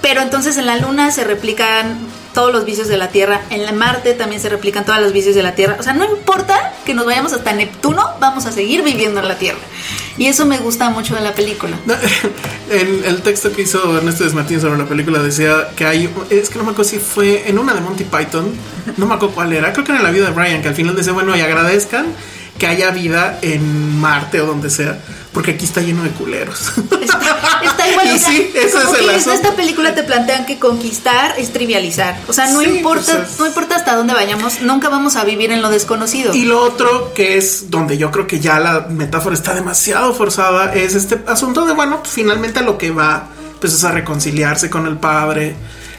Speaker 6: pero entonces en la luna se replican todos los vicios de la Tierra, en la Marte también se replican todos los vicios de la Tierra, o sea, no importa que nos vayamos hasta Neptuno, vamos a seguir viviendo en la Tierra, y eso me gusta mucho de la película.
Speaker 4: No, (laughs) el, el texto que hizo Ernesto Desmartín sobre la película decía que hay. Es que no me acuerdo si fue en una de Monty Python. No me acuerdo cuál era. Creo que era en la vida de Brian, que al final decía, bueno, y agradezcan que haya vida en Marte o donde sea, porque aquí está lleno de culeros. (laughs)
Speaker 6: Está, está igual.
Speaker 4: Y
Speaker 6: o sea,
Speaker 4: sí, ese
Speaker 6: como
Speaker 4: es el
Speaker 6: que en
Speaker 4: asunto.
Speaker 6: esta película te plantean que conquistar es trivializar. O sea, no
Speaker 4: Sí,
Speaker 6: importa,
Speaker 4: pues es-
Speaker 6: no importa hasta dónde vayamos, nunca vamos a vivir en lo desconocido.
Speaker 4: Y lo otro que es donde yo creo que ya la metáfora está demasiado forzada es este asunto de, bueno, pues, finalmente a lo que va, pues es a reconciliarse con el padre,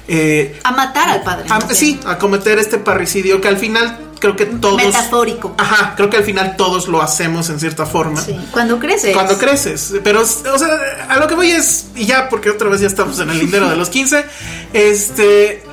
Speaker 4: eh,
Speaker 6: a matar al padre.
Speaker 4: a-
Speaker 6: ¿no?
Speaker 4: sí, a cometer este parricidio que al final creo que todos...
Speaker 6: Metafórico.
Speaker 4: Ajá, creo que al final todos lo hacemos en cierta forma.
Speaker 6: Sí, Cuando creces.
Speaker 4: Cuando creces, pero, o sea, a lo que voy es, y ya, porque otra vez ya estamos en el lindero de los 15, este,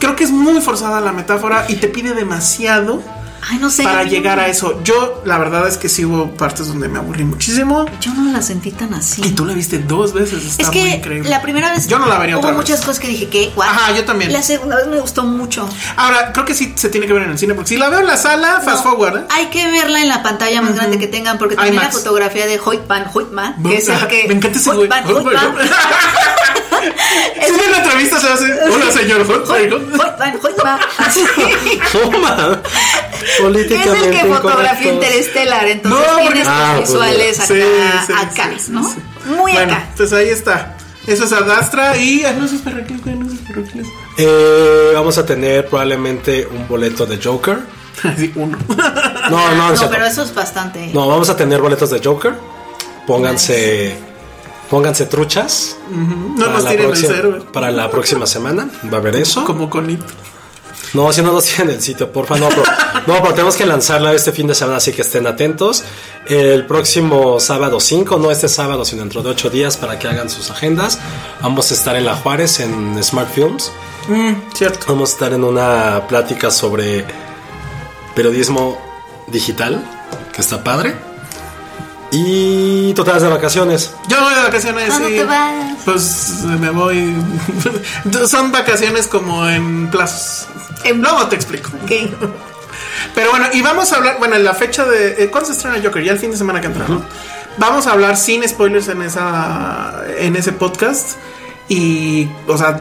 Speaker 4: creo que es muy forzada la metáfora y te pide demasiado
Speaker 6: Ay, no sé.
Speaker 4: para
Speaker 6: mí
Speaker 4: llegar
Speaker 6: no-
Speaker 4: a eso. Yo, la verdad es que sí hubo partes donde me aburrí muchísimo.
Speaker 6: Yo no la sentí tan así.
Speaker 4: Y tú la viste dos veces. Está
Speaker 6: es
Speaker 4: muy
Speaker 6: que
Speaker 4: increíble.
Speaker 6: la primera vez
Speaker 4: Yo no la vería
Speaker 6: hubo
Speaker 4: otra vez.
Speaker 6: muchas cosas que dije que guau.
Speaker 4: Ajá, yo también.
Speaker 6: La segunda vez me gustó mucho.
Speaker 4: Ahora, creo que sí se tiene que ver en el cine, porque si la veo en la sala, fast
Speaker 6: No,
Speaker 4: forward, ¿eh?
Speaker 6: Hay que verla en la pantalla más grande que tengan porque también la
Speaker 4: IMAX.
Speaker 6: fotografía de Hoyt Van Hoytman, que es el que
Speaker 4: ah, Me encanta ese güey.
Speaker 6: Hoyt Van Hoytman.
Speaker 4: Sí, en la entrevista se hace hola señor Hoytman".
Speaker 6: Hoyt Van Hoytman. (laughs) Así.
Speaker 5: Toma.
Speaker 6: (laughs) Es el
Speaker 5: Políticamente
Speaker 6: que fotografía
Speaker 5: incorrecto.
Speaker 6: Interestelar, entonces
Speaker 4: No,
Speaker 6: tiene
Speaker 4: porque-
Speaker 6: estos
Speaker 5: Ah, pues,
Speaker 6: visuales acá,
Speaker 4: Sí, sí,
Speaker 6: acá,
Speaker 4: sí, sí,
Speaker 6: ¿no?
Speaker 4: sí.
Speaker 6: Muy
Speaker 4: Bueno,
Speaker 6: acá.
Speaker 4: pues ahí está. Eso es Adastra y ay, no, eso es Perracles, güey, no, eso es Perracles. (laughs)
Speaker 5: Eh, vamos a tener probablemente un boleto de Joker.
Speaker 4: Sí, uno. (laughs)
Speaker 5: No, no, no.
Speaker 6: No, pero eso es bastante.
Speaker 5: No, vamos a tener boletos de Joker. Pónganse. Pónganse truchas.
Speaker 4: No nos
Speaker 5: la
Speaker 4: tiren el
Speaker 5: próxima-
Speaker 4: server.
Speaker 5: para la próxima semana. Va a haber eso.
Speaker 4: Como con It.
Speaker 5: No, si no los tienen el sitio, porfa, no, pero, no, pero tenemos que lanzarla este fin de semana, así que estén atentos. El próximo sábado 5, no este sábado, sino dentro de 8 días, para que hagan sus agendas. Vamos a estar en La Juárez, en Smart Films.
Speaker 4: Cierto.
Speaker 5: Vamos a estar en una plática sobre periodismo digital, que está padre. Y totales de vacaciones.
Speaker 4: Yo voy de vacaciones.
Speaker 6: ¿Cuándo
Speaker 4: sí.
Speaker 6: te vas?
Speaker 4: Pues eh, me voy. (laughs) Son vacaciones como en plazos.
Speaker 6: En-
Speaker 4: Luego te explico.
Speaker 6: Ok.
Speaker 4: (laughs) Pero bueno, y vamos a hablar, bueno, en la fecha de... eh, ¿Cuándo se estrena Joker? Ya el fin de semana que entra, ¿no? Vamos a hablar sin spoilers en, esa, en ese podcast. Y, o sea,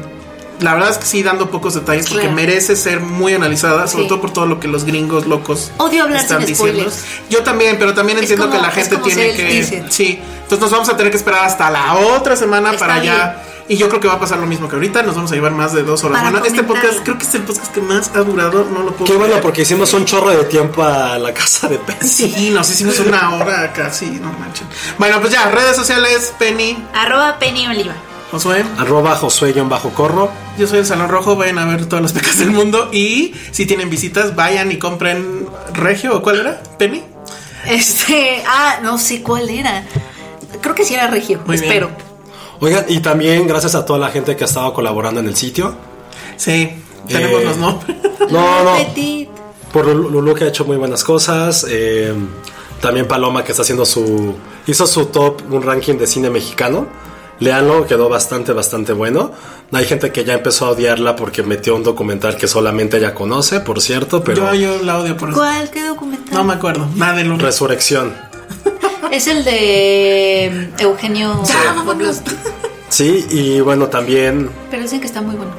Speaker 4: la verdad es que sí, dando pocos detalles porque
Speaker 6: Claro.
Speaker 4: merece ser muy analizada, sobre
Speaker 6: Sí.
Speaker 4: todo por todo lo que los gringos locos
Speaker 6: Odio hablar sin spoilers.
Speaker 4: Yo también, pero también
Speaker 6: Es
Speaker 4: entiendo
Speaker 6: como-
Speaker 4: que la
Speaker 6: es
Speaker 4: gente
Speaker 6: como
Speaker 4: tiene
Speaker 6: ser el
Speaker 4: que...
Speaker 6: teaser.
Speaker 4: Sí, entonces nos vamos a tener que esperar hasta la otra semana
Speaker 6: Está
Speaker 4: para
Speaker 6: bien.
Speaker 4: ya... Y yo creo que va a pasar lo mismo que ahorita, nos vamos a llevar más de dos horas.
Speaker 6: Para
Speaker 4: Bueno, este
Speaker 6: comentarla.
Speaker 4: podcast creo que es el podcast que más ha durado, no lo puedo
Speaker 5: Qué bueno,
Speaker 4: creer.
Speaker 5: porque hicimos un chorro de tiempo a la casa de Pensi.
Speaker 4: Sí, nos hicimos una hora casi, no manches. Bueno, pues ya, redes sociales, Penny,
Speaker 6: Arroba Penny Oliva.
Speaker 4: Josué.
Speaker 5: Arroba Josué-Corro.
Speaker 4: Yo soy el Salón Rojo, vayan a ver todas las pecas del mundo. Y si tienen visitas, vayan y compren Regio, ¿o cuál era? ¿Penny?
Speaker 6: Este, ah, no sé cuál era. Creo que sí era Regio,
Speaker 4: Muy bien.
Speaker 6: espero.
Speaker 5: Oigan, y también gracias a toda la gente que ha estado colaborando en el
Speaker 4: (laughs)
Speaker 5: sitio.
Speaker 4: Sí, tenemos
Speaker 5: Eh.
Speaker 4: los nombres.
Speaker 5: No, no,
Speaker 6: Petit.
Speaker 5: por Lulu Lulu, que ha hecho muy buenas cosas. eh, también Paloma que está haciendo su... Hizo su top, un ranking de cine mexicano. Leanlo, quedó bastante, bastante bueno. Hay gente que ya empezó a odiarla porque metió un documental que solamente ella conoce, por cierto, pero...
Speaker 4: Yo, yo la odio por eso.
Speaker 6: ¿Cuál? ¿Qué documental?
Speaker 4: No me acuerdo, nada de lo
Speaker 5: Resurrección.
Speaker 6: Es el de mm, Eugenio. Pueblos.
Speaker 5: Sí, y bueno, también
Speaker 6: Pero dicen que está muy bueno.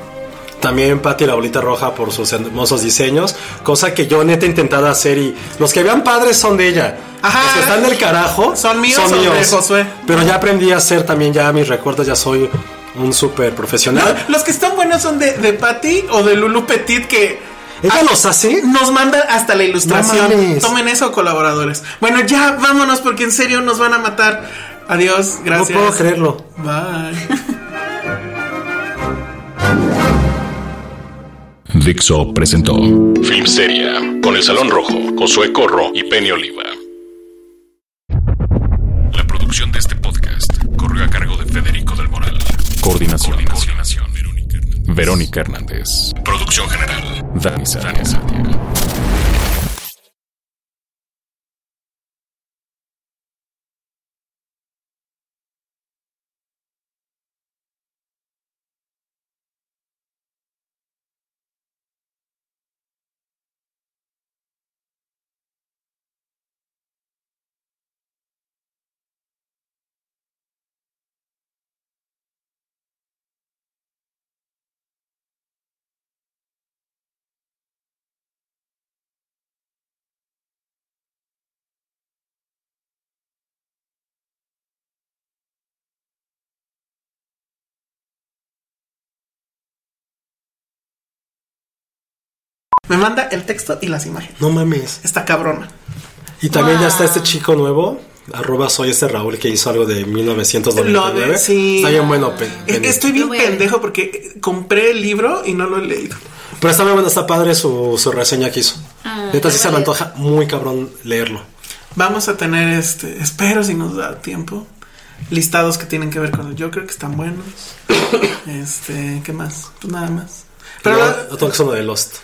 Speaker 5: También Patti la bolita roja por sus hermosos diseños, cosa que yo neta he intentado hacer y los que vean padres son de ella.
Speaker 4: Ajá.
Speaker 5: Los que están del carajo
Speaker 4: ¿Son míos o de Josué?
Speaker 5: Pero ya aprendí a hacer también ya mis recuerdos, ya soy un súper profesional.
Speaker 4: Los que están buenos son de, de Patty o de Lulu Petit que...
Speaker 5: ¿Ella los hace?
Speaker 4: Nos manda hasta la ilustración.
Speaker 5: No mames.
Speaker 4: Tomen eso, colaboradores. Bueno, ya vámonos porque en serio nos van a matar. Adiós, gracias.
Speaker 5: No puedo creerlo.
Speaker 4: Bye. (laughs)
Speaker 2: Dixo presentó Film Seria con El Salón Rojo, Josué Corro y Penny Oliva. La producción de este podcast corrió a cargo de Federico del Moral. Coordinación. Verónica Hernández. Producción general. Dani Sánchez.
Speaker 4: Me manda el texto y las imágenes.
Speaker 5: No mames.
Speaker 4: Está cabrona.
Speaker 5: Y también ya está este chico nuevo, arroba soy este Raúl que hizo algo de 1999.
Speaker 4: Lo de- sí.
Speaker 5: Está bien bueno. pe-
Speaker 4: Es que
Speaker 5: Benito.
Speaker 4: Eh, estoy bien
Speaker 6: Lo voy a ver.
Speaker 4: pendejo porque compré el libro y no lo he leído.
Speaker 5: Pero está bien bueno, está padre su, su reseña que hizo.
Speaker 6: Ah,
Speaker 5: neta sí
Speaker 6: lo
Speaker 5: se
Speaker 6: voy
Speaker 5: me
Speaker 6: a-
Speaker 5: antoja muy cabrón leerlo.
Speaker 4: Vamos a tener este, espero si nos da tiempo, (coughs) listados que tienen que ver con el Joker que están buenos. Este, ¿qué más? Pues nada más. Pero
Speaker 5: no,
Speaker 4: la-
Speaker 5: no tengo que ser uno de Lost.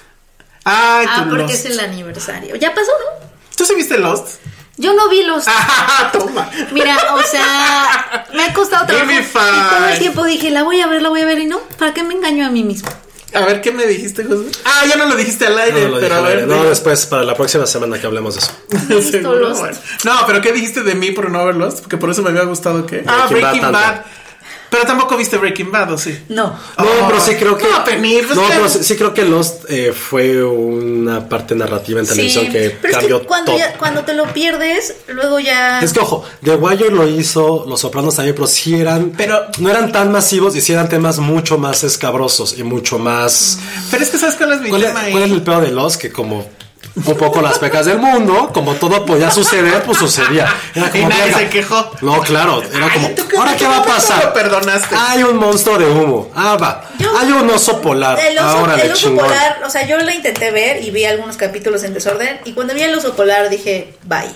Speaker 4: Ay,
Speaker 6: Ah,
Speaker 4: tú
Speaker 6: porque
Speaker 4: Lost.
Speaker 6: es el aniversario. ¿Ya pasó, no?
Speaker 4: ¿Tú sí viste Lost? (laughs)
Speaker 6: Yo no vi los.
Speaker 4: Ah, toma.
Speaker 6: Mira, o sea, me ha costado
Speaker 4: Give
Speaker 6: trabajo.
Speaker 4: me five.
Speaker 6: Y todo el tiempo dije, la voy a ver, la voy a ver. Y no, ¿para qué me engaño a mí
Speaker 4: (laughs)
Speaker 6: mismo?
Speaker 4: A ver, ¿qué me dijiste, José? Ah, ya no lo dijiste al
Speaker 5: No,
Speaker 4: aire,
Speaker 5: no lo
Speaker 4: pero
Speaker 5: dije,
Speaker 4: a ver.
Speaker 5: no,
Speaker 4: dime. (laughs)
Speaker 5: después, para la próxima semana que hablemos de eso.
Speaker 6: No he visto
Speaker 4: Seguro,
Speaker 6: Lost.
Speaker 4: bueno. No, pero ¿qué dijiste de mí por no ver Lost? Porque por eso me había gustado que. Ah,
Speaker 5: Breaking
Speaker 4: Breaking Bad.
Speaker 5: Bad tanto.
Speaker 4: Pero tampoco viste Breaking Bad, ¿o sí?
Speaker 6: No.
Speaker 5: No,
Speaker 4: Oh,
Speaker 5: pero sí creo que.
Speaker 4: no, Penny, pues,
Speaker 5: no,
Speaker 4: ¿qué?
Speaker 5: pero sí, sí creo que Lost eh, fue una parte narrativa en televisión que
Speaker 6: pero es
Speaker 5: cambió
Speaker 6: que cuando,
Speaker 5: todo.
Speaker 6: ya- ah. cuando te lo pierdes, luego ya.
Speaker 5: Es que ojo, The Wire lo hizo, Los Sopranos también, pero sí eran.
Speaker 4: Pero-
Speaker 5: no eran tan masivos y sí eran temas mucho más escabrosos y mucho más.
Speaker 4: Pero es que ¿sabes cuál es mi
Speaker 5: ¿Cuál es,
Speaker 4: tema ahí?
Speaker 5: cuál es el peor de los que como un poco las pecas del mundo, como todo podía suceder, pues sucedía. Era como,
Speaker 4: Y nadie
Speaker 5: "Venga".
Speaker 4: se quejó.
Speaker 5: No, claro, era como,
Speaker 4: Ay, ¿tú qué-
Speaker 5: ¿ahora qué va a
Speaker 4: cómo Lo
Speaker 5: pasar?
Speaker 4: perdonaste.
Speaker 5: Hay un monstruo de humo. Ah, va.
Speaker 6: Yo-
Speaker 5: Hay un oso polar.
Speaker 6: El oso,
Speaker 5: Ahora
Speaker 6: el
Speaker 5: de
Speaker 6: oso
Speaker 5: chingón.
Speaker 6: polar, o sea, yo la intenté ver y vi algunos capítulos en desorden. Y cuando vi el oso polar dije, bye.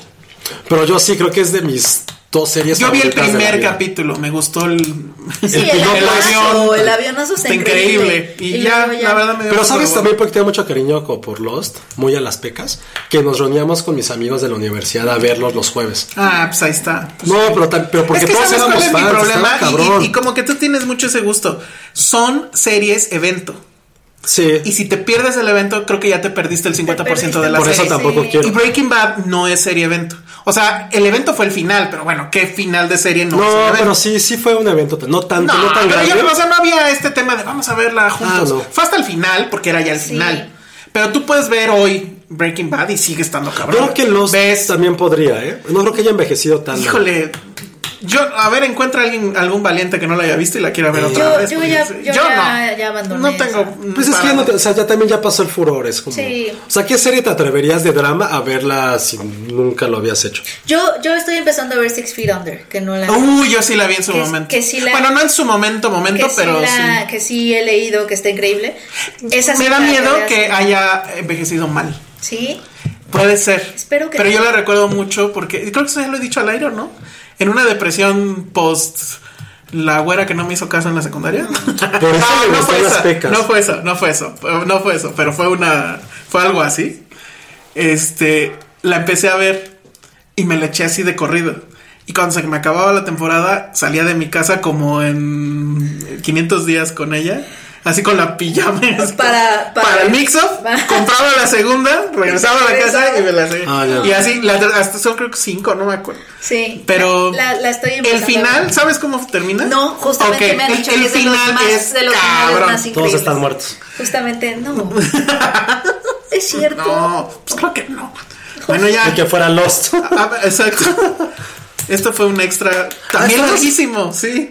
Speaker 5: Pero yo sí creo que es de mis dos series
Speaker 4: Yo vi el
Speaker 5: favoritas de la
Speaker 4: primer
Speaker 5: vida.
Speaker 4: capítulo, me gustó el.
Speaker 6: Sí, el,
Speaker 5: piloto
Speaker 6: avionazo,
Speaker 4: avión.
Speaker 6: el avionazo está increíble.
Speaker 4: increíble. Y, ya,
Speaker 6: luego
Speaker 4: la verdad me dio
Speaker 5: Pero
Speaker 4: mucho
Speaker 5: sabes
Speaker 4: huevo.
Speaker 5: también porque tengo mucho cariño co- por Lost, muy a las pecas, que nos reuníamos con mis amigos de la universidad a verlos los jueves.
Speaker 4: Ah, pues ahí está.
Speaker 5: No, pero, tam- pero porque
Speaker 4: es que
Speaker 5: todos
Speaker 4: sabes cuál
Speaker 5: éramos
Speaker 4: es mi
Speaker 5: fans,
Speaker 4: problema
Speaker 5: estaba
Speaker 4: Y-
Speaker 5: cabrón.
Speaker 4: y- y como que tú tienes mucho ese gusto. Son series evento.
Speaker 5: sí.
Speaker 4: Y si te pierdes el evento, creo que ya te perdiste el 50% de la
Speaker 5: Por eso
Speaker 4: serie.
Speaker 5: tampoco quiero.
Speaker 4: Y Breaking Bad no es serie evento. O sea, el evento fue el final, pero bueno, ¿qué final de serie no,
Speaker 5: No,
Speaker 4: es un evento?
Speaker 5: pero sí, sí fue un evento, pero no tanto,
Speaker 4: No,
Speaker 5: no, tan
Speaker 4: pero
Speaker 5: grande.
Speaker 4: ya no, o sea, no había este tema de vamos a verla juntos.
Speaker 5: Ah, no.
Speaker 4: Fue hasta el final, porque era ya el final. Pero tú puedes ver hoy Breaking Bad y sigue estando cabrón.
Speaker 5: Yo creo que los
Speaker 4: ¿Ves?
Speaker 5: también podría, ¿eh? No creo que haya envejecido tanto.
Speaker 4: Híjole. Yo, a ver, encuentra alguien, algún valiente que no la haya visto y la quiera ver
Speaker 5: Yo-
Speaker 4: otra vez.
Speaker 6: yo
Speaker 4: porque
Speaker 6: ya-
Speaker 4: sí.
Speaker 6: yo ya-
Speaker 4: no.
Speaker 6: ya abandoné
Speaker 4: No tengo.
Speaker 5: Pues es que ya, no te- o sea, ya también ya pasó el furor, es como...
Speaker 6: Sí.
Speaker 5: O sea, ¿qué serie te atreverías de drama a verla si nunca lo habías hecho?
Speaker 6: Yo, yo estoy empezando a ver Six Feet Under, que no la.
Speaker 4: Uy, yo sí la vi en su
Speaker 6: Que-
Speaker 4: momento.
Speaker 6: que sí la-
Speaker 4: bueno, no en su momento, momento,
Speaker 6: que sí
Speaker 4: pero
Speaker 6: la-
Speaker 4: sí.
Speaker 6: que sí he leído que está increíble. Esa sí
Speaker 4: Me da
Speaker 6: la-
Speaker 4: miedo
Speaker 6: la-
Speaker 4: que haya envejecido mal.
Speaker 6: Sí.
Speaker 4: Puede ser.
Speaker 6: Espero que
Speaker 4: Pero
Speaker 6: no.
Speaker 4: yo la recuerdo mucho porque creo que eso ya lo he dicho al aire, ¿no? En una depresión post la güera que no me hizo caso en la secundaria. (laughs)
Speaker 5: Por eso
Speaker 4: Ah,
Speaker 5: me
Speaker 4: no fue
Speaker 5: gustan las
Speaker 4: esa,
Speaker 5: pecas.
Speaker 4: No fue eso, no fue eso, no fue eso, pero fue una fue algo así. Este, la empecé a ver y me la eché así de corrido. Y cuando se me acababa la temporada, salía de mi casa como en 500 días con ella, así con la pijama así
Speaker 6: Para- para-
Speaker 4: para el mix-up,
Speaker 6: (laughs) para-
Speaker 4: compraba la segunda, regresaba a la casa y me la seguía.
Speaker 5: Ah, ya.
Speaker 4: y así, la- hasta son creo que cinco, no me acuerdo.
Speaker 6: Sí.
Speaker 4: Pero
Speaker 6: La- la estoy
Speaker 4: el
Speaker 6: empezando a
Speaker 4: final,
Speaker 6: ver.
Speaker 4: ¿sabes cómo termina?
Speaker 6: No, justamente
Speaker 4: Ok,
Speaker 6: me han dicho
Speaker 4: el,
Speaker 6: que
Speaker 4: el
Speaker 6: es de los
Speaker 4: final
Speaker 6: más,
Speaker 4: es
Speaker 6: de los finales
Speaker 4: cabrón.
Speaker 6: más
Speaker 5: Todos
Speaker 6: increíbles.
Speaker 5: están muertos.
Speaker 6: Justamente, no.
Speaker 4: (laughs)
Speaker 6: es cierto.
Speaker 4: No, pues claro que no. Bueno,
Speaker 5: Y
Speaker 4: ya.
Speaker 5: que fuera Lost. (laughs)
Speaker 4: Ah, ah, exacto. Esto fue un extra también
Speaker 5: ¿Estás?
Speaker 4: larguísimo,
Speaker 6: (laughs)
Speaker 4: sí.